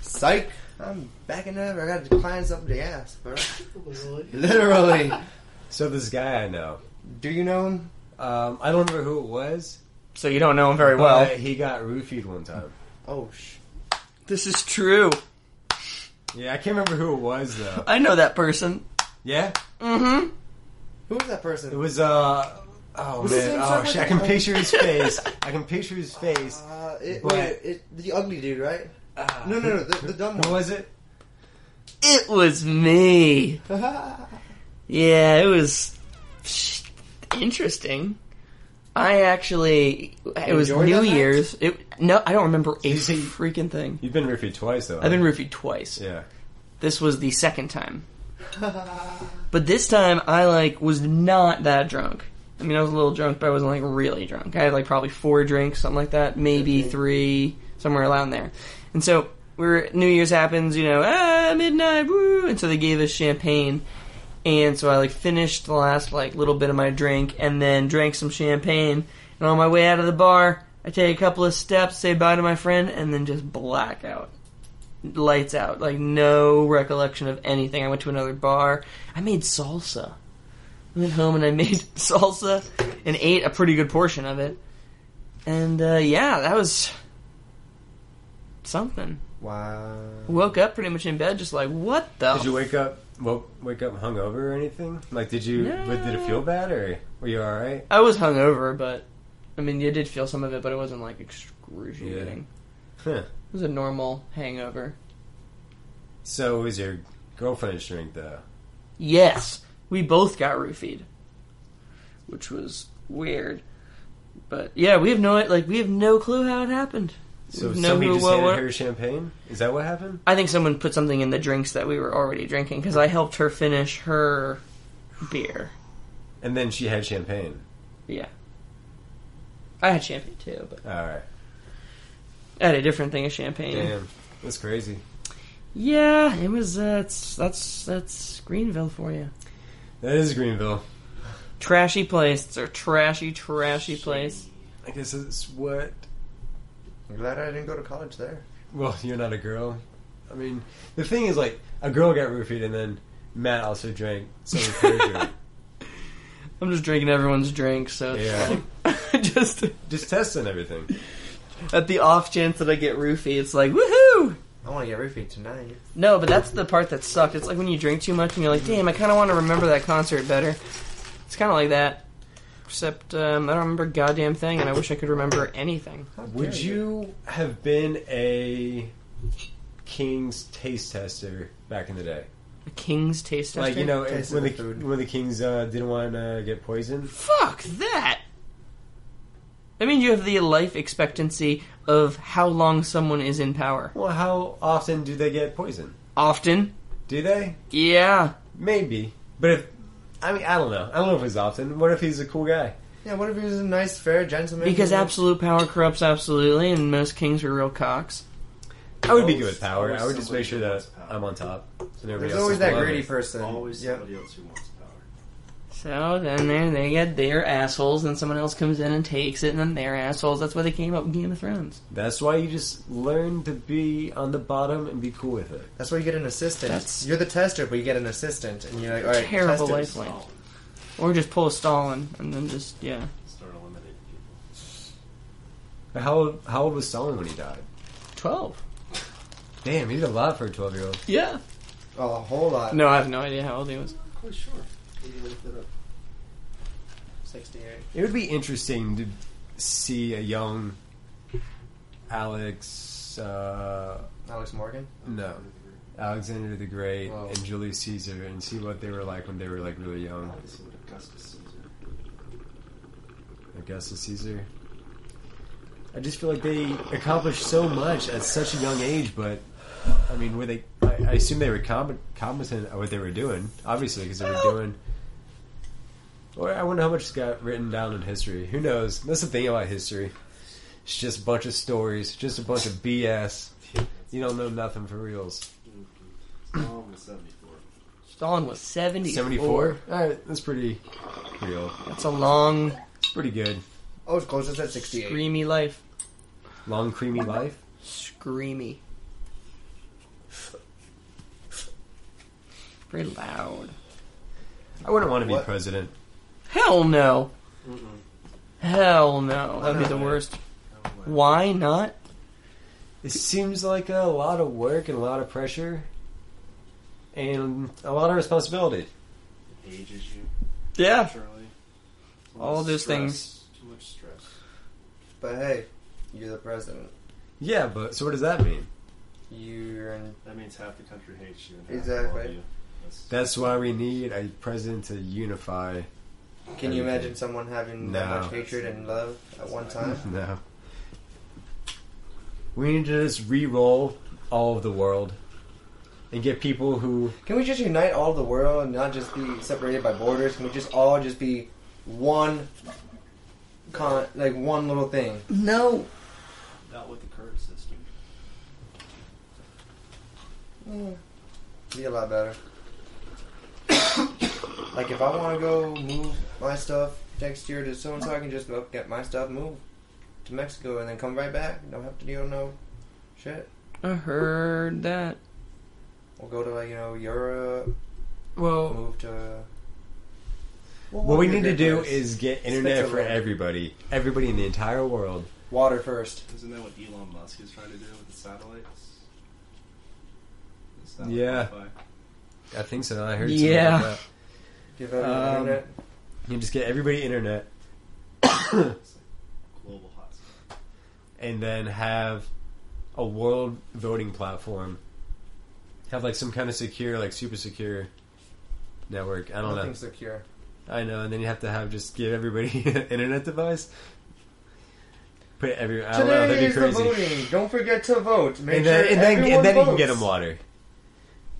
Speaker 2: Psych. I I'm backing up. I got clients up the ass, bro.
Speaker 7: Literally.
Speaker 2: Literally.
Speaker 1: So this guy I know,
Speaker 2: Do you know him?
Speaker 1: um, I don't remember who it was.
Speaker 3: So you don't know him very well.
Speaker 1: but he got roofied one time.
Speaker 2: Oh sh.
Speaker 3: This is true.
Speaker 1: Yeah, I can't remember who it was though.
Speaker 3: I know that person.
Speaker 1: Yeah,
Speaker 3: Mm-hmm.
Speaker 2: Who was that
Speaker 1: it
Speaker 2: person?
Speaker 1: was. uh... Oh
Speaker 2: Was his
Speaker 1: man!
Speaker 2: name
Speaker 1: Oh
Speaker 2: something
Speaker 1: shit! I
Speaker 2: like-
Speaker 1: can picture his face. I can picture his face.
Speaker 2: Uh, it,
Speaker 1: But-
Speaker 2: wait, it, the ugly dude, right?
Speaker 1: Ah.
Speaker 2: No, no, no, the, the dumb
Speaker 1: Who
Speaker 2: one.
Speaker 1: was it?
Speaker 3: It
Speaker 2: <laughs>
Speaker 3: was me. Yeah, it was interesting. I actually, it was
Speaker 2: enjoyed
Speaker 3: New
Speaker 2: that night?
Speaker 3: Year's. It no, I don't remember a
Speaker 1: you see-
Speaker 3: freaking thing.
Speaker 1: You've been roofied twice
Speaker 2: Oh.
Speaker 1: though.
Speaker 3: I've been roofied twice.
Speaker 1: Yeah.
Speaker 3: This was the second time, but this time I like was not that drunk. I mean, I was a little drunk, but I wasn't like really drunk. I had like probably four drinks, something like that, maybe three, somewhere around there. And so we were New Year's happens, you know, ah, midnight, woo, and so they gave us champagne. And so I like finished the last like little bit of my drink and then drank some champagne. And on my way out of the bar, I take a couple of steps, say bye to my friend, and then just black out. Lights out. Like no recollection of anything. I went to another bar. I made salsa. I went home and I <laughs> made salsa and ate a pretty good portion of it. And uh, yeah, that was something.
Speaker 2: Wow.
Speaker 3: Woke up pretty much in bed, just like what the
Speaker 1: Did you wake up? Well, wake up hungover or anything? Like, did you?
Speaker 3: No.
Speaker 1: but Did it feel bad or were you all right?
Speaker 3: I was hungover, but I mean, you did feel some of it, but it wasn't like excruciating.
Speaker 1: Huh.
Speaker 3: It was a normal hangover.
Speaker 1: So it was your girlfriend's drink though.
Speaker 3: Yes, we both got roofied, which was weird. But yeah, we have no like we have no clue how it happened.
Speaker 1: So
Speaker 3: We've
Speaker 1: somebody
Speaker 3: known who-
Speaker 1: just
Speaker 3: what-
Speaker 1: handed
Speaker 3: what-
Speaker 1: her champagne. Is that what happened?
Speaker 3: I think someone put something in the drinks that we were already drinking because I helped her finish her beer.
Speaker 1: And then she had champagne.
Speaker 3: Yeah, I had champagne too, but
Speaker 1: All right.
Speaker 3: I had a different thing of champagne.
Speaker 1: Damn, that's crazy.
Speaker 3: Yeah, it was. Uh, it's, that's that's Greenville for you.
Speaker 1: That is Greenville.
Speaker 3: Trashy place. It's a trashy, trashy place.
Speaker 1: I guess it's what.
Speaker 2: I'm glad I didn't go to college there.
Speaker 1: Well, you're not a girl. I mean, the thing is, like, a girl got roofied, and then Matt also drank
Speaker 3: <laughs>
Speaker 1: some of her drink.
Speaker 3: I'm just drinking everyone's drink, so it's
Speaker 1: Yeah.
Speaker 3: like- <laughs> just
Speaker 1: Just testing everything.
Speaker 3: at the off chance that I get roofie, it's like woohoo.
Speaker 2: I want to get roofied tonight.
Speaker 3: No, but that's the part that sucked. It's like when you drink too much and you're like, damn, I kind of want to remember that concert better. It's kind of like that, except um, I don't remember a goddamn thing, and I wish I could remember anything.
Speaker 1: Would you have been a King's taste tester back in the day?
Speaker 3: A king's taste
Speaker 1: Like,
Speaker 3: tester?
Speaker 1: you know,
Speaker 2: Taste
Speaker 1: when the,
Speaker 2: of the food.
Speaker 1: when the Kings uh, didn't want to get poisoned?
Speaker 3: Fuck that! I mean, you have the life expectancy of how long someone is in power.
Speaker 1: Well, how often do they get poisoned?
Speaker 3: Often.
Speaker 1: Do they?
Speaker 3: Yeah.
Speaker 1: Maybe. But if. I mean, I don't know. I don't know if it's often. What if he's a cool guy?
Speaker 2: Yeah, what if he was a nice, fair gentleman?
Speaker 3: Because absolute power corrupts absolutely, and most kings were real cocks.
Speaker 1: I would be
Speaker 4: Always-
Speaker 1: good with power.
Speaker 4: always
Speaker 1: I would just
Speaker 4: somebody
Speaker 1: make sure
Speaker 4: who
Speaker 1: that
Speaker 4: wants power.
Speaker 1: I'm on top. And everybody
Speaker 2: There's
Speaker 1: else
Speaker 2: always
Speaker 1: is
Speaker 2: that
Speaker 1: below
Speaker 2: greedy
Speaker 1: me.
Speaker 2: person.
Speaker 4: Always
Speaker 2: yeah.
Speaker 4: somebody else who wants power.
Speaker 3: So then there they get their assholes, and someone else comes in and takes it, and then their assholes. That's why they came up with Game of Thrones.
Speaker 1: That's why you just learn to be on the bottom and be cool with it.
Speaker 2: That's why you get an assistant.
Speaker 3: That's-
Speaker 2: You're the tester, but you get an assistant, and you're like, all right,
Speaker 3: Terrible
Speaker 2: testers.
Speaker 3: lifeline. Or just pull a Stalin, and then just yeah,
Speaker 4: Start eliminating people.
Speaker 1: But How old, how old was Stalin when he died?
Speaker 3: twelve.
Speaker 1: Damn, he did a lot for a 12 year old.
Speaker 3: Yeah.
Speaker 2: Oh, a whole lot.
Speaker 3: No, I have no idea how old he was.
Speaker 7: Oh, sure. We can look that up.
Speaker 2: 68.
Speaker 1: It would be interesting to see a young Alex. Uh,
Speaker 2: Alex Morgan.
Speaker 1: no. Alexander the Great
Speaker 2: Wow.
Speaker 1: and Julius Caesar and see what they were like when they were like really young.
Speaker 4: This would Augustus Caesar.
Speaker 1: Augustus Caesar. I just feel like they accomplished so much at such a young age, but I mean, were they? I, I assume they were com- competent at what they were doing, obviously, because they were doing. Or I wonder how much got written down in history. Who knows? That's the thing about history. It's just a bunch of stories, just a bunch of BS. You don't know nothing for reals.
Speaker 4: Stalin was 74.
Speaker 3: Stalin was seventy.
Speaker 1: Seventy-four. All right, that's pretty real.
Speaker 3: That's a long,
Speaker 1: It's pretty good.
Speaker 2: Oh, it's closest at 68.
Speaker 3: screamy life.
Speaker 1: Long, creamy life.
Speaker 3: Screamy. Very loud.
Speaker 1: I wouldn't want to be
Speaker 2: What?
Speaker 1: president.
Speaker 3: Hell no. Hell no. That'd be the worst. Why not?
Speaker 1: It seems like a lot of work and a lot of pressure and a lot of responsibility.
Speaker 7: Ages you,
Speaker 3: Yeah.
Speaker 7: surely. Too
Speaker 3: All
Speaker 7: much
Speaker 3: those
Speaker 7: stress.
Speaker 3: things.
Speaker 7: Too much stress.
Speaker 2: But hey, you're the president.
Speaker 1: Yeah, but so what does that mean?
Speaker 2: You're in.
Speaker 7: That means half the country hates you. And half
Speaker 2: Exactly.
Speaker 7: love you. That's-
Speaker 1: That's why we need a president to unify.
Speaker 2: Can you imagine someone having that
Speaker 1: No.
Speaker 2: much hatred and love at one time?
Speaker 1: No. We need to just re-roll all of the world and get people who
Speaker 2: Can we just unite all the world and not just be separated by borders? Can we just all just be one, con like one little thing?
Speaker 3: No.
Speaker 7: Not with the current system.
Speaker 2: Be a lot better. like if I want to go move my stuff next year to so and so, I can just go get my stuff moved to Mexico and then come right back. Don't have to deal with no shit.
Speaker 3: I heard that.
Speaker 2: We'll go to like you know Europe.
Speaker 3: Well,
Speaker 2: Move to.
Speaker 1: uh, What we
Speaker 2: Water's a
Speaker 1: need to
Speaker 2: great
Speaker 1: do
Speaker 2: place.
Speaker 1: is get
Speaker 2: Spits
Speaker 1: internet
Speaker 2: a
Speaker 1: for
Speaker 2: rock.
Speaker 1: everybody, everybody in the entire world.
Speaker 2: water first.
Speaker 7: Isn't that what Elon Musk is trying to do with the satellites? The
Speaker 1: Yeah.
Speaker 7: Wi-Fi.
Speaker 1: I think so. I heard.
Speaker 3: Yeah.
Speaker 1: Something like
Speaker 2: Give everyone
Speaker 1: Um,
Speaker 2: internet.
Speaker 1: that. You just get everybody internet,
Speaker 7: It's like global hotspot.
Speaker 1: and then have a world voting platform. Have like some kind of secure, like super secure network. I don't know.
Speaker 2: Nothing secure.
Speaker 1: I know. And then you have to have just give everybody <laughs> an internet device. Put every. I don't know. That'd
Speaker 2: Today
Speaker 1: be
Speaker 2: is
Speaker 1: crazy.
Speaker 2: the voting. Don't forget to vote. Make
Speaker 1: And then,
Speaker 2: sure
Speaker 1: and then,
Speaker 2: everyone
Speaker 1: and then you can
Speaker 2: votes.
Speaker 1: get them water.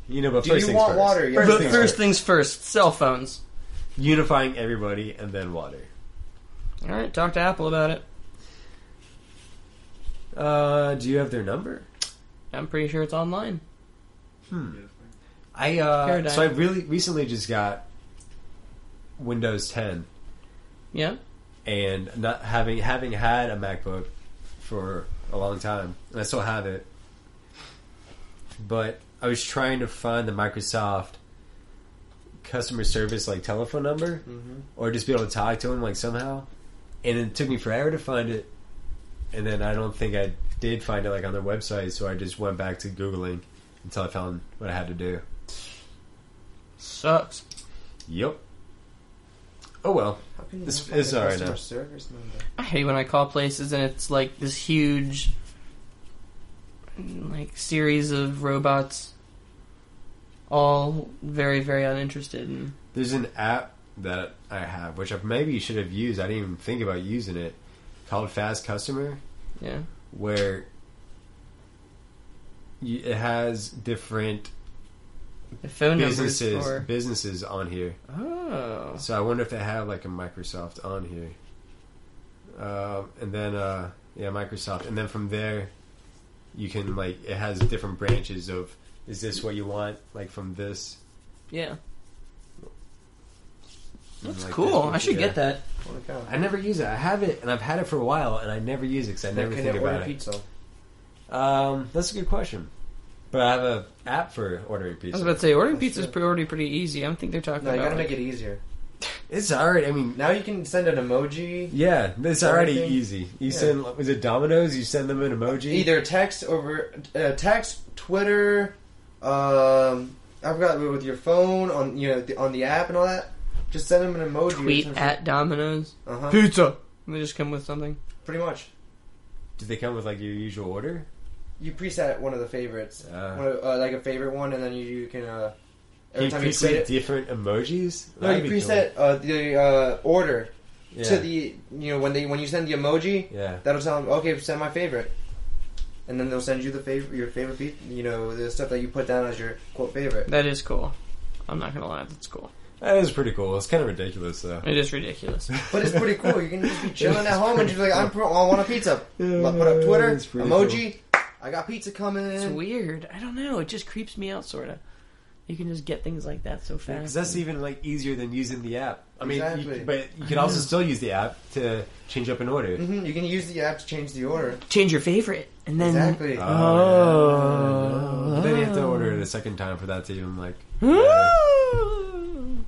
Speaker 1: You know, but
Speaker 2: Do
Speaker 1: first
Speaker 2: you
Speaker 1: things
Speaker 2: want
Speaker 1: first.
Speaker 2: water? Yes.
Speaker 3: first,
Speaker 1: things
Speaker 3: first things first cell phones.
Speaker 1: Unifying everybody and then water.
Speaker 3: Alright, talk to Apple about it.
Speaker 1: Uh, do you have their number?
Speaker 3: I'm pretty sure it's online. Hmm.
Speaker 7: Beautiful.
Speaker 1: I uh,
Speaker 3: Paradigm.
Speaker 1: so I really recently just got Windows 10,
Speaker 3: Yeah?
Speaker 1: and not having having had a MacBook for a long time, and I still have it. But I was trying to find the Microsoft customer service like telephone number,
Speaker 2: Mm-hmm.
Speaker 1: or just be able to talk to them like somehow, and it took me forever to find it. And then I don't think I did find it like on their website, so I just went back to googling until I found what I had to do.
Speaker 3: Sucks.
Speaker 1: Yep. Oh well.
Speaker 2: How can you
Speaker 1: This
Speaker 2: not find
Speaker 1: is
Speaker 2: a
Speaker 1: alright
Speaker 2: customer
Speaker 1: now.
Speaker 2: service number?
Speaker 3: I hate when I call places and it's like this huge like series of robots all very, very uninterested and
Speaker 1: There's an app that I have, which I maybe should have used. I didn't even think about using it, called Fast Customer,
Speaker 3: yeah.
Speaker 1: where you, it has different
Speaker 3: The phone
Speaker 1: businesses
Speaker 3: numbers
Speaker 1: businesses on here.
Speaker 3: for Oh.
Speaker 1: So I wonder if they have like a Microsoft on here. Um, and then uh, yeah, Microsoft, and then from there, you can like it has different branches of is this what you want like from this.
Speaker 3: Yeah.
Speaker 1: and,
Speaker 3: That's
Speaker 1: like,
Speaker 3: cool.
Speaker 1: this-
Speaker 3: I should
Speaker 1: yeah.
Speaker 3: get that.
Speaker 2: Holy cow.
Speaker 1: I never use it. I have it, and I've had it for a while, and I never use it because I never
Speaker 2: Can
Speaker 1: think
Speaker 2: I order
Speaker 1: about it.
Speaker 2: pizza?
Speaker 1: Um, that's a good question. But I have a app for ordering
Speaker 3: I was
Speaker 1: pizza.
Speaker 3: about to say ordering
Speaker 2: That's
Speaker 3: pizza is
Speaker 2: true.
Speaker 3: pretty- already pretty easy. I don't think they're talking
Speaker 2: No, you
Speaker 3: about
Speaker 2: gotta
Speaker 3: like-
Speaker 2: make it easier.
Speaker 1: it's alright. I mean,
Speaker 2: Now you can send an emoji,
Speaker 1: yeah, it's already
Speaker 2: Everything?
Speaker 1: easy. You
Speaker 2: Yeah.
Speaker 1: send was it Domino's? You send them an emoji.
Speaker 2: either text over uh, text, Twitter. Um, I forgot with your phone on you know the, on the app and all that. Just send them an emoji.
Speaker 3: tweet at Domino's.
Speaker 2: uh huh.
Speaker 3: Pizza. They just come with something.
Speaker 2: Pretty much.
Speaker 1: Do they come with like your usual order?
Speaker 2: You preset one of the favorites,
Speaker 1: Uh.
Speaker 2: one of, uh, like a favorite one, and then you, you can. Uh,
Speaker 1: Can
Speaker 2: every
Speaker 1: you
Speaker 2: time you tweet
Speaker 1: preset
Speaker 2: it,
Speaker 1: different emojis?
Speaker 2: no,
Speaker 1: That'd
Speaker 2: you
Speaker 1: be
Speaker 2: preset uh, the uh, order
Speaker 1: cool. yeah.
Speaker 2: to the you know when they when you send the emoji,
Speaker 1: yeah.
Speaker 2: that'll tell them okay, send my favorite, and then they'll send you the favorite your favorite pe- you know the stuff that you put down as your quote favorite.
Speaker 3: That is cool. I'm not gonna lie, that's cool.
Speaker 1: That is pretty cool. It's kind of ridiculous though.
Speaker 3: It is ridiculous.
Speaker 2: But it's pretty cool. You can
Speaker 1: <laughs>
Speaker 2: just be chilling at home and just be like, I'm pro- I want a pizza.
Speaker 1: Yeah,
Speaker 2: put up Twitter
Speaker 1: it's pretty
Speaker 2: emoji. I got pizza coming.
Speaker 3: It's weird. I don't know. It just creeps me out, sorta. You can just get things like that so
Speaker 1: Because
Speaker 3: fast.
Speaker 1: that's even like easier than using the app. I mean,
Speaker 2: Exactly.
Speaker 1: you, but you can also still use the app to change up an order.
Speaker 2: Mm. Mm-hmm. Mhm, You can use the app to change the order.
Speaker 3: Change your favorite. and then
Speaker 2: Exactly.
Speaker 1: uh,
Speaker 3: oh,
Speaker 1: But then you have to order it a second time for that to even like.
Speaker 3: Ooh.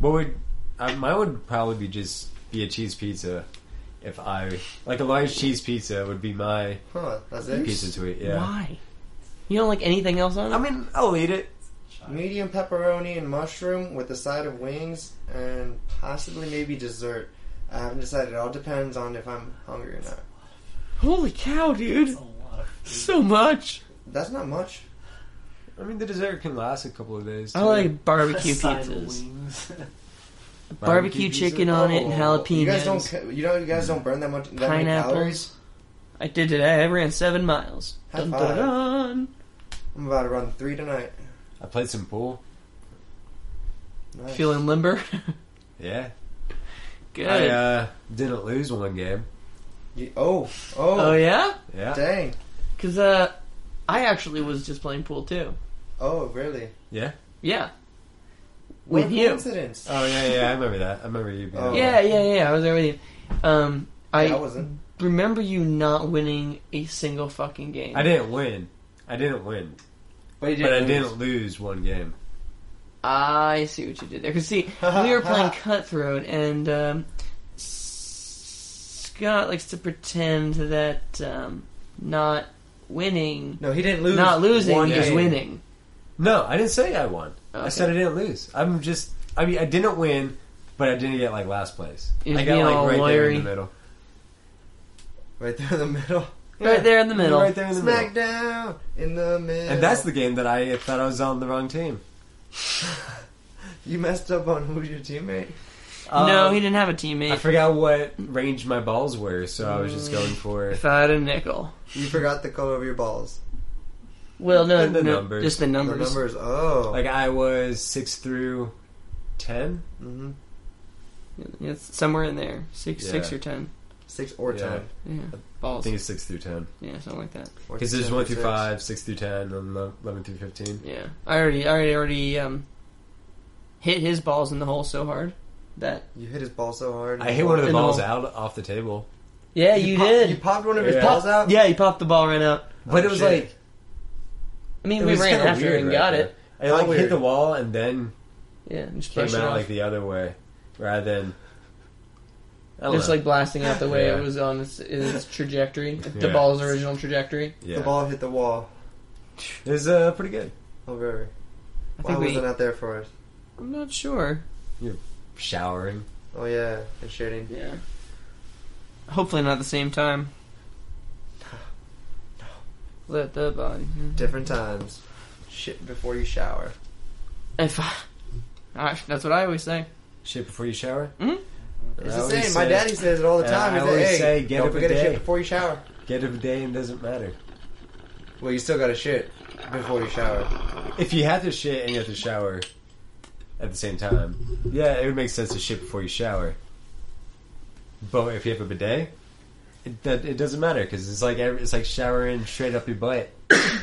Speaker 1: What would I, mine would probably be just be a cheese pizza. If I like a large cheese pizza would be my
Speaker 2: Huh, that's it.
Speaker 1: pizza to eat. Yeah,
Speaker 3: Why? You don't like anything else on it?
Speaker 1: I mean I'll eat it.
Speaker 2: Medium pepperoni and mushroom with a side of wings and possibly maybe dessert. I haven't decided. It all depends on if I'm hungry or not.
Speaker 3: Holy cow, dude! So much.
Speaker 2: That's not much.
Speaker 1: I mean the dessert can last a couple of days.
Speaker 3: I
Speaker 1: too.
Speaker 3: like barbecue
Speaker 7: Side of
Speaker 3: pizzas.
Speaker 7: wings.
Speaker 3: Barbecue
Speaker 1: pizza?
Speaker 3: chicken on it and
Speaker 2: Oh,
Speaker 3: jalapenos.
Speaker 2: You guys don't. ca- You know, you guys don't burn that much. That many calories.
Speaker 3: pineapples. I did today. I ran seven miles.
Speaker 2: High
Speaker 3: Dun,
Speaker 2: five.
Speaker 3: dun, dun.
Speaker 2: I'm about to run three tonight.
Speaker 1: I played some pool.
Speaker 2: Nice.
Speaker 3: Feeling limber. <laughs>
Speaker 1: Yeah,
Speaker 3: Good.
Speaker 1: I uh, didn't lose one game.
Speaker 2: You- oh, oh,
Speaker 3: oh yeah,
Speaker 1: Yeah,
Speaker 2: dang.
Speaker 3: because uh, I actually was just playing pool too.
Speaker 2: Oh, really?
Speaker 1: yeah.
Speaker 3: Yeah, with
Speaker 2: what
Speaker 3: you.
Speaker 2: coincidence?
Speaker 1: Oh yeah, yeah. I remember that. I remember you. Being
Speaker 2: Oh.
Speaker 3: Yeah, yeah, yeah. I was there with you. Um, I,
Speaker 2: Yeah, I wasn't.
Speaker 3: remember you not winning a single fucking game.
Speaker 1: I didn't win. I didn't win,
Speaker 2: But you
Speaker 1: but I didn't lose one game.
Speaker 3: I see what you did there. Because see, we were
Speaker 1: <laughs>
Speaker 3: playing Cutthroat, and um, S- Scott likes to pretend that um, not winning,
Speaker 2: No, he didn't lose.
Speaker 3: not losing
Speaker 2: one
Speaker 3: is
Speaker 2: game.
Speaker 3: winning.
Speaker 1: No, I didn't say I won. I
Speaker 3: Okay.
Speaker 1: said I didn't lose. I'm just. I mean, I didn't win, but I didn't get like last place.
Speaker 3: You're
Speaker 1: I got
Speaker 3: being
Speaker 1: like
Speaker 3: all
Speaker 1: right there in
Speaker 3: lawyery.
Speaker 1: the middle.
Speaker 2: Right there in the middle.
Speaker 3: Right there in the middle.
Speaker 1: Right there <laughs> in the middle.
Speaker 2: Smack down in the middle.
Speaker 1: And that's the <laughs> game that I thought I was on the wrong team.
Speaker 2: <laughs> You messed up on who's your teammate.
Speaker 3: no,
Speaker 1: Um,
Speaker 3: he didn't have a
Speaker 1: I
Speaker 3: teammate.
Speaker 1: forgot what range my balls were, so I was just going for.
Speaker 3: Mm. if I had a nickel.
Speaker 2: You forgot the color of your balls.
Speaker 3: Well, no,
Speaker 1: And the
Speaker 3: no,
Speaker 1: numbers.
Speaker 3: just the
Speaker 2: The
Speaker 3: numbers.
Speaker 2: numbers. Oh.
Speaker 1: Like I was six through ten.
Speaker 2: hmm
Speaker 3: It's somewhere in there, six, six
Speaker 1: Yeah.
Speaker 3: or ten.
Speaker 2: Six or
Speaker 1: Yeah.
Speaker 2: ten.
Speaker 3: Yeah,
Speaker 1: I
Speaker 3: balls.
Speaker 1: think it's six through ten.
Speaker 3: Yeah, something like that.
Speaker 2: Or
Speaker 1: Because there's
Speaker 2: ten
Speaker 1: one
Speaker 2: or
Speaker 1: through
Speaker 2: six.
Speaker 1: five, six through ten, and eleven through fifteen.
Speaker 3: Yeah, I already, I already, already um, hit his balls in the hole so hard that
Speaker 2: You hit his ball so hard.
Speaker 1: I hit one of the
Speaker 3: In the
Speaker 1: balls
Speaker 3: hole.
Speaker 1: out off the table.
Speaker 3: yeah, you,
Speaker 2: pop-
Speaker 3: did.
Speaker 2: You popped one of his
Speaker 1: Yeah.
Speaker 2: balls out.
Speaker 3: yeah, you popped the ball right out.
Speaker 1: But
Speaker 2: Oh,
Speaker 1: it was
Speaker 2: shit.
Speaker 1: like
Speaker 3: I mean,
Speaker 1: it
Speaker 3: we
Speaker 1: was
Speaker 3: ran
Speaker 1: kinda
Speaker 3: after
Speaker 1: weird
Speaker 3: it and
Speaker 1: right
Speaker 3: got
Speaker 1: there.
Speaker 3: it.
Speaker 1: It like
Speaker 2: How
Speaker 1: hit
Speaker 2: weird.
Speaker 1: the wall and then
Speaker 3: Yeah, and just
Speaker 1: came
Speaker 3: brushed it
Speaker 1: out
Speaker 3: off.
Speaker 1: like the other way, rather than I don't
Speaker 3: just
Speaker 1: know.
Speaker 3: like blasting out the way
Speaker 1: Yeah.
Speaker 3: it was on its, its trajectory, the
Speaker 1: Yeah.
Speaker 3: ball's original trajectory.
Speaker 1: yeah.
Speaker 2: The ball hit the wall.
Speaker 1: It was uh, pretty good.
Speaker 2: Oh, very.
Speaker 3: I
Speaker 2: Why
Speaker 3: think we,
Speaker 2: wasn't that there for us?
Speaker 3: I'm not sure.
Speaker 1: Showering.
Speaker 2: Oh yeah, and shitting.
Speaker 3: Yeah. Hopefully not at the same time. <sighs> Let the body.
Speaker 2: Different times. Shit before you shower.
Speaker 3: If I, Gosh, that's what I always say.
Speaker 1: Shit before you shower.
Speaker 3: Mhm.
Speaker 1: And
Speaker 2: It's
Speaker 1: I
Speaker 2: the
Speaker 1: always
Speaker 2: same. My
Speaker 1: say,
Speaker 2: daddy says it all the
Speaker 1: and
Speaker 2: time.
Speaker 1: I
Speaker 2: He's like,
Speaker 1: always
Speaker 2: hey,
Speaker 1: say, get
Speaker 2: don't
Speaker 1: up a
Speaker 2: forget to
Speaker 1: day."
Speaker 2: shit before you shower.
Speaker 1: Get a bidet and it doesn't matter.
Speaker 2: Well, you still got to shit before you shower.
Speaker 1: If you have to shit and you have to shower at the same time, yeah, it would make sense to shit before you shower. But if you have a bidet, it, that, it doesn't matter because it's like every, it's like showering straight up your butt every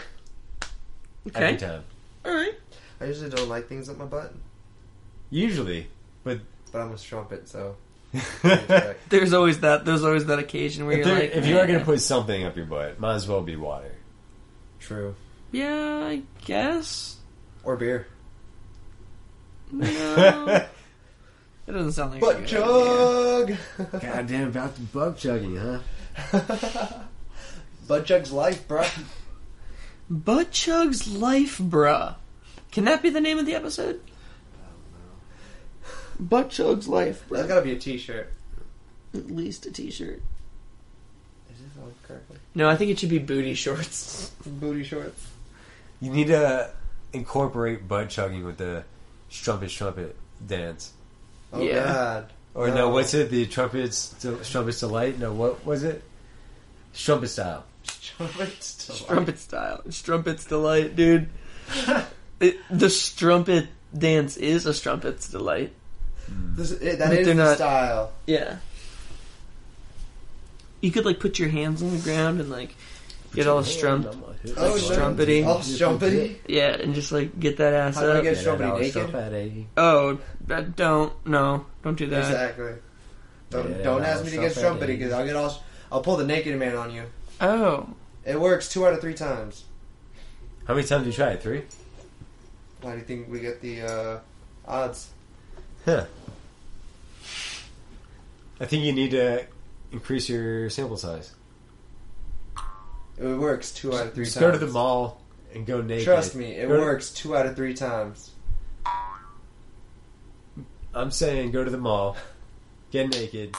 Speaker 3: Okay.
Speaker 1: time.
Speaker 3: All right.
Speaker 2: I usually don't like things up my butt,
Speaker 1: Usually, but
Speaker 2: but I'm a strumpet, <laughs> so.
Speaker 1: if,
Speaker 3: There's always that. There's always that occasion where you're
Speaker 1: there-
Speaker 3: like,
Speaker 1: if you are
Speaker 3: "Eh,
Speaker 1: going to put something up your butt, might as well be
Speaker 3: <laughs>
Speaker 1: water.
Speaker 2: True.
Speaker 3: yeah, I guess.
Speaker 2: Or beer.
Speaker 1: <laughs>
Speaker 3: No, it doesn't sound like. a
Speaker 2: Butt
Speaker 3: good
Speaker 2: chug!
Speaker 1: Goddamn, about the bug chugging, huh?
Speaker 2: <laughs> butt chug's life, bro.
Speaker 3: idea. Butt chug's life, bruh. Can that be the name of the episode? Butt chug's life,
Speaker 2: That's
Speaker 3: bruh.
Speaker 2: gotta be a t shirt.
Speaker 3: At least a t-shirt.
Speaker 2: Is this on correctly?
Speaker 3: No, I think it should be booty shorts.
Speaker 2: <laughs> Booty shorts.
Speaker 1: You need to incorporate butt chugging with the strumpet strumpet dance.
Speaker 2: Oh,
Speaker 3: Yeah.
Speaker 2: <laughs> God.
Speaker 1: Or no,
Speaker 2: No.
Speaker 1: what's it? The trumpets, del- trumpets delight. No, what was it? Strumpet style.
Speaker 2: Strumpet.
Speaker 3: <laughs> Strumpet style. Strumpet's
Speaker 2: <laughs>
Speaker 3: delight, dude. it, the strumpet dance is a strumpet's delight.
Speaker 2: This, it,
Speaker 3: But
Speaker 2: that is
Speaker 3: they're
Speaker 2: the
Speaker 3: not-
Speaker 2: style.
Speaker 3: Yeah. You could like put your hands on the ground and like get all strumped.
Speaker 2: Oh,
Speaker 3: Like strumpety.
Speaker 2: Oh, strumpety?
Speaker 3: Yeah, and just like get that ass
Speaker 2: How do I
Speaker 3: up.
Speaker 2: get- strumpety naked?
Speaker 1: Strumpety.
Speaker 3: oh, that don't no, don't do that.
Speaker 2: Exactly. Don't,
Speaker 1: Yeah,
Speaker 2: don't
Speaker 1: no,
Speaker 2: ask me to get
Speaker 1: strumpety.
Speaker 2: strumpety because I'll get all. I'll pull the naked man on you.
Speaker 3: Oh,
Speaker 2: It works two out of three times.
Speaker 1: How many times did you try it? Three?
Speaker 2: Why do you think we get the uh, odds?
Speaker 1: Huh. I think you need to increase your sample size.
Speaker 2: It works two out of three
Speaker 1: Just
Speaker 2: times.
Speaker 1: go to the mall and go naked.
Speaker 2: Trust me, it
Speaker 1: Go to-
Speaker 2: works two out of three times.
Speaker 1: I'm saying go to the mall, get naked,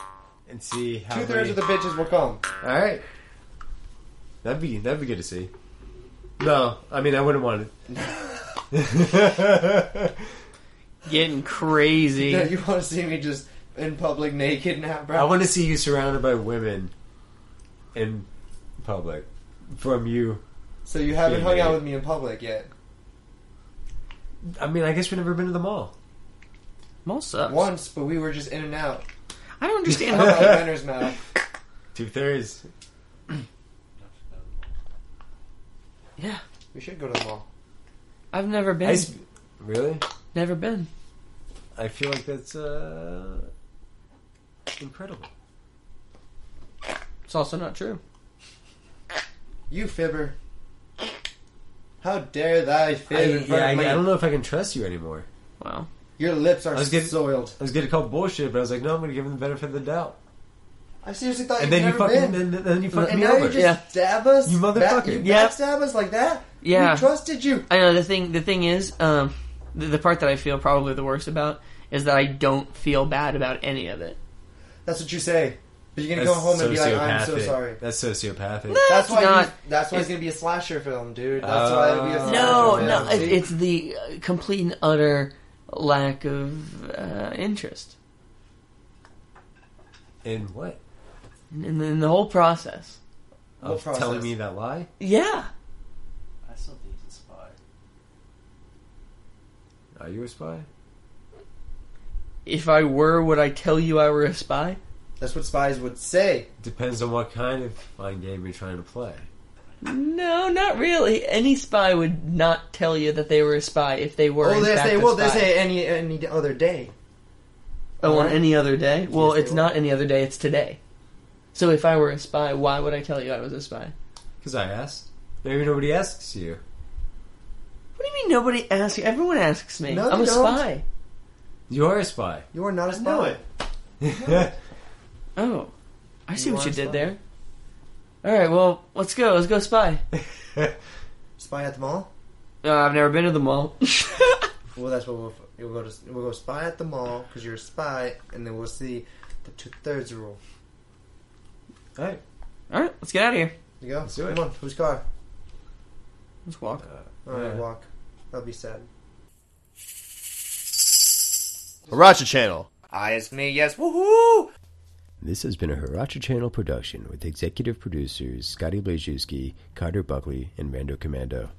Speaker 1: and see how
Speaker 2: Two thirds
Speaker 1: many-
Speaker 2: of the bitches
Speaker 1: <laughs>
Speaker 2: will come. <laughs>
Speaker 1: All right. That'd be that'd be good to see. No, I mean I wouldn't
Speaker 2: <laughs>
Speaker 1: want it.
Speaker 3: Getting crazy.
Speaker 2: Yeah, you want to see me just in public naked now, bro?
Speaker 1: I want to see you surrounded by women in public from you.
Speaker 2: so you haven't
Speaker 1: Yeah,
Speaker 2: hung
Speaker 1: yeah.
Speaker 2: out with me in public yet.
Speaker 1: I mean, I guess we've never been to the mall.
Speaker 3: Mall sucks.
Speaker 2: Once, but we were just in
Speaker 1: <laughs>
Speaker 2: and out.
Speaker 3: I don't <laughs> understand
Speaker 2: Out
Speaker 3: how.
Speaker 2: of my vendor's mouth.
Speaker 1: Two thirds.
Speaker 3: yeah,
Speaker 2: We should go to the mall.
Speaker 3: I've never been.
Speaker 1: I sp- really?
Speaker 3: never been.
Speaker 1: I feel like that's uh, incredible.
Speaker 3: It's also not true.
Speaker 2: You fibber. How dare thy fib
Speaker 1: I,
Speaker 2: in front
Speaker 1: yeah, I,
Speaker 2: of me?
Speaker 1: I don't know if I can trust you anymore.
Speaker 3: Wow.
Speaker 2: Your lips are
Speaker 1: I was getting-
Speaker 2: soiled.
Speaker 1: I was gonna call bullshit, but I was like, no, I'm gonna give him the benefit of the doubt.
Speaker 2: I seriously thought
Speaker 1: And then
Speaker 2: you'd
Speaker 1: you
Speaker 2: never
Speaker 1: fucking,
Speaker 2: been.
Speaker 1: then, then you fucked
Speaker 2: And
Speaker 1: me
Speaker 2: now you
Speaker 1: over.
Speaker 2: just
Speaker 3: Yeah.
Speaker 2: stab us?
Speaker 1: You
Speaker 2: Back, you
Speaker 1: motherfucker.
Speaker 3: Yeah.
Speaker 2: backstab us like that?
Speaker 3: Yeah.
Speaker 2: We trusted you.
Speaker 3: I know the thing. The thing is, um, the, the part that I feel probably the worst about is that I don't feel bad about any of it.
Speaker 2: That's what you say. But you're going to go home and be like, I'm so
Speaker 1: sociopathic.
Speaker 2: sorry.
Speaker 1: That's sociopathic.
Speaker 2: That's why,
Speaker 3: not-
Speaker 2: you, that's why it's going to be a slasher film, dude. That's why it'll be a
Speaker 1: Uh,
Speaker 2: slasher
Speaker 3: No,
Speaker 2: film.
Speaker 3: no, it,
Speaker 2: See?
Speaker 3: it's the uh, complete and utter lack of uh, interest
Speaker 1: In what?
Speaker 3: in, in the whole process.
Speaker 2: What
Speaker 1: Of
Speaker 2: process?
Speaker 1: telling me that lie?
Speaker 3: Yeah,
Speaker 7: I still think he's a spy.
Speaker 1: Are you a spy?
Speaker 3: if I were, would I tell you I were a spy?
Speaker 2: That's what spies would say.
Speaker 1: Depends on what kind of mind game you're trying to play.
Speaker 3: No, not really. Any spy would not tell you that they were a spy if they were.
Speaker 2: Oh,
Speaker 3: in
Speaker 2: they
Speaker 3: fact
Speaker 2: say,
Speaker 3: a
Speaker 2: well, they
Speaker 3: spy.
Speaker 2: say any any other day.
Speaker 3: Oh, on any other day? Well,
Speaker 2: Yes, they
Speaker 3: it's
Speaker 2: will.
Speaker 3: not any other day. It's today. So if I were a spy, why would I tell you I was a spy?
Speaker 1: Because I asked. Maybe nobody asks you.
Speaker 3: What do you mean nobody asks you? Everyone asks me.
Speaker 2: No,
Speaker 3: I'm
Speaker 2: they
Speaker 3: a
Speaker 2: don't.
Speaker 3: spy.
Speaker 1: You are a spy. <laughs>
Speaker 2: You are not a spy.
Speaker 7: know it.
Speaker 3: Oh, I see
Speaker 2: You
Speaker 3: what
Speaker 2: are
Speaker 3: you
Speaker 2: a
Speaker 3: did
Speaker 2: spy.
Speaker 3: there. All right, well, let's go. Let's go spy.
Speaker 2: Spy at the mall.
Speaker 3: Uh, I've never been to the mall. <laughs>
Speaker 2: Well, that's what we'll, f- we'll go to. We'll go spy at the mall because you're a spy, and then we'll see the two thirds rule.
Speaker 1: Alright.
Speaker 3: All right, let's get out of here.
Speaker 2: You go.
Speaker 1: Let's do it.
Speaker 2: Come on, whose car?
Speaker 3: Let's walk.
Speaker 2: All
Speaker 1: Yeah.
Speaker 2: right, walk. That'll be sad.
Speaker 8: Hiracha Channel.
Speaker 2: Ah, it's me. Yes, woohoo!
Speaker 1: This has been a Hiracha Channel production with executive producers Scotty Blazewski, Carter Buckley, and Rando Commando.